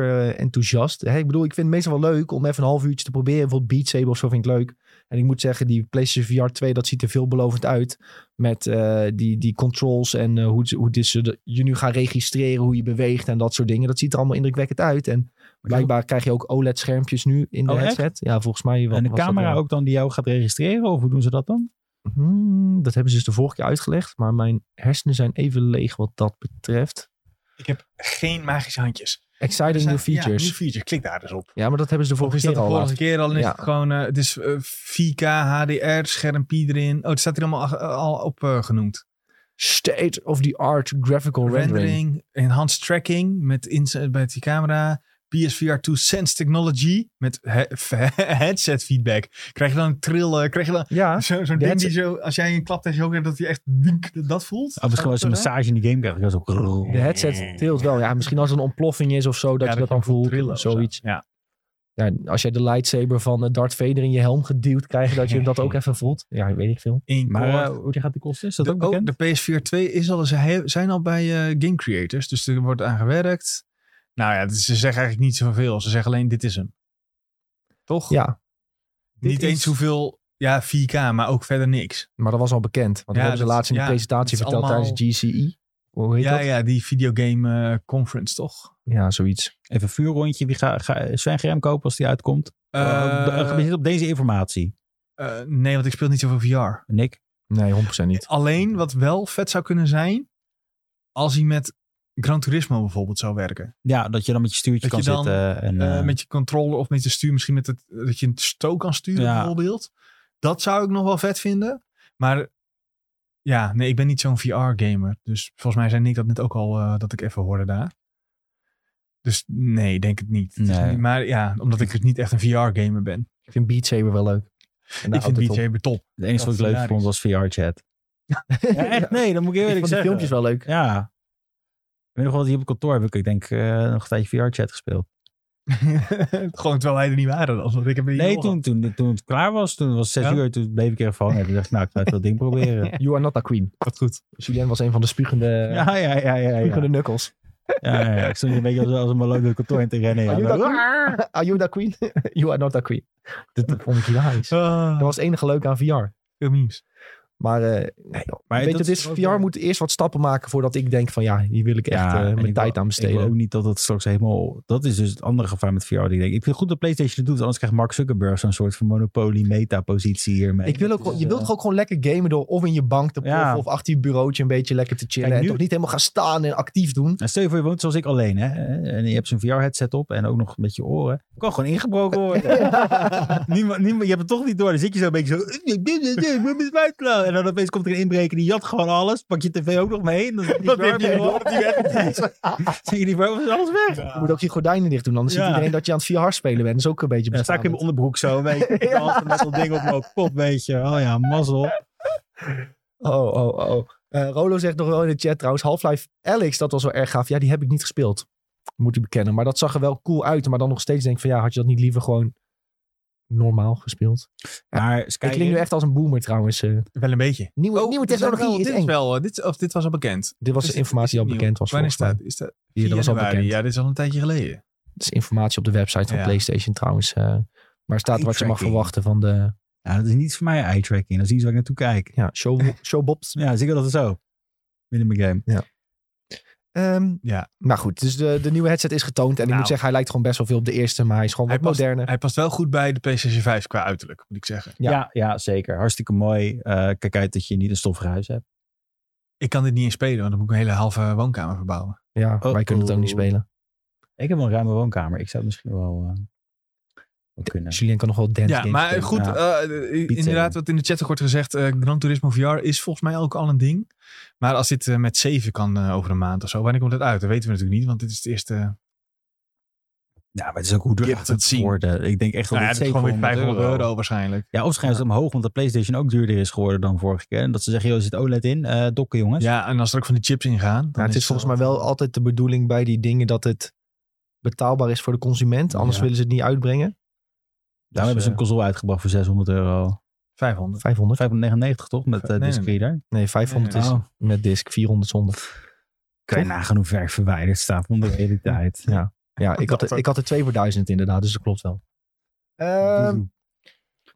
VR-enthousiast. ik bedoel, ik vind het meestal wel leuk om even een half uurtje te proberen. Bijvoorbeeld Beat Saber of zo vind ik leuk. En ik moet zeggen, die PlayStation VR 2, dat ziet er veelbelovend uit. Met eh, die, die controls en eh, hoe, ze- hoe dit ze de- je nu gaan registreren, hoe je beweegt en dat soort dingen. Dat ziet er allemaal indrukwekkend uit. En blijkbaar krijg je ook OLED-schermpjes nu in de
Oh, echt?
headset. Ja, volgens mij wel.
en de camera ook dan die jou gaat registreren? Of hoe doen ze dat dan?
Hmm, dat hebben ze dus de vorige keer uitgelegd. Maar mijn hersenen zijn even leeg wat dat betreft.
Ik heb geen magische handjes.
Exciting
Er
new
zijn-
features.
Ja,
Ja,
new features. Klik daar dus op.
maar dat hebben ze de
Of
vorige
is dat
keer
de
al
vorige
laten-
keer al? En is
Ja.
het gewoon, eh, het is eh, 4K, HDR, schermpje erin. Oh, het staat hier allemaal eh, al op eh, genoemd.
State of the art graphical rendering.
rendering, enhanced tracking met ins- bij die camera, PSVR 2 Sense Technology met he- headset feedback. Krijg je dan een trillen? Krijg je dan
Ja,
zo- zo'n ding die
headset-
zo, als jij een klap tegen je hoofd hebt, dat je echt dink, dat- dat voelt?
Oh, misschien wel eens een massage in die game krijg ik zo.
de headset tilt wel. Ja, misschien als er een ontploffing is of zo, dat
Ja,
je dat
dat
dan
je voelt
voelt.
trillen
of
of zo.
zoiets.
Ja.
Ja, als jij de lightsaber van eh, Darth Vader in je helm geduwd krijgt, dat je dat ook even voelt. Ja, weet ik veel.
Eén
Maar
core.
eh, hoe die gaat die kosten? Is dat
Oh, de,
ook
oh,
bekend?
de PSVR 2 is al, ze he- zijn al bij eh, game creators, dus er wordt aan gewerkt. Nou ja, dus ze zeggen eigenlijk niet zoveel. Ze zeggen alleen, dit is hem. Toch?
Ja, dit
niet
is-
eens hoeveel, ja, 4K, maar ook verder niks.
maar dat was al bekend. Want
Ja,
dat hebben ze
dat-
laatst in de
ja,
presentatie
dat is
verteld
allemaal-
tijdens GCE. Hoe heet
Ja,
dat?
ja, die videogame eh, conference, toch?
Ja, zoiets.
Even een vuurrondje. Wie ga, ga Sven Grem kopen als die uitkomt?
Eh,
Eh Gebaseerd op deze informatie.
eh, nee, want ik speel niet zoveel VR.
Nick?
Nee, 100% niet.
Alleen wat wel vet zou kunnen zijn, als hij met Gran Turismo bijvoorbeeld zou werken.
Ja, dat je dan met je stuurtje
Dat
kan
je dan,
zitten. En,
Eh,
eh,
met je controller of met je stuur, misschien met het, dat je een stook kan sturen
Ja.
bijvoorbeeld. Dat zou ik nog wel vet vinden. Maar ja, nee, ik ben niet zo'n VR-gamer. Dus volgens mij zei Nick dat net ook al, eh, dat ik even hoorde daar. Dus nee, denk het niet. Het is
Nee.
niet- Maar ja, omdat ik dus niet echt een VR-gamer ben.
Ik vind Beat Saber wel leuk. En de
ik vind
autotop.
DJ top.
het enige wat ik
dat is
leuk vond was VR-chat. Ja, echt? Nee, dat moet ik
Ik
eerlijk
vond de
zeggen.
filmpjes wel leuk.
Ja. Ik weet nog wel dat hier op het kantoor heb ik, ik denk, eh, nog een tijdje VR-chat gespeeld.
Gewoon terwijl wij er niet waren. Dan, want ik heb er niet
Nee,
door gehad.
toen, toen, toen het klaar was, toen was het zes
Ja?
uur, toen bleef ik er even hangen. Toen dacht ik, nou, ik ga even dat ding proberen.
You are not a queen.
Wat goed.
Julien was een van de spugende,
Ja, ja, ja, ja. ja.
spugende knuckles.
Ja, ja, ja. Ik stond hier een beetje als, als een maloot door het kantoor in te rennen. Ja.
Are you
Maar-
that queen? Are you that queen? you are not that queen. Dat vond ik hilarisch.
Ah,
Dat was het enige leuke aan VR.
veel memes.
Maar, eh,
maar
weet je,
dat
dit
is ook-
VR moet eerst wat stappen maken voordat ik denk van ja, hier wil ik echt eh,
en
mijn
ik
tijd
wil-
aan
Ik
besteden.
wil ook niet dat het straks helemaal... Dat is dus het andere gevaar met VR. Die ik, denk. ik vind het goed dat PlayStation het doet. Anders krijgt Mark Zuckerberg zo'n soort van monopolie-meta-positie hiermee.
Ik wil ook,
Dat
wel-
is,
je wilt
eh,
toch ook gewoon lekker gamen door of in je bank te ploffen
Ja.
of achter je bureautje een beetje lekker te chillen.
Kijk,
en
nu-
toch niet helemaal gaan staan en actief doen.
en Nou, stel je voor, je woont zoals ik alleen, hè? En je hebt zo'n VR-headset op en ook nog met je oren. Je kan gewoon ingebroken worden. niemand, niemand, je hebt het toch niet door. Dan zit je zo een beetje zo... Ik ben mijn besluit klaar. En dan opeens komt er een inbreker, die jat gewoon alles. Pak je tv ook nog mee. Dan zit die
Dat heeft
verwarming
niet
gewoon-
door dat die weg is.
zit die verwarming alles weg.
Je moet ook je gordijnen dicht doen, anders
Ja.
ziet iedereen dat je aan het VR spelen bent. Dat is ook een beetje
Ja, sta ik
bestaan.
in mijn onderbroek zo, weet je. Ja. Met zo'n ding op mijn kop, weet je. Oh ja, mazzel.
Oh, oh, oh. Eh, Rolo zegt nog wel in de chat trouwens, Half-Life Alex, dat was wel erg gaaf. Ja, die heb ik niet gespeeld, moet ik bekennen. Maar dat zag er wel cool uit. Maar dan nog steeds denk ik van, ja, had je dat niet liever gewoon normaal gespeeld?
Maar
Ik klink nu
Skyrim,
echt als een boomer trouwens. eh.
Wel een beetje.
nieuwe,
Oh,
nieuwe
dit is wel-
technologie is
dit is
eng.
wel, eh, dit, of dit was al bekend.
Dit was
Is-
informatie die al
is het nieuw?
bekend was
Wanneer
volgens
staat
mij.
is dat?
Ja, dat was al
Januari.
bekend.
Ja, dit is al een tijdje geleden.
Dat is informatie op de website van
Ja.
PlayStation trouwens. eh maar staat wat je mag
Eye-tracking.
verwachten van de
ja, dat is niet voor mij eye-tracking. Dan zien ze waar ik naartoe kijk.
ja, show, showbobs.
Ja, zeker dat het zo. Binnen mijn game.
Ehm,
Ja.
Maar goed, dus de, de nieuwe headset is getoond. En ik
Nou.
moet zeggen, hij lijkt gewoon best wel veel op de eerste. Maar hij is gewoon
Hij
wat
past-
moderner.
Hij past wel goed bij de PlayStation 5 qua uiterlijk, moet ik zeggen.
Ja.
Ja, ja, zeker. Hartstikke mooi. Eh, kijk uit dat je niet een stoffig huis hebt.
Ik kan dit niet eens spelen, want dan moet ik een hele halve woonkamer verbouwen.
Ja,
Oh,
wij kunnen het ook niet
oh.
spelen.
Ik heb wel een ruime woonkamer. Ik zou het misschien wel, eh, wel kunnen.
Julien kan nog wel dance
Ja,
games
maar
spelen. Nou,
goed, eh, eh, inderdaad, wat in de chat ook wordt gezegd, eh, Gran Turismo VR is volgens mij ook al een ding. Maar als dit eh, met 7 kan eh, over een maand of zo, wanneer komt het uit? Dat weten we natuurlijk niet, want dit is het eerste...
Ja, maar het is ook hoe duur
Je
gaat
hebt
het
het zien.
worden. Ik denk echt dat
nou ja,
het
dat is gewoon weer
700
500 euro, waarschijnlijk.
Ja, of schrijven ze het omhoog, want de PlayStation ook duurder is geworden dan vorige keer. En dat ze zeggen, joh, er zit OLED in. eh dokken, jongens.
Ja, en als er ook van die chips in gaan... eh,
Maar het is volgens mij wel altijd de bedoeling bij die dingen dat het betaalbaar is voor de consument. Anders
Ja.
willen ze het niet uitbrengen.
dus,
Daarom hebben
eh,
ze een console uitgebracht voor 600 euro.
500.
500?
599 toch, met
Nee,
eh
nee,
disc
nee. Oh.
reader?
Nee, 500
Nee,
is
nee,
nee.
met disc, 400 zonder.
Kan je
Toch?
nagaan hoe ver verwijderd staat van de realiteit.
Ja, ik had,
Dat
er,
ook.
ik had er twee voor 1000 inderdaad, dus dat klopt wel. Ehm,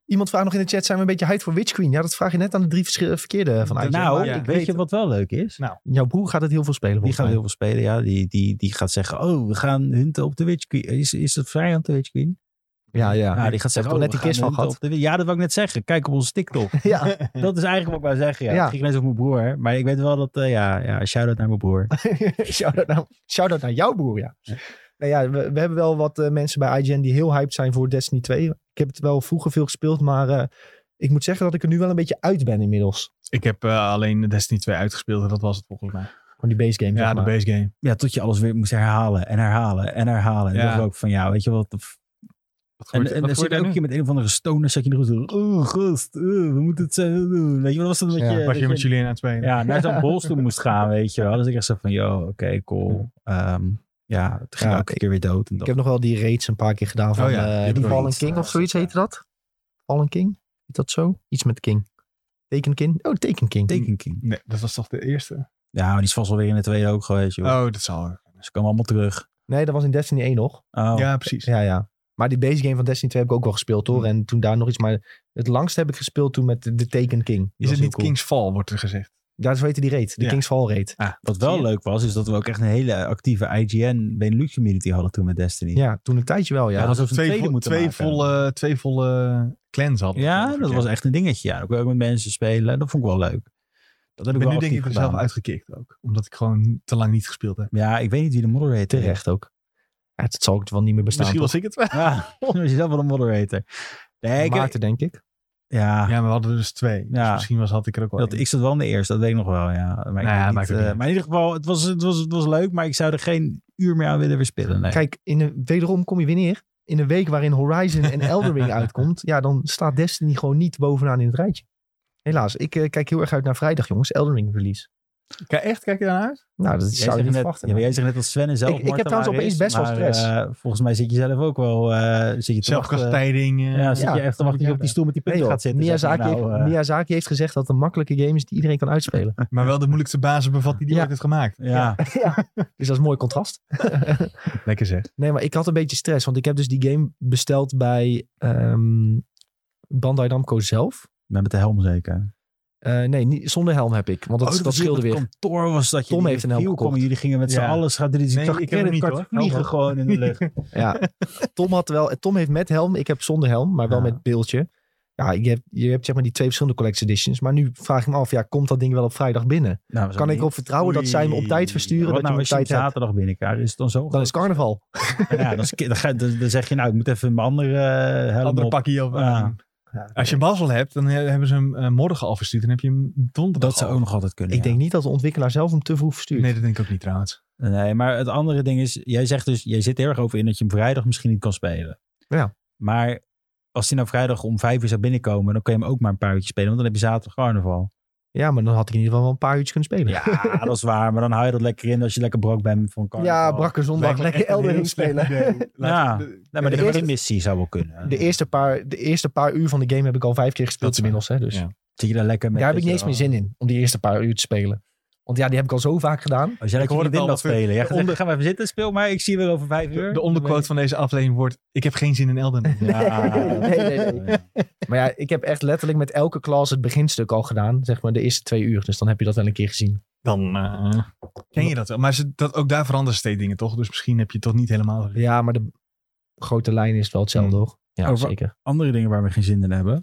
iemand vraagt nog in de chat, zijn we een beetje hyped voor Witch Queen? Ja, dat vraag je net aan de drie verschil- eh, verkeerde van IGN.
nou,
Maar
ja.
ik
weet je wat wel leuk is?
Jouw broer gaat het heel veel spelen
Die
volgens
gaat
mij.
heel veel spelen, ja. Die, die, die gaat zeggen, oh, we gaan hunten op de Witch Queen. Is, is dat vrij aan de Witch Queen?
Ja, ja.
Ja, die gaat zeggen,
toch
oh,
net
we
Ah, die quiz
gaan
van
hunten
gehad?
op de Wi- Ja, dat wil ik net zeggen. Kijk op onze TikTok.
Ja,
dat is eigenlijk wat ik wou zeggen, ja.
Ja.
Ik ging net op mijn broer, maar ik weet wel dat, eh, ja, ja, shout-out naar mijn broer.
Shout-out naar, shout-out naar jouw broer, ja. Nou ja, we, we hebben wel wat eh, mensen bij IGN die heel hyped zijn voor Destiny 2. Ik heb het wel vroeger veel gespeeld, maar eh, ik moet zeggen dat ik er nu wel een beetje uit ben inmiddels.
Ik heb eh, alleen Destiny 2 uitgespeeld en dat was het volgens mij.
Van die base game,
Ja,
zeg
de
maar.
base game.
Ja, tot je alles weer moest herhalen en herhalen en herhalen. En
Ja.
dan dacht ik ook van, ja, weet je wat... de f-
Wat
En,
gebeurt-
en
wat
dan zit er
gebeurt er
ook een
nu?
keer met een of andere stoner, zat je nog zo, oh, gast, eh, we moeten het zo doen. Weet je, wat was dat met
Ja.
je...
Was
dat
je met
je-
jullie aan het spelen?
ja, naar zo'n bolstoel moest gaan, weet je wel. Dus ik echt zo van, yo, oké, cool. Ehm, ja, het ging
Ja,
elke
ik-
keer weer dood. En
Ik
dat.
heb nog wel die raids een paar keer gedaan van
Oh ja,
eh,
die
die
raids,
Fallen
eh,
King of
was
zoiets
het,
heette dat? Fallen King? Heet dat zo? Iets met King. Teken King? Oh, Teken King.
Taken King.
Nee, dat was toch de eerste?
Ja, maar die is vast wel weer in de tweede ook geweest, joh.
Oh, dat zal er.
Ze komen allemaal terug.
Nee, dat was in Destiny 1 nog.
Oh,
Ja, precies.
Ja, ja. Maar die base game van Destiny 2 heb ik ook wel gespeeld hoor. En toen daar nog iets. Maar het langst heb ik gespeeld toen met de- de Taken King. Die was
Is het
heel
niet
cool.
King's Fall, wordt er gezegd.
Ja, zo heette die raid. De
Ja.
King's Fall raid.
Wat wel
Zie je?
leuk was, is dat we ook echt een hele actieve IGN Benelux community hadden toen met Destiny.
Ja, toen een tijdje wel, ja.
Ja, dat was
Twee, vo- twee volle, twee volle clans hadden. we,
Ja,
geloof ik,
dat was echt een dingetje. Ja, ook wel met mensen spelen. Dat vond ik wel leuk. Dat heb ik
Ik ben
wel
nu
actief
denk ik er
gedaan.
zelf uitgekikt ook. Omdat ik gewoon te lang niet gespeeld heb.
Ja, ik weet niet wie de moderator
Terecht ook. Ja, het zal ook wel niet meer bestaan.
Misschien was
toch?
ik het
is.
wel.
Ah, misschien was je zelf wel de moderator. Nee, ik,
Maarten, denk ik.
ja,
Ja, maar we hadden er dus twee. Dus
Ja.
misschien was, had ik er ook wel
dat,
één.
ik zat wel in de eerste, dat weet ik nog wel. Ja. Maar, ik
Nou
weet
ja,
niet,
maakt ook
eh,
niet uit.
maar in ieder geval, het was, het, was, het was leuk, maar ik zou er geen uur meer aan willen verspillen. Nee.
Kijk, in een, wederom kom je weer neer. In een week waarin Horizon en Elden Ring uitkomt, ja, dan staat Destiny gewoon niet bovenaan in het rijtje. Helaas, ik eh, kijk heel erg uit naar vrijdag, jongens. Elden Ring release.
Kijk, echt, kijk je daarnaar uit?
Nou, dat
Jij
zou je
zegt
niet
net,
verwachten.
ja, maar jij zegt net dat Sven en
Ik-
zelf
ik heb trouwens opeens best wel stress.
eh, volgens mij zit je zelf ook wel eh, zit je te wachten,
Zelfkastijding. eh,
ja, zit
ja,
je echt te wachten dat je op die stoel met die
Nee, joh.
punten gaat zitten. zeg maar.
Miyazaki,
Nou,
heeft,
eh,
Miyazaki heeft gezegd dat de makkelijke game is die iedereen kan uitspelen.
Maar wel de moeilijkste basis bevat die die
Ja.
ooit heeft gemaakt.
ja.
ja. Dus dat is mooi contrast.
Lekker zeg.
Nee, maar ik had een beetje stress. Want ik heb dus die game besteld bij ehm, Bandai Namco zelf.
Maar met de helm zeker.
Eh, nee, niet, zonder helm heb ik. Want dat, Oh, dat, scheelde weer.
kantoor was dat je
Tom
die
heeft een helm
review kwam,
gekocht.
Jullie gingen met z'n
Ja.
allen schat, dit is
Nee,
ik zag
ik heb hem niet,
creditcards
hoor.
vliegen gewoon in de lucht.
Ja. Tom had wel. Tom heeft met helm. Ik heb zonder helm, maar wel
Ja.
met beeldje. Ja, je hebt, je hebt zeg maar die twee verschillende collectie editions. Maar nu vraag ik me af, ja, komt dat ding wel op vrijdag binnen?
Nou,
Kan ik erop vertrouwen dat zij hem op tijd versturen?
wat
dat
nou
je
als je
hem
hem
op tijd hebt?
zaterdag binnenkrijgt? Is het dan zo?
Dan is carnaval.
Ja, dan, sk- dan, ga- dan- dan zeg je nou, ik moet even mijn andere eh, helm
Andere
op.
pakje over.
Ja.
Ja,
Als je mazzel hebt, dan he- hebben ze hem eh, morgen al verstuurd. Dan heb je hem donderdag
Dat zou
al.
ook nog altijd kunnen.
ik
ja.
denk niet dat de ontwikkelaar zelf hem te vroeg verstuurt.
Nee, dat denk ik ook niet trouwens.
Nee, maar het andere ding is, jij zegt dus, jij zit er erg over in dat je hem vrijdag misschien niet kan spelen.
Ja.
Maar als hij nou vrijdag om vijf uur zou binnenkomen, dan kun je hem ook maar een paar uurtjes spelen, want dan heb je zaterdag carnaval.
Ja, maar dan had ik in ieder geval wel een paar uurtjes kunnen spelen.
Ja, dat is waar, maar dan hou je dat lekker in als je lekker brak bent van carnaval.
Ja, brakke zondag.
Lijkt me
Lekker
echt een
Elden
heel
Ring
slecht
spelen.
idee. Laat-
Ja.
de-
Nee, maar de,
De eerste-
missie zou wel kunnen.
De eerste, paar, de eerste paar uur van de game heb ik al vijf keer gespeeld
Dat is waar.
inmiddels. Hè, dus
Ja.
Zit je daar lekker met...
daar heb ik
dat
niet eens
je-
meer zin in. Om die eerste paar uur te spelen. Want ja, die heb ik al zo vaak gedaan.
Oh, Als jij
Ik
lekker met
hoor het
dit
al
wilt
wat
spelen. Ja,
onder-
gaan we even zitten, speel maar. Ik zie je weer over vijf uur.
De, de onderquote van deze aflevering wordt: Ik heb geen zin in Elden. Ring.
Ja.
Nee, nee, nee. Maar ja, ik heb echt letterlijk met elke klas het beginstuk al gedaan. Zeg maar de eerste twee uur. Dus dan heb je dat wel een keer gezien.
Dan eh, ken je dat wel. Maar ze, dat, ook daar veranderen steeds dingen toch? Dus misschien heb je het toch niet helemaal. geleerd.
Ja, maar de grote lijn is wel hetzelfde, Oh,
Hmm.
toch? Ja,
Over-
zeker.
Andere dingen waar we geen zin in hebben.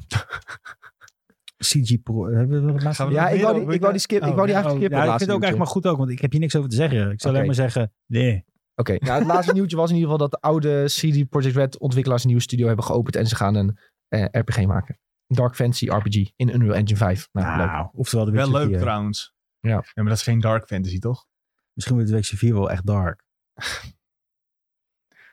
CG Pro. Hebben we dat laatst
Gaan we
Ja,
dat
ik
weer
wou
doen?
die, ik wou die, skip, ik wou die eigenlijk skippen.
Oh, Ja, ik
het
vind het
laatste
ook eigenlijk
nieuwtje.
maar goed ook, want ik heb hier niks over te zeggen. Ik zal
Oké.
alleen maar zeggen, nee.
Oké, nou, het laatste nieuwtje was in ieder geval dat de oude CD Projekt Red ontwikkelaars een nieuwe studio hebben geopend. En ze gaan een eh, RPG maken. Dark Fantasy RPG in Unreal Engine 5. Nou, leuk.
Nou, oftewel de
Wel
Witcher
leuk
4.
trouwens.
Ja.
maar dat is geen dark fantasy toch?
Misschien wordt de Witcher 4 wel echt dark.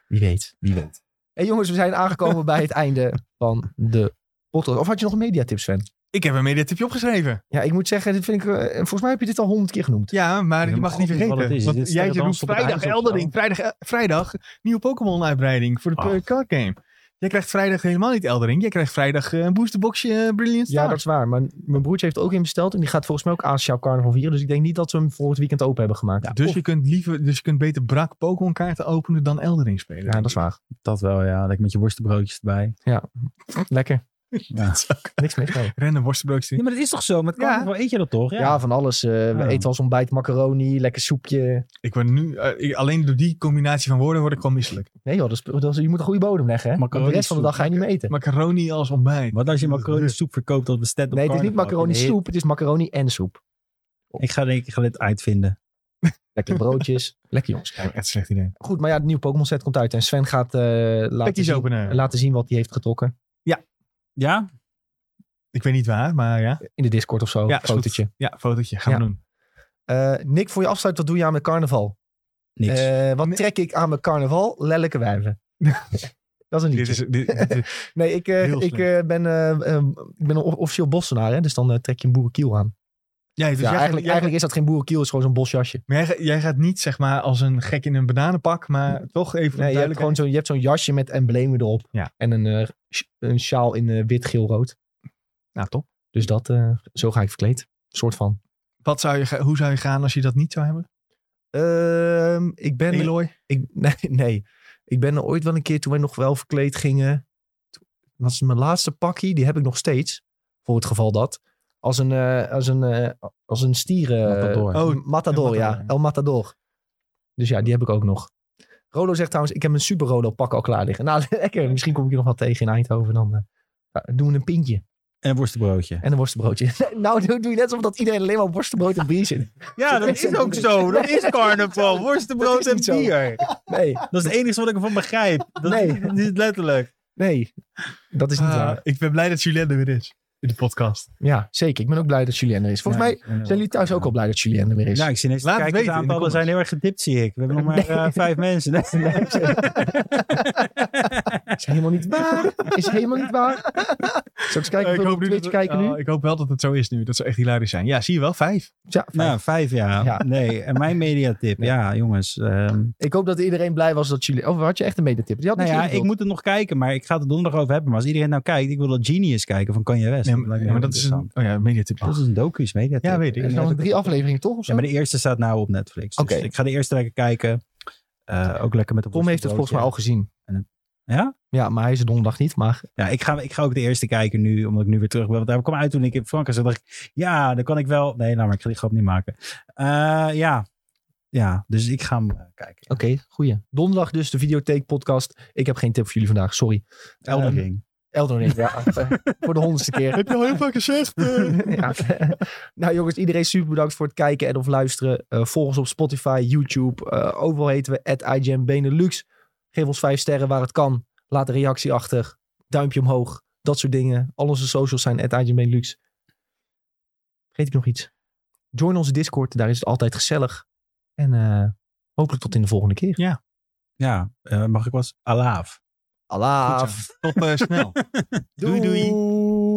Wie weet.
Wie weet.
Hey jongens, we zijn aangekomen bij het einde van de podcast. Of had je nog een mediatips, Sven?
Ik heb een mediatipje opgeschreven.
Ja, ik moet zeggen, dit vind ik, eh, volgens mij heb je dit al honderd keer genoemd.
Ja, maar
Ik
je
heb
mag het niet
god niet wat
vergeten.
het is.
Want
Is dit
jij
Sterren
noemt
Dansen op de
vrijdag
IJssel of
Eldering. Vrijdag, eh, vrijdag nieuwe Pokémon-uitbreiding voor de
Ah.
eh, card game. Jij krijgt vrijdag helemaal niet Eldering. Jij krijgt vrijdag eh, een boosterboxje eh, Brilliant Star.
Ja, dat is waar. Maar mijn broertje heeft ook in besteld. En die gaat volgens mij ook Asia Carnival vieren. Dus ik denk niet dat ze hem voor het weekend open hebben gemaakt.
dus,
Of-
je kunt liever, dus je kunt beter brak Pokémon-kaarten openen dan Eldering spelen.
ja, dat is waar.
Dat wel, ja. Lekker met je worstenbroodjes erbij.
Lekker.
Ja.
Niks mis mee.
Rennen worstenbroodjes.
Nee, maar dat is toch zo? Met
Ja.
carnaval eet je dat toch?
Ja,
Ja.
van alles. eh, we
Ja.
eten als ontbijt macaroni, lekker soepje.
Ik word nu, eh, ik- alleen door die combinatie van woorden word ik gewoon misselijk.
Nee joh, dat is, dat is- je moet een goede bodem leggen. Hè? Want de
Macaroni
rest van de dag ga je niet meer eten.
Macaroni als ontbijt.
Wat als je macaroni soep verkoopt op de stand op
Nee, het is niet
carnaval?
macaroni
Nee,
soep. Het is macaroni en soep.
Ik ga, denk, ik ga dit uitvinden.
Lekker broodjes. lekker jongens.
Ja, echt een slecht idee.
Goed, maar ja, de nieuwe Pokémon set komt uit. En Sven gaat eh, laten,
Pakjes
zien,
openen.
laten zien wat hij heeft getrokken.
Ja?
Ik weet niet waar, maar ja.
In de Discord of zo.
Ja,
Ja,
is goed.
Oh, fotootje.
Ja, fotootje. Gaan we
Ja.
doen.
Eh, Nick, voor je afsluit, wat doe je aan mijn carnaval?
Niks.
Eh, wat
Nee.
trek ik aan mijn carnaval? Lelijke wijven. dat is een
Dit is,
liedje.
dit, dus dit is-
Nee, ik, eh,
heel
ik,
slim.
eh, ben, eh, eh, ik ben een of- officieel bossenaar, hè, dus dan eh, trek je een boerenkiel aan.
ja, dus
ja,
jij-
eigenlijk,
jij-
eigenlijk is dat geen boerenkiel, het is gewoon zo'n bosjasje.
Maar jij, ga- jij gaat niet zeg maar als een gek in een bananenpak, maar toch even
Nee, je hebt
duidelijk.
gewoon zo'n je hebt zo'n jasje met emblemen erop.
Ja.
En een, eh, sj- een sjaal in eh, wit, geel, rood.
Nou, top.
Dus dat, eh, zo ga ik verkleed. Soort van.
Wat zou je, ga- hoe zou je gaan als je dat niet zou hebben?
Ehm, ik ben...
Eloy?
Ik, nee, nee, ik ben er ooit wel een keer toen wij nog wel verkleed gingen. toen- Dat is mijn laatste pakje, die heb ik nog steeds. Voor het geval dat. Als een, eh, als een, eh, als een stieren.
Matador.
Oh, matador,
Matador,
ja.
ja.
El Matador. Dus ja, die heb ik ook nog. Rolo zegt trouwens, ik heb mijn Super Rolo pak al klaar liggen. Nou, lekker. Misschien kom ik je nog wel tegen in Eindhoven. Dan eh, ja, doen we een pintje
En een worstenbroodje.
en een worstenbroodje. nou, doe, doe je net alsof dat iedereen alleen maar worstenbrood en bier zit.
Ja, dat is ook zo. Dat is carnaval. Worstenbrood
Dat
en
is niet zo.
bier.
Nee,
Dat is het enige wat ik ervan begrijp. Dat
Nee.
dat is letterlijk.
nee. Dat is niet
Ah,
waar.
ik ben blij dat Julien er weer is in de podcast.
Ja, zeker. Ik ben ook blij dat Julien er is. Volgens mij Zijn jullie thuis ook al blij dat Julien er weer is?
Nou, ik zie net
Laat
kijken,
het weten
de
in de
aantallen zijn heel erg gedipt, zie ik. We hebben nog maar
Nee.
eh, vijf mensen.
is helemaal niet waar. Is helemaal niet waar. Zal ik eens kijken
Eh,
of we op
nu
Twitch
dat-
kijken
oh,
nu?
ik hoop wel dat het zo is nu. Dat ze echt hilarisch zijn. Ja, zie je wel, vijf.
Ja, fijn.
nou, vijf jaar.
Ja.
Nee, en mijn mediatip.
Nee.
Ja, jongens. ehm,
Ik hoop dat iedereen blij was dat Julien... Of had je echt een mediatip? Die had
nou ja,
natuurlijk
ik
wel.
moet het nog kijken, maar ik ga het er donderdag over hebben. Maar als iedereen nou kijkt, ik wil dat Genius kijken van Kanye West.
Nee,
Dat lijkt me
maar, ja,
heel
maar dat is een.
interessant.
Oh ja, mediatip.
Dat is een docu's mediatip. eh,
Ja, weet ik.
Er zijn nog drie afleveringen toch of zo?
Ja, maar de eerste staat nou op Netflix. Dus
Oké.
ik ga de eerste lekker kijken. Eh, ook lekker met de
Tom heeft het volgens mij al gezien.
Ja?
Ja, maar hij is er donderdag niet. Maar
Ja, ik ga, ik ga ook de eerste kijken nu, omdat ik nu weer terug ben. Want hij kwam uit toen ik in Frankrijk zat. dacht ik, ja, dan kan ik wel... Nee, nou, maar ik ga die grap niet maken. Eh, ja. ja, dus ik ga hem eh, kijken.
oké, goeie. Donderdag dus de Videotheek podcast. Ik heb geen tip voor jullie vandaag, sorry.
Elden
Ehm,
Ring.
Elden Ring, ja. voor de honderdste keer.
Heb je al heel vaak gezegd? eh?
ja. nou jongens, iedereen super bedankt voor het kijken en of luisteren. Eh volg ons op Spotify, YouTube. eh, overal heten we at IGN Benelux. Geef ons vijf sterren waar het kan. Laat een reactie achter. Duimpje omhoog. Dat soort dingen. Al onze socials zijn @agenbenelux. Vergeet ik nog iets? Join onze Discord. Daar is het altijd gezellig. En eh, hopelijk tot in de volgende keer.
Ehm, Ja, eh, mag ik wat? Alaaf.
Alaaf.
Tot eh, snel. Doei, doei.
doei.